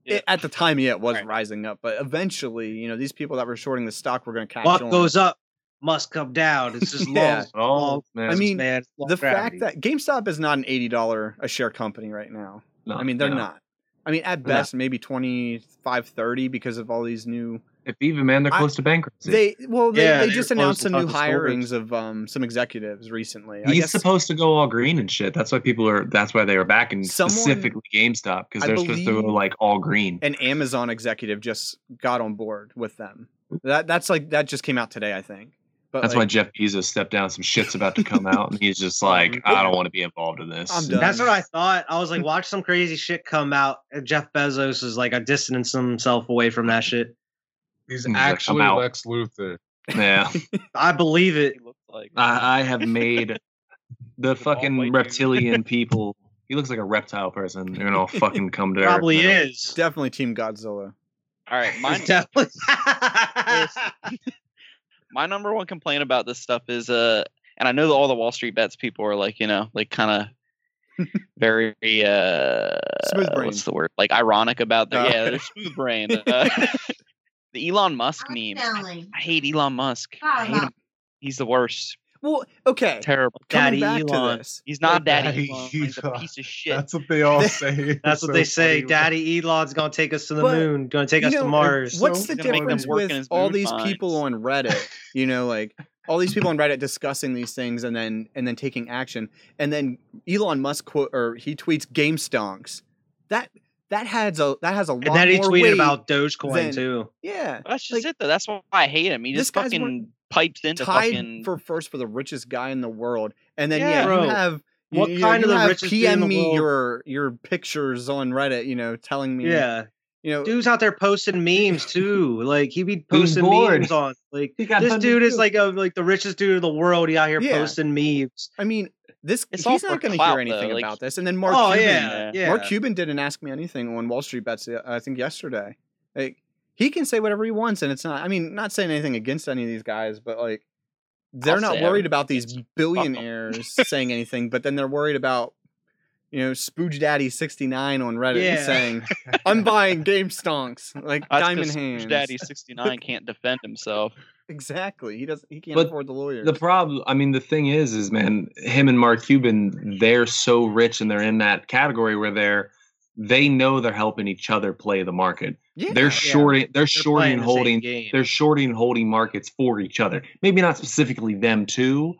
Yeah. it, at the time, yeah, it was Right. rising up, but eventually, you know, these people that were shorting the stock were going to catch What on. goes up must come down. It's just (laughs) Yeah. laws. oh man. I mean, man. It's law the of gravity. fact that GameStop is not an $80 a share company right now. No, I mean, they're no. not. I mean, at No. best, maybe 25, 30 because of all these new. If even man, they're I- close to bankruptcy. They well, they, Yeah, they they just were closed announced some without new the stores. hirings of um some executives recently. I He's guess supposed to go all green and shit. That's why people are. That's why they are backing Someone- specifically GameStop because I they're supposed to go believe- like all green. an Amazon executive just got on board with them. That that's like that just came out today, I think. But That's why uh, like, Jeff Bezos stepped down. Some shit's about to come out, and he's (laughs) just like, I don't want to be involved in this. I'm done. That's what I thought. I (laughs) was like, watch some crazy shit come out. And Jeff Bezos is like, I distanced himself away from that shit. He's He's like, "I'm actually out." Lex (laughs) Luthor. (laughs) Yeah, I believe it. He looks like Uh, I, I have made the bald white fucking (laughs) dude. reptilian people. He looks like a reptile person. They're gonna all fucking come to Earth Probably now. is. (laughs) definitely Team Godzilla. all (laughs) right. (laughs) My Definitely. my number one complaint about this stuff is uh and I know that all the Wall Street bets people are like, you know, (laughs) like kind of very uh Smooth brain. what's the word? Like ironic about their Oh. yeah, (laughs) they're smooth brain. Uh, (laughs) the Elon Musk meme. I Darling. hate Elon Musk. I hate him. He's the worst. Well, okay. Terrible. Coming Daddy back Elon. to this, He's not Daddy (laughs) daddy. Elon. He's a Elon. piece of shit. That's what they (laughs) all They- say. (laughs) That's what So they say. funny. Daddy Elon's gonna take us to the But, moon. Gonna take you us know, to Mars. What's So- the He's gonna make them difference work in with his all mood these mines. people on Reddit? You know, like all these people on Reddit discussing these things and then and then taking action, and then Elon Musk quote or he tweets game stonks. That that has a that has a lot And then he more tweeted weight. about Dogecoin than- too. yeah That's just Like, it though. That's why I hate him. He this just guy's wor- fucking pipes into tied fucking for first for the richest guy in the world, and then Yeah. yeah, Bro, you have. you- what you, kind you of the have richest dude in PM the me world? your your pictures on Reddit, you know, telling me, Yeah, you know, dude's out there posting memes too. Like he be Who's posting bored? memes on. Like He got this hundreds dude is too. like a like the richest dude in the world. He out here Yeah. posting memes. I mean, this It's all he's for not going to clout, hear anything though, like- about this. And then Mark oh Cuban, yeah, yeah. Mark Cuban didn't ask me anything on Wall Street bets. uh, I think yesterday, like he can say whatever he wants, and it's not. I mean, not saying anything against any of these guys, but like they're I'll not say worried everything about these against 'em. billionaires saying anything, but then they're worried about you know Spooge Daddy sixty nine on Reddit Yeah. (laughs) saying I'm buying Game Stonks like That's 'cause diamond Scrooge hands. (laughs) Daddy sixty nine can't defend himself. Exactly. He doesn't. He can't But afford the lawyers. The problem, I mean, the thing is, is man, him and Mark Cuban, they're so rich and they're in that category where they're they know they're helping each other play the market. yeah. They're shorting, they're, shorting playing and the same holding, game. they're shorting and holding markets for each other. Maybe not specifically them too,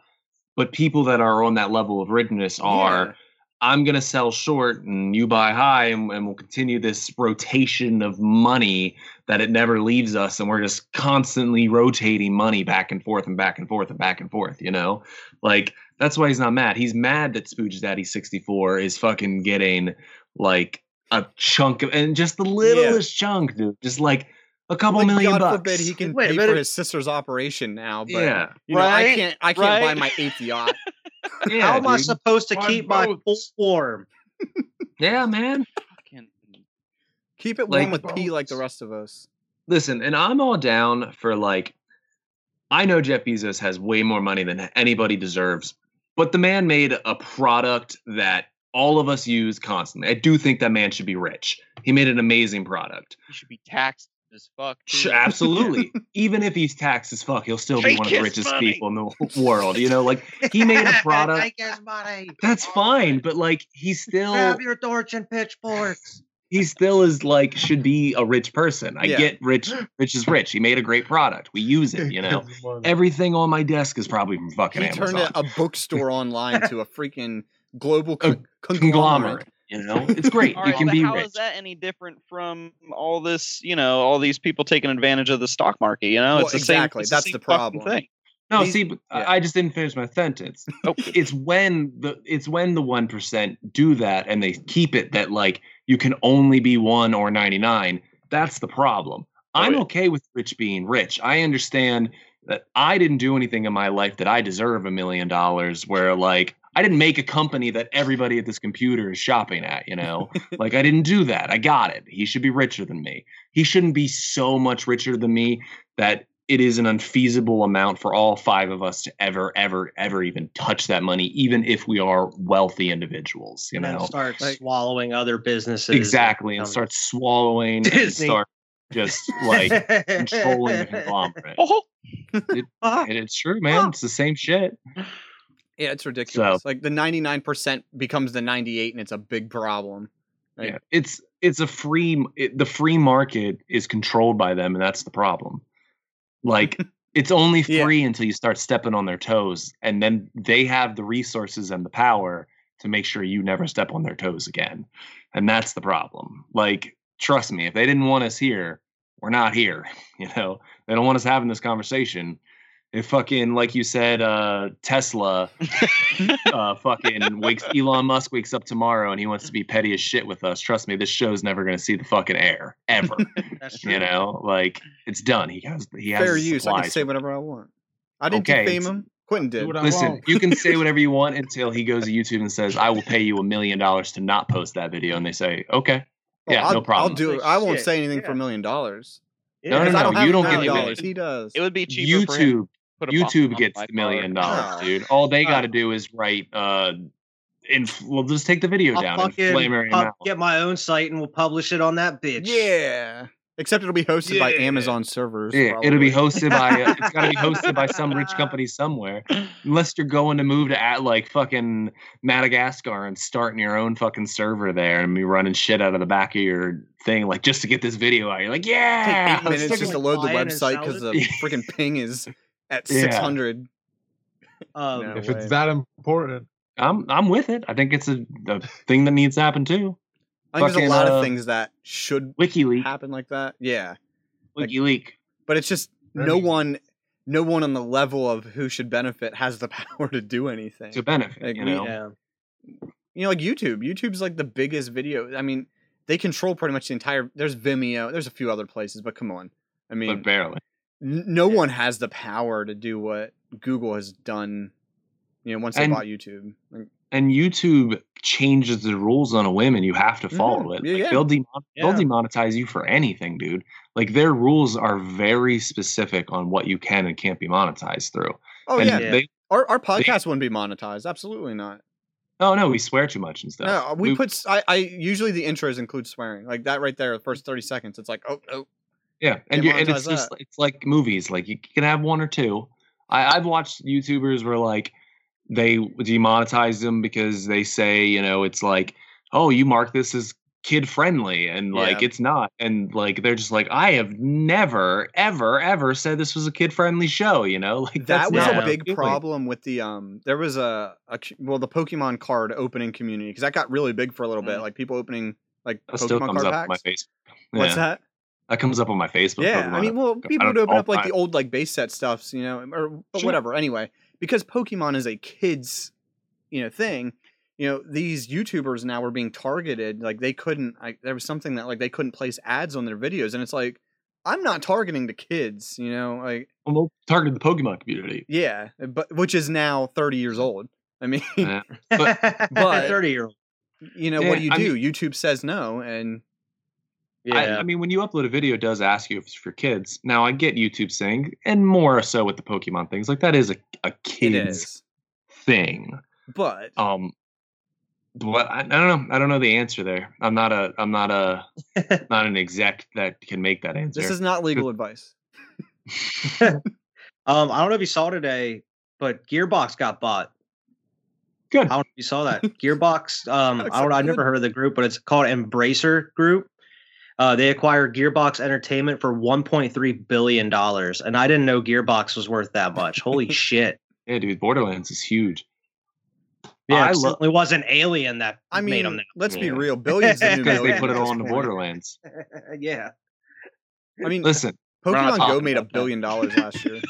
but people that are on that level of richness are. Yeah. I'm gonna sell short and you buy high, and, and we'll continue this rotation of money that it never leaves us, and we're just constantly rotating money back and forth and back and forth and back and forth. You know, like that's why he's not mad. He's mad that Spooge Daddy 64 is fucking getting like a chunk of, and just the littlest chunk, dude, just like a couple Like, million God bucks. forbid he can Wait a pay for minute. his sister's operation now, but yeah, you know, I Right? can't I can't buy Right? my eighth yacht. yeah, How am I dude. supposed to Why keep my full boats? form? yeah, man. Fucking Keep it Like warm with P like the bones. rest of us. listen, and I'm all down for like, I know Jeff Bezos has way more money than anybody deserves, but the man made a product that all of us use constantly. I do think that man should be rich. He made an amazing product. he should be taxed as fuck. Sh- too. Absolutely. Even if he's taxed as fuck, he'll still be Mm. Fake one of the his richest money. people in the world. You know, like (laughs) he (laughs) made a product. Take his (laughs) money. that's fine, but like he still Grab your torch and pitchforks. he still is like should be a rich person. I Yeah. get rich rich is rich. He made a great product. We use (laughs) (laughs) it, you (laughs) know. Everything on my desk is probably from fucking He Amazon. turned a, a (laughs) bookstore online to a freaking global A con- conglomerate. conglomerate. You know, it's great. (laughs) All you right, can but be how rich. is that any different from all this? You know, all these people taking advantage of the stock market. You know, Well, it's the same. exactly, it's the that's the same fucking problem. Thing. No, These- see, but I- yeah. I just didn't finish my sentence. (laughs) Oh. It's when the it's when the one percent do that and they keep it that like you can only be one or ninety nine. That's the problem. Oh, I'm yeah. okay with rich being rich. I understand that I didn't do anything in my life that I deserve a million dollars. Where like I didn't make a company that everybody at this computer is shopping at. You (laughs) know, like I didn't do that. I got it. He should be richer than me. He shouldn't be so much richer than me that it is an unfeasible amount for all five of us to ever, ever, ever even touch that money, even if we are wealthy individuals. (laughs) You and then know start like- swallowing other businesses. exactly, and Um, start swallowing and Disney. start just (laughs) like controlling the conglomerate. Oh, Fuck. And it's oh. true, man. It's the same shit. Yeah, it's ridiculous. Like the ninety nine percent becomes the ninety eight, and it's a big problem. Like, Yeah, it's it's a free it, the free market is controlled by them and that's the problem like it's only Yeah. free until you start stepping on their toes and then they have the resources and the power to make sure you never step on their toes again and that's the problem like trust me if they didn't want us here we're not here (laughs) you know they don't want us having this conversation if fucking like you said uh tesla uh, fucking wakes Elon Musk wakes up tomorrow and he wants to be petty as shit with us. Trust me, this show's never going to see the fucking air ever. That's (laughs) true. you know, like it's done. He has he has Fair his use. I can supplies. say whatever I want. I didn't Okay, defame it's- him. Quentin Do did. what I Listen, want. you can say whatever you want until he goes to YouTube and says, "I will pay you a million dollars to not post that video," and they say, "Okay." Oh, yeah, I'll, no problem. I'll do it. Like, I won't shit, say anything for yeah. a million dollars. No, no, Because I no, don't have you don't a get million anything. dollars. He does. It would be cheaper for him to YouTube put a bomb YouTube on gets my the million car. dollars, No. dude. All they No. got to do is write. uh inf- we'll just take the video I'll down and fucking flame him pub- out. get my own site and we'll publish it on that bitch. yeah. Except it'll be hosted by Yeah. Amazon servers. Yeah, it'll be (laughs) probably. hosted by uh, it's got to be hosted by some rich company somewhere, unless you're going to move to at like fucking Madagascar and starting your own fucking server there and be running shit out of the back of your thing like just to get this video out. You're like, yeah, let's Take eight minutes take a just to look." load buy the it and website sell because the (laughs) it. freaking ping is at Yeah. 600. Um, No. if it's way. that important. I'm I'm with it. I think it's a, a thing that needs to happen too. I think there's Fucking, a lot uh, of things that should WikiLeak, happen like that. Yeah. like- WikiLeak. But it's just There no you go. one no one on the level of who should benefit has the (laughs) power to do anything. To benefit, Like, you we- know, yeah. you know, like YouTube. YouTube's like the biggest video. I mean, they control pretty much the entire. There's Vimeo. There's a few other places, but come on. I mean, but barely. n- no one has the power to do what Google has done. You know, once they And- bought YouTube. Like, And YouTube changes the rules on a whim, and you have to follow Mhm. it. Yeah, Like, yeah. They'll demon- they'll Yeah. demonetize you for anything, dude. Like their rules are very specific on what you can and can't be monetized through. oh and yeah, Yeah. they our our podcast wouldn't be monetized. Absolutely not. no, oh, no, we swear too much and stuff. No, we put. s- I, I usually the intros include swearing like that right there. The first thirty seconds, it's like oh oh. yeah, and, they you and it's monetize just that. it's like movies. Like you can have one or two. I, I've watched YouTubers where like they demonetize them because they say you know it's like oh you mark this as kid friendly and Yeah. like it's not and like they're just like I have never ever ever said this was a kid friendly show. You know (laughs) like that's that was not a what I'm big doing. problem with the um there was a, a c- well the pokemon card opening community because that got really big for a little bit Mm. like people opening like That still pokemon comes card up on my packs Facebook. what's Yeah, that that comes up on my Facebook. yeah i Pokemon. mean well people would don't- open all up like the time. old like base set stuffs you know or but Sure. whatever anyway because pokemon is a kids you know thing you know these youtubers now were being targeted like they couldn't like there was something that like they couldn't place ads on their videos and it's like i'm not targeting the kids you know like Well, we'll target the Pokemon community. Yeah, but which is now 30 years old. I mean, Yeah. (laughs) but- thirty year old. (laughs) you know, what do you Uh, Yeah, I do? YouTube says no, and I, I mean, when you upload a video, it does ask you if it's for kids. Now, I get YouTube saying, and more so with the Pokemon things, like that is a, a it kids is. thing. But Um, but I, I don't know. I don't know the answer there. I'm not a. I'm not a. not an exec that can make that answer. this is not legal advice. Um, I don't know if you saw today, but Gearbox got bought. I good. don't know if you saw (laughs) that. Gearbox. Um, That's I don't. I good. never heard of the group, but it's called Embracer Group. Uh, they acquired Gearbox Entertainment for 1.3 billion dollars, and I didn't know Gearbox was worth that much. (laughs) Holy shit! Yeah, dude. Borderlands is huge. Yeah, I love it certainly wasn't Alien that I made them mean, that. let's be Yeah. (laughs) real. Billions of new because they million. put it at this on the point. Borderlands. uh, yeah, (laughs) I mean, Listen, We're not Pokemon Go talking made a about that. billion dollars (laughs) last year.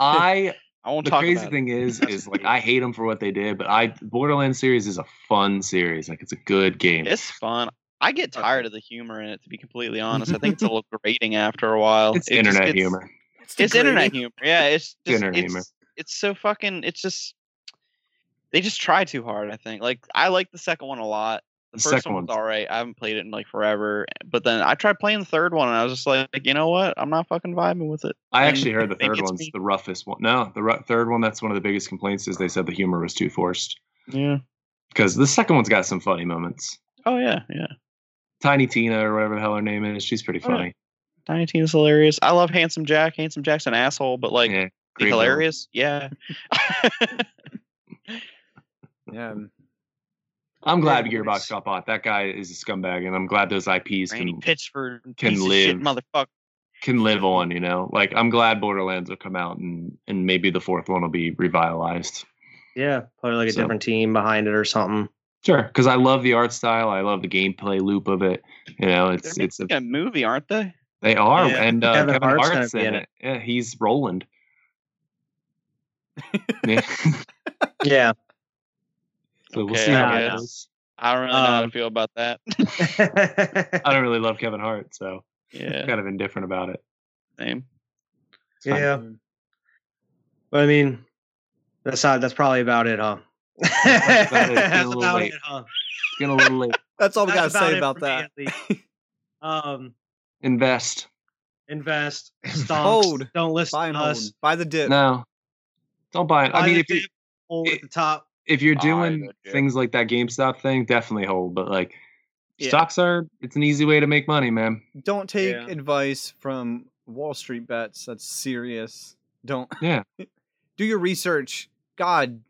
I I won't the talk crazy about thing is, is like I hate them for what they did, but I Borderlands series is a fun series. Like it's a good game. it. It's fun. I get Okay. tired of the humor in it. To be completely honest, I (laughs) think it's a little grating after a while. It's It just internet gets- humor. It's internet humor. Yeah, it's just, internet it's, humor. It's so fucking. It's just they just try too hard. I think. Like I like the second one a lot. The, The first second one was one's- all right. I haven't played it in like forever. But then I tried playing the third one, and I was just like, you know what? I'm not fucking vibing with it. I and actually heard the I think third it's one's me. the roughest one. No, the ru- third one. That's one of the biggest complaints is they said the humor was too forced. Yeah. Because the second one's got some funny moments. Oh yeah, yeah. Tiny Tina or whatever the hell her name is, she's pretty Oh, yeah. funny. Tiny Tina's hilarious. I love Handsome Jack. Handsome Jack's an asshole, but like yeah, be great villain. hilarious. Yeah. Yeah. um, I'm glad Gearbox got bought. That guy is a scumbag, and I'm glad those IPs Randy can Pitchford, can piece of live. shit motherfucker. can live on. You know, like I'm glad Borderlands will come out, and and maybe the fourth one will be revitalized. Yeah, probably like a So- different team behind it or something. Sure, because I love the art style. I love the gameplay loop of it. You know, it's They're it's a, making a movie, aren't they? they are, Yeah. and uh, Kevin Kevin, Hart's Hart's, gonna be in in it. Yeah, he's Roland. yeah. (laughs) (laughs) Yeah. (laughs) So we'll Okay, see I how it guess. goes. I don't really know Uh, how to Um, feel about that. (laughs) I don't really love Kevin Hart, so (laughs) yeah, kind of indifferent about it. same. It's fine. yeah. But I mean, that's not, that's probably about it, huh? That's about it. It's a (laughs) That's little about late. it, huh? It's (laughs) getting a little late. That's all we got to That's say it about for me, that. at (laughs) least. um, Invest. (laughs) invest, stonks, Hold. don't listen Buy to and hold. us. Buy the dip. No, don't buy it. Buy I mean, the if you dip, hold at the top. if you're Buy doing the dip. things like that GameStop thing, definitely hold. But like Yeah. stocks are, it's an easy way to make money, man. Don't take Yeah. advice from Wall Street bets. That's serious. Don't. Yeah. (laughs) do your research. God,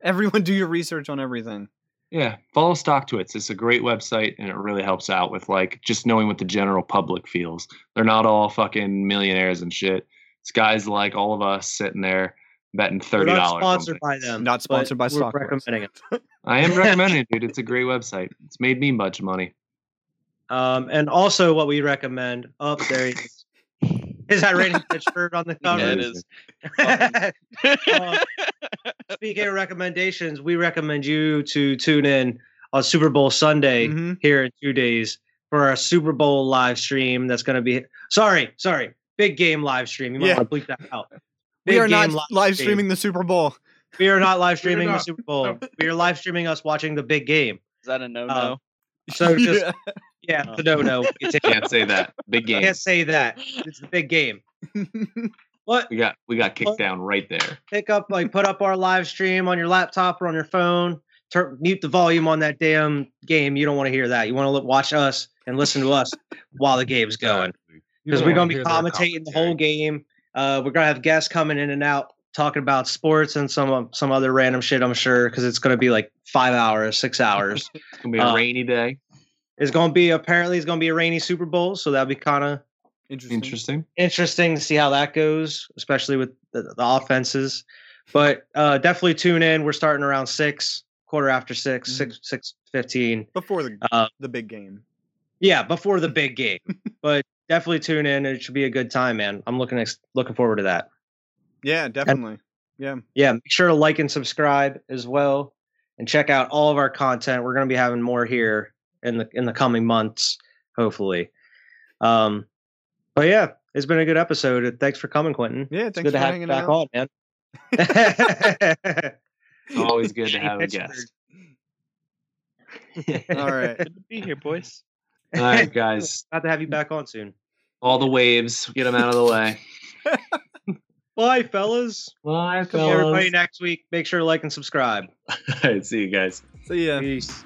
everyone, (laughs) do your research on everything. Yeah, follow Stock Twits. It's a great website, and it really helps out with like just knowing what the general public feels. They're not all fucking millionaires and shit. It's guys like all of us sitting there betting We're thirty not dollars. sponsored by them. Not but sponsored by we're Stock Wars. recommending it. I (laughs) am recommending it, dude. It's a great website. It's made me much money. Um, and also what we recommend. Up there he is. Is that Randy (laughs) Pitchford (laughs) on the Yeah, cover? it is. (laughs) Um, speaking of recommendations, we recommend you to tune in on Super Bowl Sunday Mhm. here in two days for our Super Bowl live stream. That's going to be sorry, sorry, big game live stream. You might Yeah. want to bleep that out. We Big are not game live, streaming the Super Bowl. We are not (laughs) live streaming the not. Super Bowl. We are live streaming us watching the big (laughs) game. Is that a no no? Uh, (laughs) So just Yeah. yeah, Oh. the no no. Can't say that. (laughs) Big game. Can't say that. It's the big game. (laughs) What We got we got kicked down right there. pick up like put up our live stream on your laptop or on your phone turn mute the volume on that damn game you don't want to hear that you want to l- watch us and listen to us while the game's going You because don't we're going wanna to be hear their commentating the commentary. whole game uh, we're going to have guests coming in and out talking about sports and some some other random shit i'm sure because it's going to be like five hours (laughs) six hours It's gonna be a Uh, rainy day. it's going to be apparently it's going to be a rainy super bowl so that'll be kind of Interesting. Interesting. interesting to see how that goes, especially with the, the offenses. But uh, definitely tune in. We're starting around six, quarter after 6 Mm-hmm. six six fifteen. Before the Uh, the big game. yeah, before the (laughs) big game. but definitely tune in. It should be a good time, man. I'm looking ex- looking forward to that. Yeah, definitely. Yeah, make sure to like and subscribe as well, and check out all of our content. We're going to be having more here in the in the coming months, hopefully. Um, but yeah, it's been a good episode. Thanks for coming, Quentin. Yeah, It's thanks good for to have hanging you back on, out. man. (laughs) Good It's always good (laughs) to have a Pittsburgh. guest. (laughs) All right. Good to be here, boys. (laughs) All right, guys. Glad to have you back on soon. All the waves, get them out of the way. Bye, fellas. Bye, Come everybody (laughs) fellas. next week. Make sure to like and subscribe. All right, see you guys. So yeah. Peace.